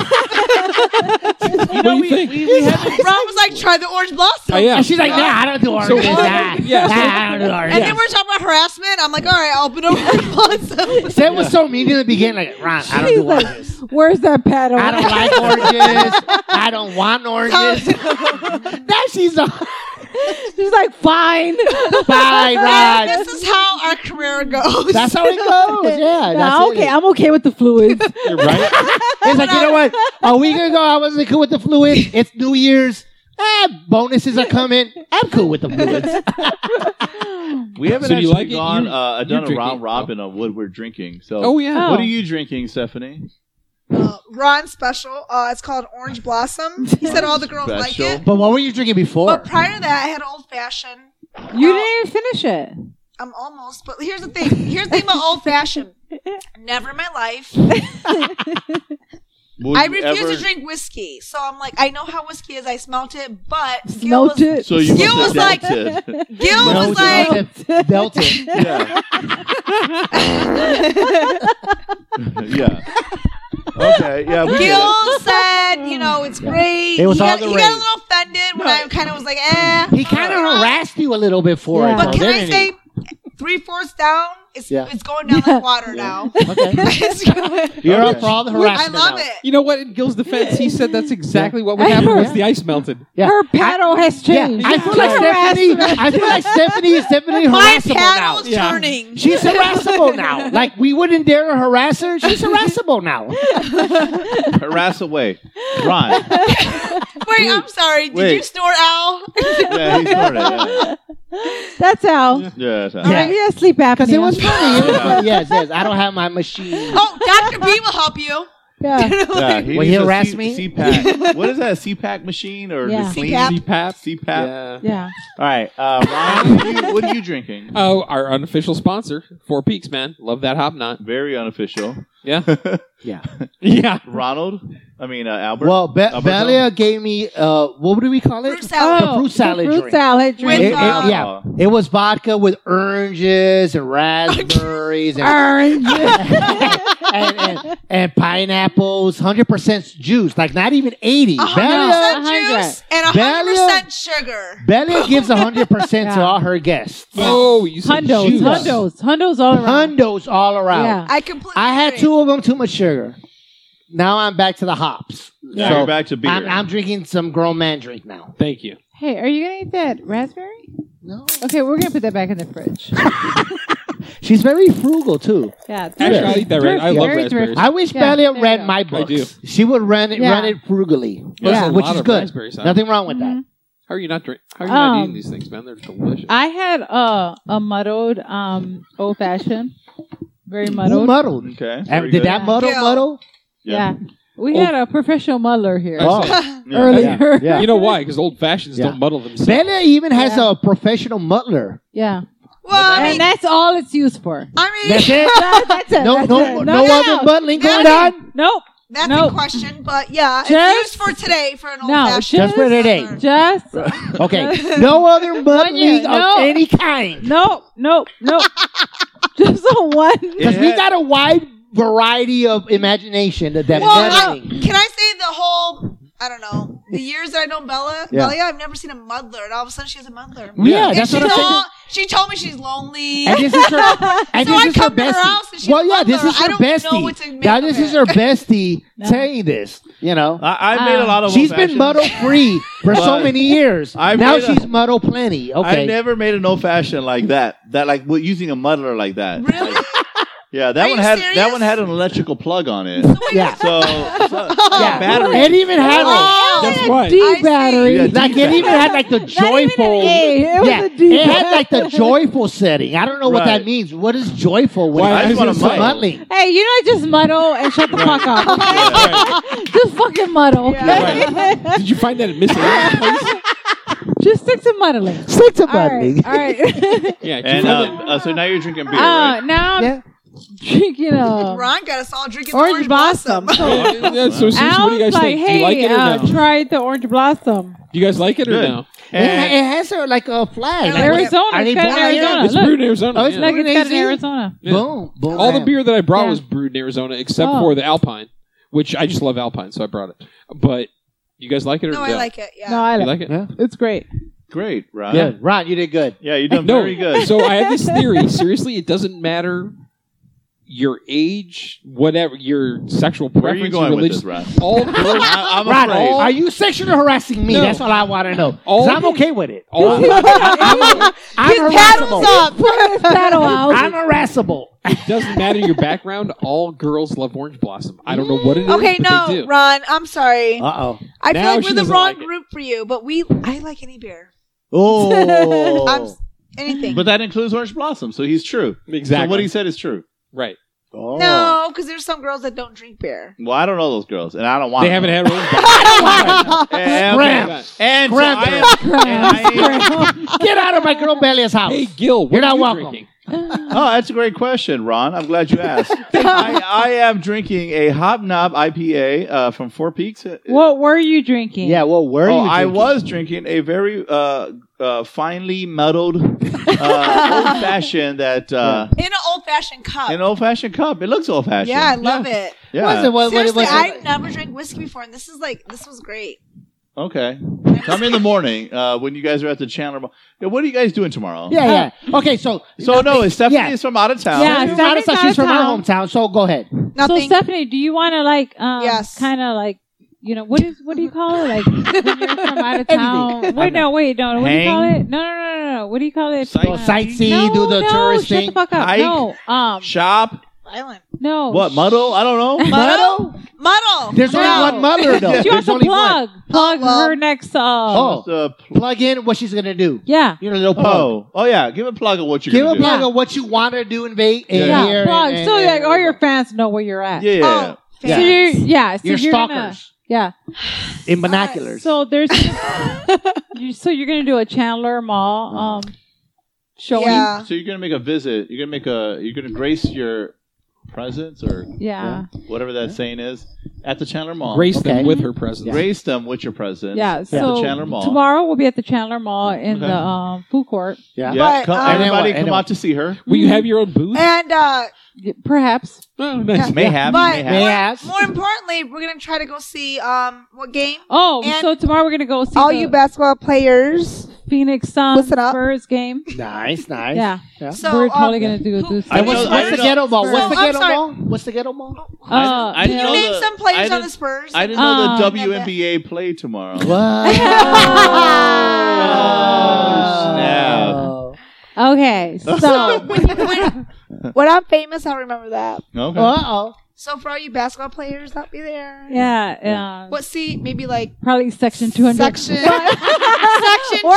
Speaker 1: know,
Speaker 5: do you
Speaker 1: we,
Speaker 5: think?
Speaker 1: we, we haven't.
Speaker 2: Ron was like, try the orange blossom.
Speaker 5: I am.
Speaker 4: and she's like, nah, I don't do oranges.
Speaker 5: So-
Speaker 4: nah,
Speaker 5: Yeah, so-
Speaker 4: nah, I don't do
Speaker 2: And
Speaker 4: oranges.
Speaker 2: then we're talking about harassment. I'm like, all right, I'll open up orange blossom.
Speaker 4: Sam was so mean in the beginning, like, Ron, I don't
Speaker 3: She's
Speaker 4: do
Speaker 3: like,
Speaker 4: oranges.
Speaker 3: where's that paddle?
Speaker 4: I don't like oranges. I don't want oranges. now she's on.
Speaker 3: She's like, fine.
Speaker 4: Bye, Rod.
Speaker 2: Uh, This is how our career goes.
Speaker 4: That's how it goes. Yeah. That's
Speaker 3: Nah, okay,
Speaker 4: It.
Speaker 3: I'm okay with the fluids.
Speaker 5: You're right.
Speaker 4: It's like you know what? A week ago I wasn't cool with the fluid. It's New Year's. Ah, bonuses are coming. I'm cool with the fluids.
Speaker 1: We haven't
Speaker 5: So do
Speaker 1: actually
Speaker 5: you like it?
Speaker 1: gone
Speaker 5: You-
Speaker 1: uh,
Speaker 5: you're
Speaker 1: done a round
Speaker 5: drinking.
Speaker 1: robin on what we're drinking. So,
Speaker 5: Oh yeah.
Speaker 1: what are you drinking, Stephanie?
Speaker 2: Uh, Ron special. Uh, it's called Orange Blossom. He said all the girls like
Speaker 1: Special.
Speaker 2: it.
Speaker 4: But what were you drinking before?
Speaker 2: But prior to that, I had old fashioned.
Speaker 3: Oh, you didn't even finish it.
Speaker 2: I'm almost. But here's the thing. Here's the thing about old fashioned. Never in my life.
Speaker 1: Would
Speaker 2: I
Speaker 1: you
Speaker 2: refuse
Speaker 1: ever-
Speaker 2: to drink whiskey. So I'm like, I know how whiskey is. I smelt it, but Gil
Speaker 3: Smelt
Speaker 2: was,
Speaker 3: it.
Speaker 1: So you
Speaker 2: You
Speaker 1: must
Speaker 2: was like-
Speaker 1: have dealt it.
Speaker 2: Gil was like,
Speaker 4: Delta. Delta. Delta.
Speaker 1: yeah. yeah. Okay. Yeah. We get it.
Speaker 2: Gil said, you know, it's great.
Speaker 4: It was
Speaker 2: he,
Speaker 4: all
Speaker 2: got,
Speaker 4: the
Speaker 2: he got
Speaker 4: rage.
Speaker 2: a little offended when I kind of was like, eh.
Speaker 4: He kind of harassed you a little bit for
Speaker 3: Yeah.
Speaker 4: it.
Speaker 2: But
Speaker 4: though,
Speaker 2: can I
Speaker 4: didn't
Speaker 2: say, three fourths down, it's
Speaker 4: Yeah.
Speaker 2: it's going down like water now.
Speaker 4: he? Okay.
Speaker 2: It's going-
Speaker 4: You're
Speaker 1: Okay.
Speaker 4: up for all the
Speaker 2: I
Speaker 4: harassment.
Speaker 2: love
Speaker 4: now.
Speaker 2: it.
Speaker 5: You know what? In Gil's defense, he said that's exactly what would happen once the ice melted.
Speaker 4: Yeah.
Speaker 3: Her paddle has
Speaker 4: Yeah,
Speaker 3: changed.
Speaker 4: I feel like Stephanie. I feel like Stephanie is definitely
Speaker 2: My
Speaker 4: harassable now.
Speaker 2: paddle's
Speaker 5: Yeah.
Speaker 2: turning.
Speaker 4: She's harassable now. Like we wouldn't dare harass her. She's harassable now.
Speaker 1: Harass away. Ron.
Speaker 2: Wait, I'm sorry. Did
Speaker 1: Wait.
Speaker 2: you snort Al?
Speaker 1: Yeah, he started. Yeah.
Speaker 3: That's how.
Speaker 1: Yeah,
Speaker 3: All
Speaker 1: yeah.
Speaker 3: right, yeah, sleep apnea.
Speaker 4: Because it was funny. It was
Speaker 1: Yeah.
Speaker 4: funny. Yes, yes. I don't have my machine.
Speaker 2: Oh, Dr. B will help you.
Speaker 3: Yeah.
Speaker 1: yeah he
Speaker 4: Will he
Speaker 1: needs a
Speaker 4: harass
Speaker 1: C-
Speaker 4: me?
Speaker 1: CPAC. what is that? A CPAC machine or
Speaker 3: Yeah.
Speaker 1: the clean-
Speaker 2: CPAP.
Speaker 5: CPAP.
Speaker 1: CPAP.
Speaker 5: Yeah.
Speaker 3: Yeah.
Speaker 1: All right, uh, Ron. what, are you, what are you drinking?
Speaker 4: Uh,
Speaker 5: Oh, our unofficial sponsor, Four Peaks, man. Love that hop knot.
Speaker 1: Very unofficial.
Speaker 5: Yeah.
Speaker 4: Yeah.
Speaker 5: Yeah.
Speaker 1: Ronald. I mean uh, Albert.
Speaker 4: Well, Be-
Speaker 1: Albert
Speaker 4: Belia gave me. Uh, what do we call it?
Speaker 2: Fruit salad.
Speaker 4: The fruit salad
Speaker 3: Oh, the fruit
Speaker 4: drink.
Speaker 3: salad drink.
Speaker 4: It- it-
Speaker 2: uh,
Speaker 4: yeah, it was vodka with oranges and raspberries and, and, and, and pineapples, hundred percent juice, like not even eighty. Belia,
Speaker 2: 100%
Speaker 3: Yeah,
Speaker 2: juice and 100% sugar.
Speaker 4: Belia gives hundred percent to
Speaker 3: Yeah.
Speaker 4: all her guests.
Speaker 5: Oh, you said
Speaker 3: Hundos,
Speaker 5: juice.
Speaker 3: hundos, hundos all around.
Speaker 4: Hundos all around.
Speaker 3: Yeah.
Speaker 2: I completely
Speaker 4: I had
Speaker 2: agree.
Speaker 4: two of them, too much sugar. Now I'm back to the hops.
Speaker 1: Now you're back to beer.
Speaker 4: I'm, I'm drinking some grown man drink now.
Speaker 5: Thank you.
Speaker 3: Hey, are you gonna eat that raspberry?
Speaker 4: No,
Speaker 3: Okay, we're gonna put that back in the fridge.
Speaker 4: she's very frugal too.
Speaker 3: Yeah.
Speaker 5: Actually, I'll eat that. Right. I love
Speaker 3: Very
Speaker 5: raspberries.
Speaker 3: thrifty.
Speaker 4: I wish
Speaker 3: Yeah,
Speaker 4: Belia
Speaker 3: there you
Speaker 4: read
Speaker 3: go.
Speaker 4: my
Speaker 5: I
Speaker 4: books.
Speaker 5: do.
Speaker 4: She would run it,
Speaker 3: Yeah.
Speaker 4: run it frugally,
Speaker 5: There's
Speaker 3: Yeah.
Speaker 5: a
Speaker 4: which
Speaker 5: lot
Speaker 4: is
Speaker 5: of
Speaker 4: good.
Speaker 5: raspberries out.
Speaker 4: Nothing wrong with
Speaker 3: Mm-hmm.
Speaker 4: that.
Speaker 5: How are you not drink? How are you not
Speaker 3: Um,
Speaker 5: eating these things, man? They're delicious.
Speaker 3: I had uh, a muddled um, old fashioned, very
Speaker 4: Who
Speaker 3: muddled.
Speaker 4: muddled?
Speaker 1: okay.
Speaker 4: And
Speaker 1: very
Speaker 4: did
Speaker 1: good.
Speaker 4: that muddle
Speaker 2: Yeah.
Speaker 4: muddle?
Speaker 3: yeah. we had a professional muddler here
Speaker 5: Oh.
Speaker 1: Yeah.
Speaker 3: earlier. Yeah.
Speaker 4: Yeah.
Speaker 5: you know why? Because old fashions
Speaker 4: Yeah.
Speaker 5: don't muddle themselves.
Speaker 4: Belia even has
Speaker 3: Yeah.
Speaker 4: a professional muddler.
Speaker 2: Well, I
Speaker 3: and
Speaker 2: mean,
Speaker 3: that's all it's used for.
Speaker 2: I mean,
Speaker 4: That's it.
Speaker 3: That- that's it.
Speaker 4: No,
Speaker 3: that's
Speaker 4: no,
Speaker 3: it.
Speaker 4: no, other muddling
Speaker 2: That
Speaker 4: going
Speaker 2: is-
Speaker 4: on.
Speaker 3: Nope.
Speaker 2: that's
Speaker 3: No.
Speaker 2: a question, but yeah,
Speaker 3: Just-
Speaker 2: it's used for today for an old
Speaker 3: No,
Speaker 2: fashioned.
Speaker 4: Just for today.
Speaker 3: Just
Speaker 4: Okay, no other muddling
Speaker 3: no.
Speaker 4: of any kind.
Speaker 3: nope, nope, nope. Just a one.
Speaker 4: Because
Speaker 1: It
Speaker 4: we
Speaker 1: had-
Speaker 4: got a wide variety of imagination that that
Speaker 2: Well, I,
Speaker 4: muddling.
Speaker 2: can I say the whole? I don't know. The years that I know Bella,
Speaker 4: Yeah.
Speaker 2: Bella, I've never seen a muddler, and all of a sudden she's a muddler.
Speaker 4: Yeah,
Speaker 2: And
Speaker 4: that's
Speaker 2: she's
Speaker 4: what I'm saying.
Speaker 2: all- She told me she's lonely.
Speaker 4: And this is her. And
Speaker 2: So
Speaker 4: this
Speaker 2: I
Speaker 4: is her
Speaker 2: come to her
Speaker 4: bestie.
Speaker 2: house and she's
Speaker 4: well, yeah, this
Speaker 2: mother.
Speaker 4: is her
Speaker 2: I don't know what to
Speaker 4: bestie.
Speaker 2: make
Speaker 4: Now
Speaker 2: of
Speaker 4: this is
Speaker 2: it.
Speaker 4: her bestie
Speaker 3: No.
Speaker 4: saying this. You know,
Speaker 1: I, I made a lot of.
Speaker 4: Uh, she's
Speaker 1: old-fashioned.
Speaker 4: been muddle free for so
Speaker 1: But-
Speaker 4: many years.
Speaker 1: I
Speaker 4: now
Speaker 1: made a-
Speaker 4: she's muddle plenty. Okay,
Speaker 1: I never made an old fashioned like that. That like w- using a muddler like that.
Speaker 2: Really?
Speaker 1: Like, yeah, that
Speaker 2: Are
Speaker 1: one
Speaker 2: you
Speaker 1: had that
Speaker 2: serious?
Speaker 1: one had an electrical plug on it.
Speaker 4: yeah,
Speaker 1: So, so
Speaker 4: yeah.
Speaker 1: battery.
Speaker 4: It even had like,
Speaker 2: Oh,
Speaker 5: That's
Speaker 2: yeah.
Speaker 5: right.
Speaker 2: I
Speaker 3: D
Speaker 2: see.
Speaker 3: battery.
Speaker 1: Yeah,
Speaker 4: like it even had like the
Speaker 3: Not even
Speaker 4: joyful.
Speaker 3: an A. It was
Speaker 4: yeah,
Speaker 3: a D.
Speaker 4: it had like the joyful setting. I don't know what
Speaker 1: Right.
Speaker 4: that means. What is joyful? When
Speaker 5: Why,
Speaker 1: I
Speaker 4: it
Speaker 1: just
Speaker 4: comes
Speaker 1: wanna
Speaker 4: to
Speaker 1: muddle.
Speaker 4: muddling?
Speaker 3: Hey, you know, just muddle and shut the fuck up. okay? just fucking muddle.
Speaker 2: Yeah.
Speaker 5: Did you find that in miscellaneous? place?
Speaker 3: just stick to muddling.
Speaker 4: Stick to
Speaker 3: All right.
Speaker 4: muddling.
Speaker 3: All right.
Speaker 5: Yeah. did you
Speaker 1: And
Speaker 5: find
Speaker 1: uh, uh, so now you're drinking beer.
Speaker 3: uh,
Speaker 1: right?
Speaker 3: now I'm
Speaker 4: Yeah.
Speaker 3: drinking a
Speaker 2: Ron got us all drinking
Speaker 3: orange,
Speaker 2: orange
Speaker 3: blossom. So
Speaker 5: that- Yeah, yeah, so seriously,
Speaker 3: I
Speaker 5: what do you guys
Speaker 3: was like,
Speaker 5: think? do you
Speaker 3: hey,
Speaker 5: like it or
Speaker 3: uh,
Speaker 5: no?
Speaker 3: try the orange blossom.
Speaker 5: do you guys like it or
Speaker 1: Good.
Speaker 5: no?
Speaker 4: It,
Speaker 1: And
Speaker 4: it has her like a flag.
Speaker 2: Like,
Speaker 4: Like,
Speaker 3: Arizona.
Speaker 4: are they
Speaker 3: It's got
Speaker 4: born
Speaker 3: an
Speaker 4: here?
Speaker 3: Arizona.
Speaker 5: It's
Speaker 3: Look,
Speaker 5: brewed in Arizona.
Speaker 4: Oh, it's
Speaker 5: yeah.
Speaker 3: Look, it's got an
Speaker 4: Crazy.
Speaker 3: Arizona.
Speaker 5: Yeah.
Speaker 4: boom, boom.
Speaker 5: All the
Speaker 4: bam.
Speaker 5: beer that I brought
Speaker 3: Yeah.
Speaker 5: was brewed in Arizona, except
Speaker 3: Oh.
Speaker 5: for the Alpine, which I just love Alpine, so I brought it. But you guys like it or
Speaker 2: No,
Speaker 5: no?
Speaker 2: I like it. Yeah.
Speaker 3: No,
Speaker 5: You
Speaker 3: I
Speaker 5: like
Speaker 3: like,
Speaker 5: it?
Speaker 4: Yeah.
Speaker 3: it. It's great.
Speaker 1: great, Ron.
Speaker 4: Good, Ron, you did good.
Speaker 1: Yeah, you done
Speaker 5: no.
Speaker 1: very good.
Speaker 5: So I have this theory. Seriously, it doesn't matter your age, whatever your sexual
Speaker 1: Where are you
Speaker 5: preference, your
Speaker 1: going with
Speaker 5: religion,
Speaker 1: this, Rat?
Speaker 5: all girls,
Speaker 1: I, I'm
Speaker 4: Ron,
Speaker 1: afraid.
Speaker 4: are you sexually harassing me?
Speaker 5: No.
Speaker 4: That's all I want to know. 'Cause
Speaker 5: All
Speaker 4: I'm
Speaker 5: the-
Speaker 4: okay with it.
Speaker 5: all
Speaker 4: I'm, I'm harassable.
Speaker 3: Battle out.
Speaker 4: I'm harassable.
Speaker 5: it doesn't matter your background. All girls love Orange Blossom. I don't know what it is.
Speaker 2: Okay,
Speaker 5: but they
Speaker 2: no,
Speaker 5: do.
Speaker 2: Ron, I'm sorry.
Speaker 4: Uh oh.
Speaker 2: I feel
Speaker 5: now
Speaker 2: like
Speaker 5: she
Speaker 2: we're the
Speaker 5: doesn't
Speaker 2: wrong
Speaker 5: like it.
Speaker 2: group for you, but we I like any beer.
Speaker 1: Oh.
Speaker 2: I'm s- anything.
Speaker 1: But that includes Orange Blossom, so he's true.
Speaker 5: exactly.
Speaker 1: So what he said is true.
Speaker 5: right.
Speaker 2: no, because there's some girls that don't drink beer.
Speaker 1: Well, I don't know those girls, and I don't want.
Speaker 5: They
Speaker 1: them.
Speaker 5: haven't had Orange Blossom.
Speaker 4: Oh
Speaker 1: And,
Speaker 4: Graham.
Speaker 1: and so
Speaker 4: Graham.
Speaker 1: I am- and I am-
Speaker 4: Get out of my girl Belia's house.
Speaker 5: hey, Gil, what
Speaker 4: You're
Speaker 5: are
Speaker 4: not
Speaker 5: you
Speaker 4: welcome.
Speaker 5: drinking?
Speaker 1: oh, that's a great question, Ron. I'm glad you asked. I, I am drinking a Hobnob IPA uh, from Four Peaks.
Speaker 3: What were you drinking?
Speaker 4: Yeah, well, where are
Speaker 1: Oh,
Speaker 4: you?
Speaker 1: I
Speaker 4: drinking?
Speaker 1: was drinking a very uh, uh, finely muddled uh, old fashioned that uh,
Speaker 2: In an old fashioned cup.
Speaker 1: an old fashioned cup. It looks old fashioned.
Speaker 2: yeah, I love it.
Speaker 1: Yeah.
Speaker 4: Was it? What, what-
Speaker 2: Seriously,
Speaker 4: what-
Speaker 2: I've never drank whiskey before, and this is like this was great.
Speaker 1: Okay. Come in the morning uh, when you guys are at the Chandler. Mall. Yeah, what are you guys doing tomorrow?
Speaker 4: yeah, yeah. Okay, so
Speaker 1: So no, it's Stephanie
Speaker 4: Yeah.
Speaker 1: is from out of town.
Speaker 3: Yeah,
Speaker 4: She's,
Speaker 3: Stephanie's
Speaker 4: not a-
Speaker 3: out
Speaker 4: she's
Speaker 3: of
Speaker 4: from my
Speaker 3: town.
Speaker 4: hometown, so go ahead.
Speaker 3: So
Speaker 2: Nothing.
Speaker 3: Stephanie, do you want to like, um,
Speaker 2: Yes.
Speaker 3: kind of like, you know, what is what do you call it? Like when you're from out of town. Wait, no, wait, no. What do you call
Speaker 1: Hang?
Speaker 3: it? No, no, no, no, no. What do you call it?
Speaker 1: Sight-
Speaker 4: Go
Speaker 1: Uh,
Speaker 4: sightsee,
Speaker 3: no,
Speaker 4: do the
Speaker 3: no,
Speaker 4: tourist
Speaker 3: shut
Speaker 4: thing.
Speaker 3: the fuck up.
Speaker 1: Hike?
Speaker 3: No, um,
Speaker 1: Shop.
Speaker 2: Island.
Speaker 4: Oh,
Speaker 3: no.
Speaker 1: What muddle? I don't know.
Speaker 2: Muddle? Muddle. Oh,
Speaker 4: There's
Speaker 3: No.
Speaker 4: only one mother though.
Speaker 3: You have
Speaker 4: There's
Speaker 3: to
Speaker 4: only one.
Speaker 3: plug, plug
Speaker 2: well.
Speaker 3: her next. Uh,
Speaker 4: Oh.
Speaker 1: The
Speaker 4: Plug in what she's gonna do.
Speaker 3: yeah.
Speaker 4: You know, little plug.
Speaker 1: Oh, oh yeah. Give a plug of what you're
Speaker 4: Give a
Speaker 1: gonna
Speaker 4: plug
Speaker 3: Yeah.
Speaker 4: of what you want to do in Vegas. Yeah,
Speaker 3: Yeah,
Speaker 4: here,
Speaker 3: plug.
Speaker 4: and-
Speaker 3: so
Speaker 4: and-
Speaker 3: like, all your fans know where you're at.
Speaker 1: do. Yeah.
Speaker 2: Oh,
Speaker 3: So you're, yeah. So
Speaker 4: Your
Speaker 3: you're gonna,
Speaker 4: stalkers
Speaker 3: yeah.
Speaker 4: in binoculars.
Speaker 3: So there's. you, so you're gonna do a Chandler Mall um showing. Yeah.
Speaker 4: Oh.
Speaker 2: yeah.
Speaker 1: So you're gonna make a visit. You're gonna make a. You're gonna grace your presence or
Speaker 3: Yeah.
Speaker 1: whatever that saying is at the Chandler Mall.
Speaker 5: Grace
Speaker 4: Okay.
Speaker 5: them with her presence.
Speaker 1: Grace them with your presence. At
Speaker 3: So
Speaker 1: the Chandler Mall.
Speaker 3: tomorrow we'll be at the Chandler Mall in
Speaker 1: Okay.
Speaker 3: the um, food court,
Speaker 1: Yeah.
Speaker 2: But,
Speaker 1: come,
Speaker 2: um,
Speaker 1: everybody
Speaker 4: And then what?
Speaker 1: come
Speaker 4: And then
Speaker 1: out to see her.
Speaker 5: Will you
Speaker 4: Mm-hmm.
Speaker 5: have your own booth?
Speaker 4: Eh.
Speaker 2: And uh,
Speaker 3: Y- perhaps.
Speaker 5: Oh, nice.
Speaker 1: Mayhap.
Speaker 2: But-
Speaker 1: mayhap.
Speaker 4: Yes.
Speaker 2: more importantly, we're gonna try to go see um what game?
Speaker 3: Oh,
Speaker 2: And-
Speaker 3: so tomorrow we're gonna go see
Speaker 2: All
Speaker 3: the
Speaker 2: you basketball players.
Speaker 3: Phoenix Suns
Speaker 2: Listen up.
Speaker 3: Spurs game.
Speaker 4: Nice, nice.
Speaker 3: Yeah,
Speaker 4: Yeah.
Speaker 2: So
Speaker 3: we're totally
Speaker 2: um,
Speaker 3: gonna do Uh,
Speaker 2: who-
Speaker 3: do
Speaker 1: I
Speaker 4: And
Speaker 1: know-
Speaker 4: what's,
Speaker 1: I
Speaker 4: what's the
Speaker 1: know-
Speaker 4: ghetto ball?
Speaker 2: So,
Speaker 4: What's the
Speaker 2: I'm
Speaker 4: ghetto
Speaker 2: sorry.
Speaker 4: ball? What's the ghetto ball?
Speaker 3: Uh,
Speaker 1: I
Speaker 2: Can you
Speaker 1: know
Speaker 2: name
Speaker 1: the-
Speaker 2: some
Speaker 1: I
Speaker 2: players on
Speaker 1: didn't-
Speaker 2: the Spurs?
Speaker 1: I didn't
Speaker 3: Uh,
Speaker 4: Um,
Speaker 1: know the WNBA play tomorrow.
Speaker 4: Oh, Wow.
Speaker 3: okay, so
Speaker 2: when, when- when I'm famous, I'll remember that.
Speaker 1: Okay.
Speaker 4: Uh oh.
Speaker 2: So for all you basketball players, I'll be there.
Speaker 3: yeah, uh,
Speaker 2: What seat? Maybe like
Speaker 3: probably section two hundred.
Speaker 2: section section
Speaker 3: Or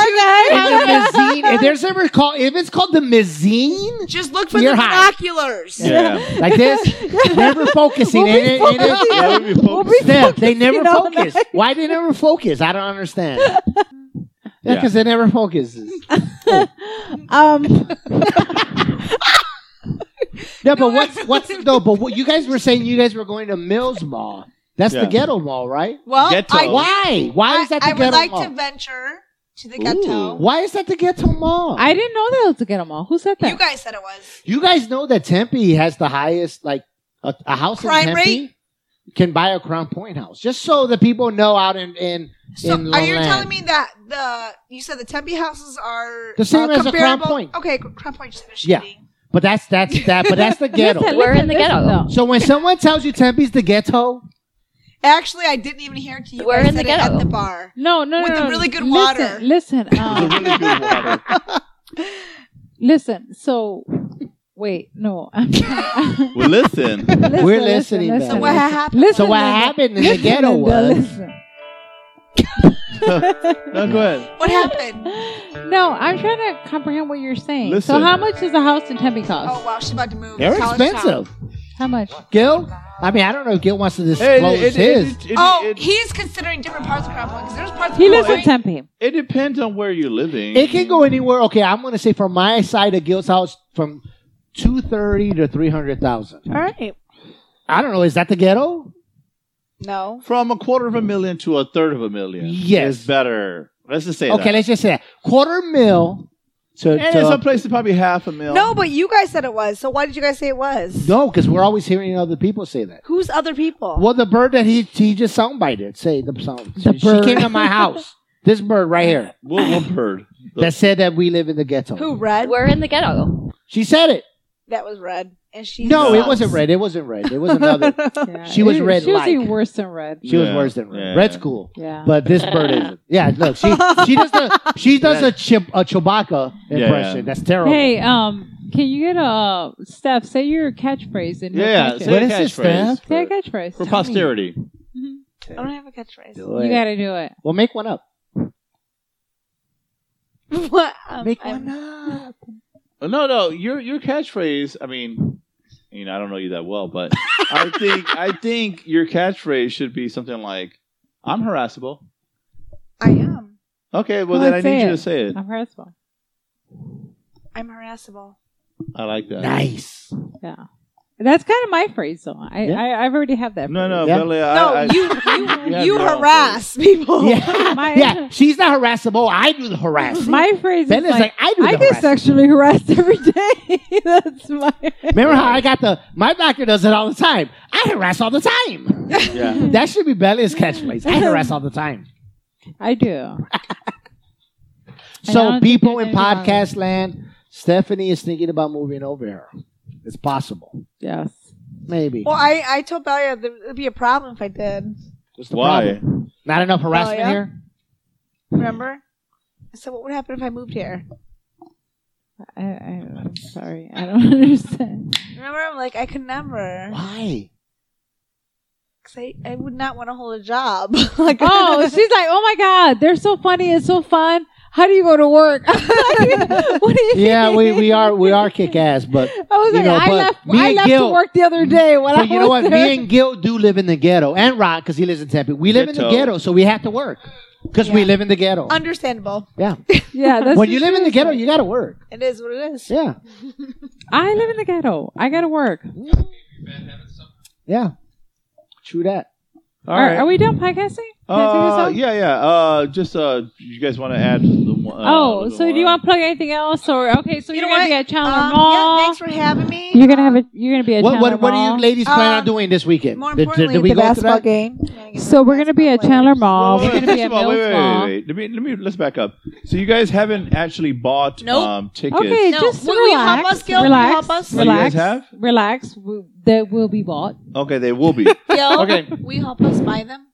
Speaker 2: two.
Speaker 4: And the mezzine, if there's ever called, if it's called the mezzine,
Speaker 2: Just look for
Speaker 4: You're
Speaker 2: the
Speaker 4: high.
Speaker 2: binoculars.
Speaker 1: Yeah.
Speaker 4: like this, never focusing.
Speaker 3: We'll be
Speaker 4: It- it- it is-
Speaker 1: That would be
Speaker 3: We'll
Speaker 1: focused.
Speaker 3: be
Speaker 4: Them, they never
Speaker 3: you know,
Speaker 4: focus. Why they never focus? I don't understand. Yeah, because they never focus.
Speaker 3: Um,
Speaker 4: Yeah, but what's what's no? But what you guys were saying? You guys were going to Mills Mall. That's the
Speaker 1: Yeah.
Speaker 4: ghetto mall, right?
Speaker 2: Well,
Speaker 1: Ghetto.
Speaker 2: I,
Speaker 4: Why? Why
Speaker 2: I,
Speaker 4: is that the
Speaker 2: I
Speaker 4: ghetto
Speaker 2: would like
Speaker 4: mall?
Speaker 2: to venture to the
Speaker 1: Ooh.
Speaker 2: ghetto.
Speaker 4: Why is that the ghetto mall?
Speaker 3: I didn't know that was the ghetto mall. Who said that?
Speaker 2: You guys said it was.
Speaker 4: you guys know that Tempe has the highest, like a, a house
Speaker 2: Crime
Speaker 4: in Tempe
Speaker 2: rate?
Speaker 4: can buy a Crown Point house. Just so the people know out in, in
Speaker 2: So
Speaker 4: In
Speaker 2: are you
Speaker 4: Lowland.
Speaker 2: telling me that the you said the Tempe houses are
Speaker 4: The same
Speaker 2: uh,
Speaker 4: as a Crown
Speaker 2: comparable?
Speaker 4: Point.
Speaker 2: Okay, Crown Point just finished
Speaker 4: Yeah.
Speaker 2: shooting.
Speaker 4: but that's that's that. But that's the
Speaker 3: Listen,
Speaker 4: ghetto.
Speaker 7: We're in the
Speaker 3: listen,
Speaker 7: ghetto.
Speaker 3: listen,
Speaker 4: So when someone tells you Tempe's the ghetto,
Speaker 2: Actually, I didn't even hear it to you.
Speaker 7: We're
Speaker 2: I
Speaker 7: in
Speaker 2: said
Speaker 7: the
Speaker 2: it at
Speaker 7: ghetto.
Speaker 2: the bar.
Speaker 3: No, no, no,
Speaker 2: With the
Speaker 3: no.
Speaker 2: really good
Speaker 3: listen,
Speaker 2: water.
Speaker 3: Listen, um,
Speaker 1: It's a really good water.
Speaker 3: listen. So, wait, no. listen,
Speaker 1: Well, listen.
Speaker 4: We're listening,
Speaker 3: Listen,
Speaker 4: Beth.
Speaker 2: So what
Speaker 4: Listen.
Speaker 2: happened?
Speaker 3: listen,
Speaker 4: so what
Speaker 3: Linda.
Speaker 4: happened in the
Speaker 3: Listen,
Speaker 4: ghetto
Speaker 3: Linda,
Speaker 4: was
Speaker 3: listen.
Speaker 1: No, go ahead.
Speaker 2: What happened?
Speaker 3: No, I'm trying to comprehend what you're saying.
Speaker 1: Listen.
Speaker 3: So, how much does a house in Tempe cost?
Speaker 2: Oh wow, she's about to move.
Speaker 4: they're
Speaker 2: College town.
Speaker 4: expensive.
Speaker 3: How much?
Speaker 4: Gil, I mean, I don't know if Gil wants to
Speaker 1: Hey,
Speaker 4: disclose
Speaker 1: it, it,
Speaker 4: his.
Speaker 1: it, it,
Speaker 2: Oh,
Speaker 1: it,
Speaker 2: he's considering different parts of Crown Point because there's parts.
Speaker 3: He
Speaker 2: of
Speaker 3: lives
Speaker 2: Crown
Speaker 3: in
Speaker 2: Point.
Speaker 3: Tempe.
Speaker 1: it depends on where you're living.
Speaker 4: It can go anywhere. Okay, I'm going to say from my side of Gil's house from two thirty to three hundred thousand.
Speaker 2: All right.
Speaker 4: I don't know. Is that the ghetto?
Speaker 2: No.
Speaker 1: from a quarter of a million to a third of a million.
Speaker 4: Yes.
Speaker 1: is better. Let's just say
Speaker 4: Okay,
Speaker 1: that.
Speaker 4: let's just say that. quarter mil. To,
Speaker 1: And
Speaker 4: to-
Speaker 1: in some places, probably half a mil.
Speaker 2: No, but you guys said it was. So why did you guys say it was?
Speaker 4: no, because we're always hearing other people say that.
Speaker 2: Who's other people?
Speaker 4: Well, the bird that he he just soundbited say the sound.
Speaker 3: The
Speaker 4: she
Speaker 3: bird.
Speaker 4: came to my house. This bird right here
Speaker 1: What, what bird?
Speaker 4: that said that we live in the ghetto.
Speaker 2: Who? Red.
Speaker 7: We're in the ghetto.
Speaker 4: She said it.
Speaker 2: That was Red. and she
Speaker 4: No, it
Speaker 2: sucks.
Speaker 4: wasn't red. It wasn't red. It was another.
Speaker 3: Yeah,
Speaker 4: She was
Speaker 3: it-
Speaker 4: red
Speaker 3: She was
Speaker 4: like.
Speaker 3: even worse than red.
Speaker 4: She was
Speaker 1: Yeah,
Speaker 4: worse than red.
Speaker 1: yeah.
Speaker 4: Red's cool,
Speaker 3: Yeah.
Speaker 4: but this bird isn't. Yeah, look, she she does a she does a chip a
Speaker 1: Yeah,
Speaker 4: Chewbacca
Speaker 1: yeah.
Speaker 4: impression. That's terrible.
Speaker 3: hey, um, can you get a uh, Steph? Say your catchphrase and
Speaker 1: Yeah,
Speaker 3: Say,
Speaker 1: say
Speaker 4: What
Speaker 1: a
Speaker 4: is this,
Speaker 1: catchphrase
Speaker 4: Steph?
Speaker 3: say a
Speaker 1: for,
Speaker 3: catchphrase
Speaker 1: for
Speaker 3: Tell me.
Speaker 1: posterity.
Speaker 3: Mhm.
Speaker 2: I don't have a catchphrase.
Speaker 4: Do
Speaker 3: You
Speaker 4: it.
Speaker 3: gotta do it.
Speaker 4: Well, make one up.
Speaker 2: what? Um,
Speaker 4: Make
Speaker 2: I'm-
Speaker 4: one up.
Speaker 1: Oh, No, no, your your catchphrase. I mean, you know, I don't know you that well, but I think I think your catchphrase should be something like, "I'm harassable."
Speaker 2: I am.
Speaker 1: Okay, well
Speaker 3: Go
Speaker 1: then I
Speaker 3: ahead,
Speaker 1: need
Speaker 3: say
Speaker 1: you
Speaker 3: it.
Speaker 1: to say it.
Speaker 3: I'm harassable.
Speaker 2: I'm harassable.
Speaker 1: I like that.
Speaker 4: Nice.
Speaker 3: That's kind of my phrase, though. I,
Speaker 4: Yeah.
Speaker 3: I I've already have that.
Speaker 1: No,
Speaker 3: phrase.
Speaker 1: no,
Speaker 4: Yeah.
Speaker 1: Billy. I,
Speaker 2: no,
Speaker 1: I,
Speaker 2: you you
Speaker 1: Yeah,
Speaker 2: you
Speaker 1: no.
Speaker 2: harass people.
Speaker 4: Yeah,
Speaker 3: My-
Speaker 4: yeah. She's not harassable. I do the harassing.
Speaker 3: My phrase
Speaker 4: ben
Speaker 3: is
Speaker 4: is
Speaker 3: like,
Speaker 4: like, I do the
Speaker 3: I get
Speaker 4: harassing.
Speaker 3: sexually harassed every day. That's my.
Speaker 4: Remember how I got the my doctor does it all the time. I harass all the time.
Speaker 1: yeah.
Speaker 4: that should be Bella's catchphrase. I harass all the time.
Speaker 3: I do. I don't
Speaker 4: So
Speaker 3: think
Speaker 4: people
Speaker 3: there's
Speaker 4: in
Speaker 3: anything wrong
Speaker 4: podcast land, Stephanie is thinking about moving over here. It's possible.
Speaker 3: Yes.
Speaker 4: Maybe.
Speaker 2: Well, I I told Belia there would be a problem if I did.
Speaker 4: What's the
Speaker 1: Why?
Speaker 4: problem? Not enough harassment
Speaker 2: Oh, yeah?
Speaker 4: here?
Speaker 2: Remember? I said, what would happen if I moved here?
Speaker 3: I, I, I'm sorry. I don't understand.
Speaker 2: Remember, I'm like, I could never,
Speaker 4: Why?
Speaker 2: 'Cause I, I would not want to hold a job. like,
Speaker 3: Oh, she's like, oh my god, they're so funny and so fun. How do you go to work? what do you
Speaker 4: Yeah,
Speaker 3: mean?
Speaker 4: we, we are we are kick ass, but
Speaker 3: I was
Speaker 4: you
Speaker 3: like,
Speaker 4: know,
Speaker 3: I
Speaker 4: but
Speaker 3: left.
Speaker 4: me
Speaker 3: I
Speaker 4: and
Speaker 3: left
Speaker 4: Gil- Mm-hmm.
Speaker 3: to work the other day when I
Speaker 4: but you know
Speaker 3: was
Speaker 4: what?
Speaker 3: there.
Speaker 4: Me and Gil do live in the ghetto, and Rod because he lives in Tempe. We live in the
Speaker 1: Ghetto.
Speaker 4: ghetto, so we have to work because we live in the ghetto.
Speaker 2: understandable.
Speaker 4: yeah,
Speaker 3: yeah, that's
Speaker 4: when you
Speaker 3: what
Speaker 4: live
Speaker 3: she
Speaker 4: in the
Speaker 3: was
Speaker 4: ghetto,
Speaker 3: like.
Speaker 4: you got to work.
Speaker 2: It is what it is.
Speaker 4: Yeah,
Speaker 3: I live in the ghetto. I gotta work.
Speaker 4: yeah, true that.
Speaker 1: All
Speaker 3: are,
Speaker 1: right.
Speaker 3: are we done podcasting? Can I take this
Speaker 1: Uh,
Speaker 3: off?
Speaker 1: yeah, yeah. Uh, just uh, you guys want to add? The, one- uh,
Speaker 3: oh,
Speaker 1: the
Speaker 3: so do
Speaker 1: one-
Speaker 3: you want to plug anything else or okay? So
Speaker 2: You
Speaker 3: you're
Speaker 2: know
Speaker 3: gonna
Speaker 2: what?
Speaker 3: be at Chandler
Speaker 2: Um,
Speaker 3: Mall.
Speaker 2: yeah, thanks for having me.
Speaker 3: Oh, you're gonna have a. You're gonna be at
Speaker 4: What
Speaker 3: Chandler
Speaker 4: what what do
Speaker 3: Mall.
Speaker 4: you ladies plan
Speaker 3: Uh,
Speaker 4: on
Speaker 2: Um,
Speaker 4: doing this weekend?
Speaker 2: More
Speaker 4: Did- did-
Speaker 2: importantly,
Speaker 4: did we
Speaker 2: the
Speaker 4: go through
Speaker 2: basketball
Speaker 4: that?
Speaker 2: game.
Speaker 3: So we're gonna be at Chandler Mall.
Speaker 1: Wait, wait,
Speaker 3: We're gonna be
Speaker 1: first
Speaker 3: at
Speaker 1: of all, wait,
Speaker 3: Mills
Speaker 1: wait, wait,
Speaker 3: Mall.
Speaker 1: wait, Let me, let me, let's back up. So you guys haven't actually bought
Speaker 2: Nope.
Speaker 1: um, tickets.
Speaker 3: Okay,
Speaker 2: No,
Speaker 3: just
Speaker 2: will
Speaker 3: relax.
Speaker 2: you help us, Gil? Will you
Speaker 3: relax.
Speaker 2: help us?
Speaker 1: Oh, you guys
Speaker 3: Relax.
Speaker 1: have?
Speaker 3: Relax. We- That will be bought.
Speaker 1: Okay, they will be.
Speaker 2: Gil,
Speaker 1: Okay.
Speaker 2: will you help us buy them?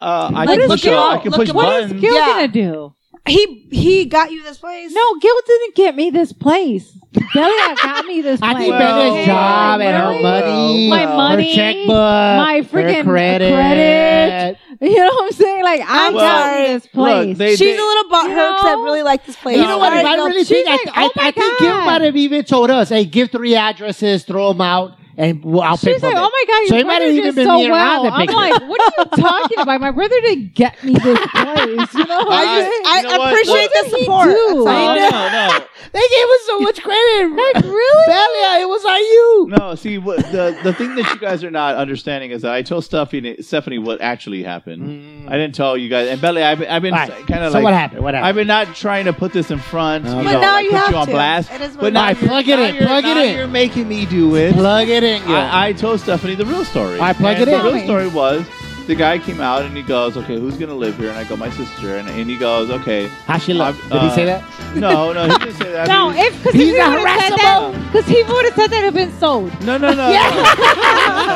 Speaker 1: Uh, I
Speaker 2: Like,
Speaker 1: can
Speaker 2: look
Speaker 1: push.
Speaker 2: at
Speaker 1: a-
Speaker 2: all-
Speaker 1: I can
Speaker 2: look
Speaker 1: push
Speaker 2: at all-
Speaker 3: What is
Speaker 1: buttons.
Speaker 3: Gil
Speaker 2: Yeah.
Speaker 3: gonna do?
Speaker 2: He he got you this place.
Speaker 3: No, Gil didn't get me this place. Delia got me this place.
Speaker 4: I need
Speaker 1: Well,
Speaker 4: Ben's
Speaker 1: okay,
Speaker 4: job and
Speaker 1: well,
Speaker 4: her money,
Speaker 3: My
Speaker 4: her
Speaker 3: money,
Speaker 4: checkbook,
Speaker 3: my freaking
Speaker 4: her credit.
Speaker 3: credit. You know what I'm saying? Like I
Speaker 2: I'm
Speaker 3: got
Speaker 2: sorry.
Speaker 3: me this place.
Speaker 1: Look, they,
Speaker 2: She's
Speaker 1: they,
Speaker 2: a little butthurt because I
Speaker 3: No.
Speaker 2: really like this place.
Speaker 4: You know what? If I
Speaker 2: Sorry, Gil.
Speaker 4: really
Speaker 3: She's
Speaker 4: think, I,
Speaker 3: like,
Speaker 4: I,
Speaker 3: oh my
Speaker 4: I think Gil
Speaker 3: God.
Speaker 4: might have even told us, "Hey, give three addresses, throw them out, and we'll- I'll pay
Speaker 3: She's
Speaker 4: for
Speaker 3: like,
Speaker 4: it."
Speaker 3: oh my god, your
Speaker 4: So it might
Speaker 3: brother
Speaker 4: have
Speaker 3: did
Speaker 4: even been
Speaker 3: so
Speaker 4: me and Ron
Speaker 3: well.
Speaker 4: that
Speaker 3: I'm
Speaker 4: picked it.
Speaker 3: like, what are you talking about? My brother didn't get me this place. You
Speaker 2: "Oh,
Speaker 3: know,
Speaker 1: I-
Speaker 3: I, just,
Speaker 2: I
Speaker 1: You know what?
Speaker 2: appreciate
Speaker 1: What
Speaker 2: the support.
Speaker 3: do?
Speaker 2: That's all.
Speaker 1: No, no,
Speaker 4: They gave us so much credit.
Speaker 3: like really.
Speaker 4: Belia, it was on you.
Speaker 1: no, no. See, what, the the thing that you guys are not understanding is that I told Stephanie, Stephanie what actually happened.
Speaker 2: Mm.
Speaker 1: I didn't tell you guys. And Belly, I've, I've been
Speaker 4: All right.
Speaker 1: kind of
Speaker 4: so
Speaker 1: like
Speaker 4: what happened? What
Speaker 1: I've
Speaker 4: happened?
Speaker 1: been not trying to put this in front,
Speaker 4: Okay.
Speaker 1: you
Speaker 4: But
Speaker 1: know,
Speaker 2: now
Speaker 1: like
Speaker 2: you
Speaker 1: put
Speaker 2: have
Speaker 1: you on
Speaker 2: to.
Speaker 1: blast.
Speaker 2: It is what
Speaker 1: but
Speaker 2: it
Speaker 1: now
Speaker 4: is.
Speaker 1: you're-
Speaker 4: Plug it
Speaker 1: now
Speaker 4: in,
Speaker 1: you're-
Speaker 4: plug it
Speaker 1: now
Speaker 4: in.
Speaker 1: You're making me do it.
Speaker 4: Plug it in, Gil.
Speaker 1: I, I told Stephanie the real story.
Speaker 4: All right, plug
Speaker 1: And
Speaker 4: it in.
Speaker 1: The real story was the guy came out and he goes, "Okay, who's gonna live here?" And I go, "My sister." And, and he goes, "Okay,
Speaker 4: How she look?
Speaker 1: I've,
Speaker 4: Did he
Speaker 1: uh,
Speaker 4: say that?
Speaker 1: no, no, he didn't say that."
Speaker 3: No,
Speaker 1: I mean,
Speaker 3: if because
Speaker 4: He's
Speaker 3: he would have said that, because he would have said that, it'd been sold.
Speaker 1: no, no, no.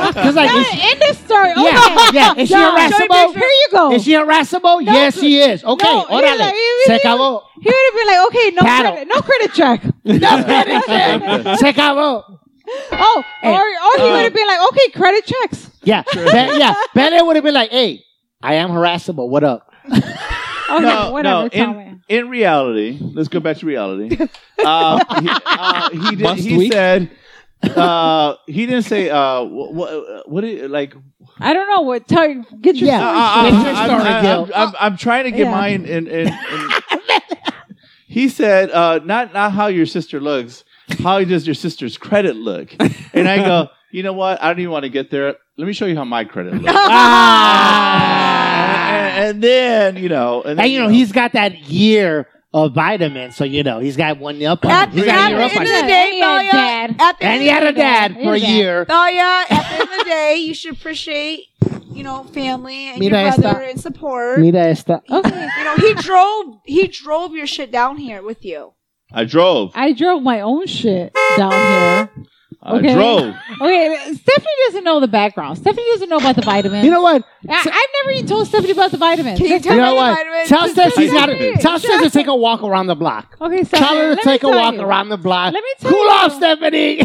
Speaker 4: Because like, is,
Speaker 3: End of story. Oh Okay.
Speaker 4: yeah, yeah. Is she
Speaker 3: Done.
Speaker 4: harassable?
Speaker 3: Here you go.
Speaker 4: Is she harassable?
Speaker 3: No,
Speaker 4: yes, she is. Okay,
Speaker 3: no, he
Speaker 4: orale.
Speaker 3: like- he-
Speaker 4: Se
Speaker 3: he-
Speaker 4: acabó.
Speaker 3: he would have been like, okay, no
Speaker 4: Cattle.
Speaker 3: credit, no credit check.
Speaker 4: Se acabó.
Speaker 3: Oh,
Speaker 4: Hey,
Speaker 3: or or he
Speaker 1: uh,
Speaker 3: would have been like, okay, credit checks.
Speaker 4: Yeah, Be- yeah. Belia would have been like, "Hey, I am harassable. What up?"
Speaker 3: Okay,
Speaker 1: no,
Speaker 3: Oh, whatever.
Speaker 1: no,
Speaker 3: tell
Speaker 1: in-
Speaker 3: me.
Speaker 1: in reality, let's go back to reality. Uh, he, uh, he, did,
Speaker 5: Must
Speaker 1: he
Speaker 5: we?
Speaker 1: said uh, he didn't say uh, what, what, what did, like.
Speaker 3: I don't know what. Tell you, get your
Speaker 4: Yeah.
Speaker 3: story
Speaker 1: Uh,
Speaker 4: Get
Speaker 1: uh,
Speaker 4: your
Speaker 1: I'm-
Speaker 4: story,
Speaker 1: I'm-
Speaker 4: Gil.
Speaker 1: I'm- I'm- I'm trying to get
Speaker 3: Yeah.
Speaker 1: mine in. in, in he said, uh, "Not not how your sister looks. How does your sister's credit look?" And I go, "You know what? I don't even want to get there. Let me show you how my credit looks."
Speaker 4: Ah.
Speaker 1: and, and then you know, and then
Speaker 4: And you know, he's got that year of vitamins, so you know he's got one up on him.
Speaker 2: At,
Speaker 4: He's
Speaker 1: Yeah,
Speaker 2: at
Speaker 4: got a year
Speaker 2: the
Speaker 4: up
Speaker 2: end
Speaker 4: on
Speaker 2: of
Speaker 4: him.
Speaker 2: the day,
Speaker 3: Yeah,
Speaker 2: Thalia,
Speaker 3: dad.
Speaker 2: at the
Speaker 4: And
Speaker 2: end
Speaker 4: he had
Speaker 2: of
Speaker 4: a
Speaker 2: the day,
Speaker 4: dad for a
Speaker 3: Yeah.
Speaker 4: year.
Speaker 2: Thalia, at the end of the day, you should appreciate, you know, family and
Speaker 4: Mira
Speaker 2: your
Speaker 4: esta.
Speaker 2: brother and support.
Speaker 4: Mira esta.
Speaker 3: Okay.
Speaker 2: You know, he drove he drove your shit down here with you.
Speaker 1: I drove.
Speaker 3: I drove my own shit down here.
Speaker 1: I
Speaker 3: Okay.
Speaker 1: drove.
Speaker 3: Okay, Stephanie doesn't know the background. Stephanie doesn't know about the vitamins.
Speaker 4: You know what?
Speaker 3: I, I've never even told Stephanie about the vitamins.
Speaker 2: Can you tell
Speaker 4: You
Speaker 2: me
Speaker 4: know
Speaker 2: the
Speaker 4: what?
Speaker 2: vitamins?
Speaker 4: Tell Steph she's
Speaker 1: I
Speaker 4: got
Speaker 1: did.
Speaker 4: to. Tell Steph to take a walk around the block.
Speaker 3: okay, Stephanie,
Speaker 4: Tell her
Speaker 3: let
Speaker 4: to
Speaker 3: me
Speaker 4: take a
Speaker 3: tell
Speaker 4: walk
Speaker 3: you.
Speaker 4: around the block.
Speaker 3: Let me tell
Speaker 4: Cool
Speaker 3: you.
Speaker 4: off, Stephanie.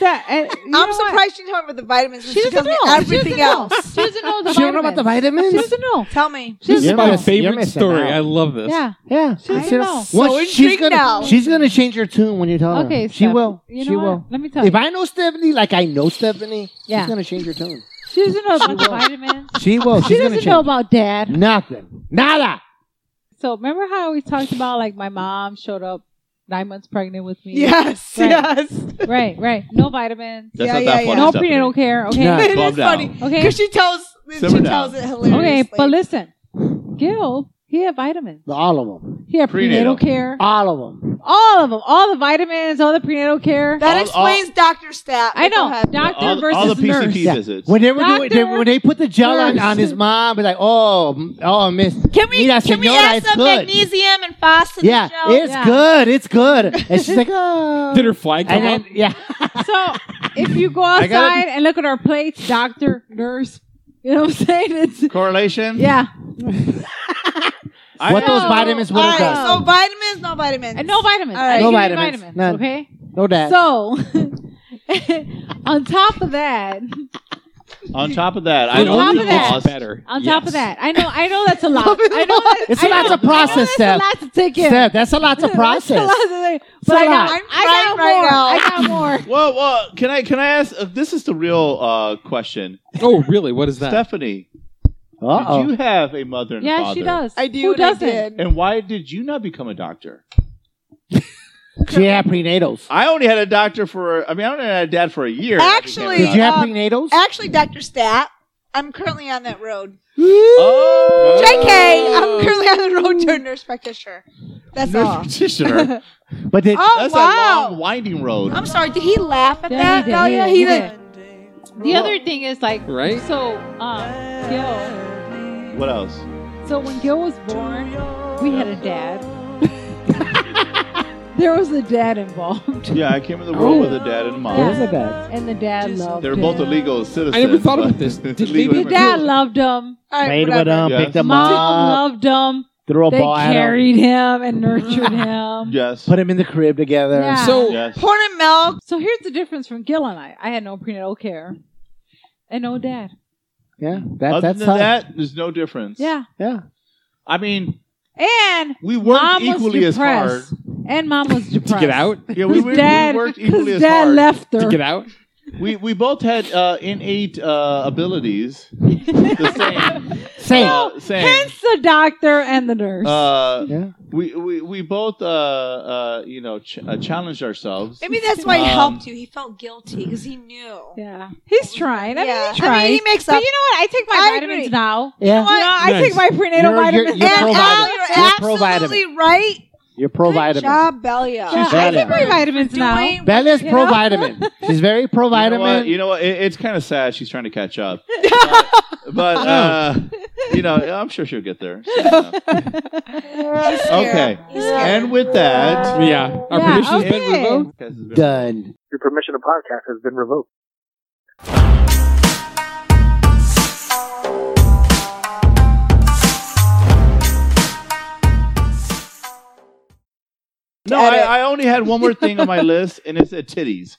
Speaker 3: That- and you know
Speaker 2: I'm
Speaker 3: what?
Speaker 2: surprised she didn't tell me about the vitamins. She,
Speaker 3: She
Speaker 2: she
Speaker 3: doesn't
Speaker 2: tells me
Speaker 3: know. she
Speaker 2: everything
Speaker 3: doesn't know.
Speaker 2: else.
Speaker 3: She doesn't know the
Speaker 4: She don't know about the
Speaker 3: She
Speaker 4: vitamins.
Speaker 3: doesn't know.
Speaker 2: Tell me.
Speaker 5: This is
Speaker 4: You're
Speaker 5: my
Speaker 4: miss- you're
Speaker 5: favorite
Speaker 4: missing
Speaker 5: story.
Speaker 4: out.
Speaker 5: I love this.
Speaker 3: Yeah.
Speaker 4: Yeah,
Speaker 3: She doesn't know.
Speaker 4: Once
Speaker 2: So
Speaker 4: she's
Speaker 2: intrigued
Speaker 4: gonna
Speaker 2: now.
Speaker 4: she's gonna change her tune when you tell her.
Speaker 3: Okay.
Speaker 4: she
Speaker 3: Steph,
Speaker 4: will.
Speaker 3: You know
Speaker 4: she
Speaker 3: what?
Speaker 4: will.
Speaker 3: Let me tell
Speaker 4: If
Speaker 3: you.
Speaker 4: I know Stephanie like I know Stephanie,
Speaker 3: Yeah.
Speaker 4: she's gonna change her tune.
Speaker 3: she doesn't know about the vitamins.
Speaker 4: She will.
Speaker 3: She
Speaker 4: She's gonna
Speaker 3: doesn't
Speaker 4: change.
Speaker 3: know about dad.
Speaker 4: Nothing. Nada.
Speaker 3: So remember how we talked about like my mom showed up nine months pregnant with me.
Speaker 2: Yes,
Speaker 3: Right.
Speaker 2: yes.
Speaker 3: right, right. No vitamins.
Speaker 1: That's
Speaker 2: Yeah,
Speaker 1: not
Speaker 2: yeah,
Speaker 1: that
Speaker 2: yeah.
Speaker 1: funny.
Speaker 3: No
Speaker 1: Stephanie.
Speaker 3: prenatal care. Okay.
Speaker 4: Yeah.
Speaker 2: It
Speaker 1: Calm
Speaker 2: is
Speaker 1: down.
Speaker 2: funny
Speaker 3: Okay.
Speaker 2: because she tells
Speaker 1: Simmer
Speaker 2: she
Speaker 1: down.
Speaker 2: tells it hilariously.
Speaker 3: Okay, but listen, Gil, he had vitamins.
Speaker 4: All of them.
Speaker 3: He had prenatal,
Speaker 1: Prenatal.
Speaker 3: care.
Speaker 4: All of them.
Speaker 3: All of them. All the vitamins. All the prenatal care.
Speaker 2: that
Speaker 1: All-
Speaker 2: explains Doctor Stat.
Speaker 3: I know.
Speaker 2: Go ahead.
Speaker 3: Doctor
Speaker 1: All,
Speaker 3: versus
Speaker 1: all the
Speaker 3: nurse.
Speaker 1: PCP
Speaker 4: Yeah.
Speaker 1: visits.
Speaker 4: When they were doing, they,
Speaker 3: Doctor,
Speaker 4: when they put the gel on,
Speaker 3: nurse.
Speaker 4: on his mom, be like, oh, m- oh, miss.
Speaker 2: Can we
Speaker 4: Mira,
Speaker 2: can we
Speaker 4: señora,
Speaker 2: add
Speaker 4: it's
Speaker 2: some
Speaker 4: good.
Speaker 2: magnesium and phosphorus?
Speaker 4: Yeah, it's
Speaker 3: Yeah.
Speaker 4: good. It's good. And she's like, oh.
Speaker 5: Did her flag come
Speaker 4: and then,
Speaker 5: up?
Speaker 4: yeah.
Speaker 3: So if you go
Speaker 1: I gotta-
Speaker 3: outside and look at our plates, doctor, nurse, you know what I'm saying? It's
Speaker 1: Correlation.
Speaker 3: yeah,
Speaker 1: I-
Speaker 4: what those vitamins would
Speaker 2: All
Speaker 4: have
Speaker 2: right,
Speaker 4: done.
Speaker 2: so vitamins, no vitamins.
Speaker 3: and no vitamins.
Speaker 2: All right.
Speaker 3: I
Speaker 4: No
Speaker 3: didn't give you
Speaker 4: vitamins. None.
Speaker 3: Okay.
Speaker 4: No doubt.
Speaker 3: So on top of that,
Speaker 1: On top of that, I
Speaker 5: It
Speaker 3: top
Speaker 5: only
Speaker 1: only
Speaker 3: of that-
Speaker 5: gets
Speaker 1: lost.
Speaker 5: better.
Speaker 3: on top
Speaker 5: Yes.
Speaker 3: of that, I know, I know that's a lot. I know that,
Speaker 4: It's
Speaker 3: I
Speaker 4: a lot
Speaker 3: know-
Speaker 4: to process,
Speaker 3: I know
Speaker 4: Steph.
Speaker 3: that's a lot to take in.
Speaker 4: Steph, that's a lot to
Speaker 3: That's a
Speaker 4: process.
Speaker 3: lot to take-
Speaker 4: a
Speaker 3: But I
Speaker 4: lot.
Speaker 3: got,
Speaker 2: I'm
Speaker 3: I got
Speaker 2: crying right
Speaker 3: more.
Speaker 2: now.
Speaker 3: I got more.
Speaker 1: Well, well, can I can I ask? Uh, this is the real uh, question,
Speaker 5: Oh, really? What is that?
Speaker 1: Stephanie.
Speaker 4: Uh-oh.
Speaker 1: Did you have a mother and
Speaker 3: Yeah,
Speaker 1: father?
Speaker 3: she does.
Speaker 2: I do.
Speaker 3: Who
Speaker 2: and I
Speaker 3: doesn't?
Speaker 2: did.
Speaker 1: And why did you not become a doctor?
Speaker 4: She had prenatals.
Speaker 1: I only had a doctor for. I mean, I only had a dad for a year. and I became a
Speaker 2: Actually-
Speaker 4: Did you
Speaker 1: doctor.
Speaker 4: have
Speaker 3: Uh,
Speaker 2: Um,
Speaker 4: prenatals?
Speaker 2: Actually, Doctor Stat, I'm currently on that road.
Speaker 3: uh,
Speaker 1: Oh.
Speaker 2: Jk, I'm currently on the road to a nurse practitioner. That's
Speaker 1: Nurse
Speaker 2: all.
Speaker 1: practitioner.
Speaker 4: But
Speaker 3: uh,
Speaker 4: did,
Speaker 2: Oh
Speaker 1: That's
Speaker 2: wow!
Speaker 1: a long, winding road.
Speaker 2: I'm sorry. Did he laugh at
Speaker 3: Yeah, he
Speaker 2: that?
Speaker 3: did,
Speaker 2: no,
Speaker 3: he
Speaker 2: yeah,
Speaker 3: did,
Speaker 2: he
Speaker 3: he
Speaker 2: did.
Speaker 3: The other thing is like
Speaker 5: Right?
Speaker 3: So, um, Gil.
Speaker 1: What else?
Speaker 3: So when Gil was born, we had a dad. there was a dad involved,
Speaker 1: Yeah, I came in the world with a dad and a mom.
Speaker 3: Yeah.
Speaker 4: There's a bad.
Speaker 3: and the dad loved.
Speaker 1: They're
Speaker 3: him.
Speaker 1: both illegal citizens.
Speaker 5: I never thought
Speaker 1: but-
Speaker 5: about this. Did
Speaker 1: Illegal
Speaker 5: they
Speaker 3: The
Speaker 5: be
Speaker 1: immigrants.
Speaker 3: dad loved him.
Speaker 2: All right,
Speaker 4: Played with
Speaker 2: whatever.
Speaker 4: them,
Speaker 1: Yes.
Speaker 4: picked them
Speaker 3: Mom
Speaker 4: up,
Speaker 3: loved him.
Speaker 4: threw a
Speaker 3: They
Speaker 4: ball at him,
Speaker 3: carried him and nurtured him.
Speaker 1: Yes.
Speaker 4: put him in the crib together.
Speaker 3: Yeah.
Speaker 5: So
Speaker 1: yes.
Speaker 2: Porn and milk.
Speaker 3: So here's the difference from Gil and I. I had no prenatal care and no dad.
Speaker 4: Yeah, that,
Speaker 1: Other
Speaker 4: that's
Speaker 1: than
Speaker 4: how.
Speaker 1: that, there's no difference.
Speaker 3: Yeah,
Speaker 4: Yeah.
Speaker 1: I mean,
Speaker 3: and
Speaker 1: we worked
Speaker 3: mom
Speaker 1: equally
Speaker 3: was
Speaker 1: as hard.
Speaker 3: depressed. And mom was
Speaker 5: to
Speaker 3: depressed.
Speaker 5: get out,
Speaker 1: Yeah, we,
Speaker 3: His
Speaker 1: we,
Speaker 3: dad,
Speaker 1: we worked
Speaker 3: his
Speaker 1: equally as
Speaker 3: dad
Speaker 1: hard.
Speaker 3: left her.
Speaker 5: to get out.
Speaker 1: We we both had uh, innate uh, abilities. the same.
Speaker 4: Same.
Speaker 1: Uh, same.
Speaker 3: Hence the doctor and the nurse.
Speaker 1: Uh,
Speaker 4: Yeah.
Speaker 1: we, we we both uh, uh, you know ch- uh, challenged ourselves.
Speaker 2: Maybe that's why he
Speaker 1: Um,
Speaker 2: helped you. He felt guilty because he knew.
Speaker 3: yeah, he's trying. I
Speaker 2: Yeah.
Speaker 3: mean, he tries.
Speaker 2: he makes
Speaker 3: But
Speaker 2: up.
Speaker 3: you know what? I take my
Speaker 2: I
Speaker 3: vitamins
Speaker 2: agree.
Speaker 3: now.
Speaker 4: Yeah.
Speaker 3: You know, I
Speaker 5: Nice.
Speaker 3: take my prenatal
Speaker 4: You're- you're-
Speaker 3: vitamins.
Speaker 4: you're
Speaker 2: and
Speaker 4: pro
Speaker 2: Al,
Speaker 4: vitamin.
Speaker 2: you're
Speaker 4: You're pro
Speaker 2: absolutely right.
Speaker 4: You're pro
Speaker 2: Good
Speaker 4: vitamin.
Speaker 2: job, Belia.
Speaker 3: Yeah, I take my vitamins now.
Speaker 2: Doing-
Speaker 4: Bella's
Speaker 3: You
Speaker 4: pro
Speaker 3: know?
Speaker 4: vitamin. She's very pro
Speaker 1: You know
Speaker 4: vitamin.
Speaker 1: what? You know what? It, it's kind of sad. She's trying to catch up, Uh, but uh, you know, I'm sure she'll get there. soon enough. Okay. And with that,
Speaker 5: Yeah, our
Speaker 3: Yeah,
Speaker 5: permission's been
Speaker 3: okay.
Speaker 5: revoked.
Speaker 4: Done.
Speaker 9: Your permission to podcast has been revoked.
Speaker 1: no, I, I only had one more thing on my list, and it said titties.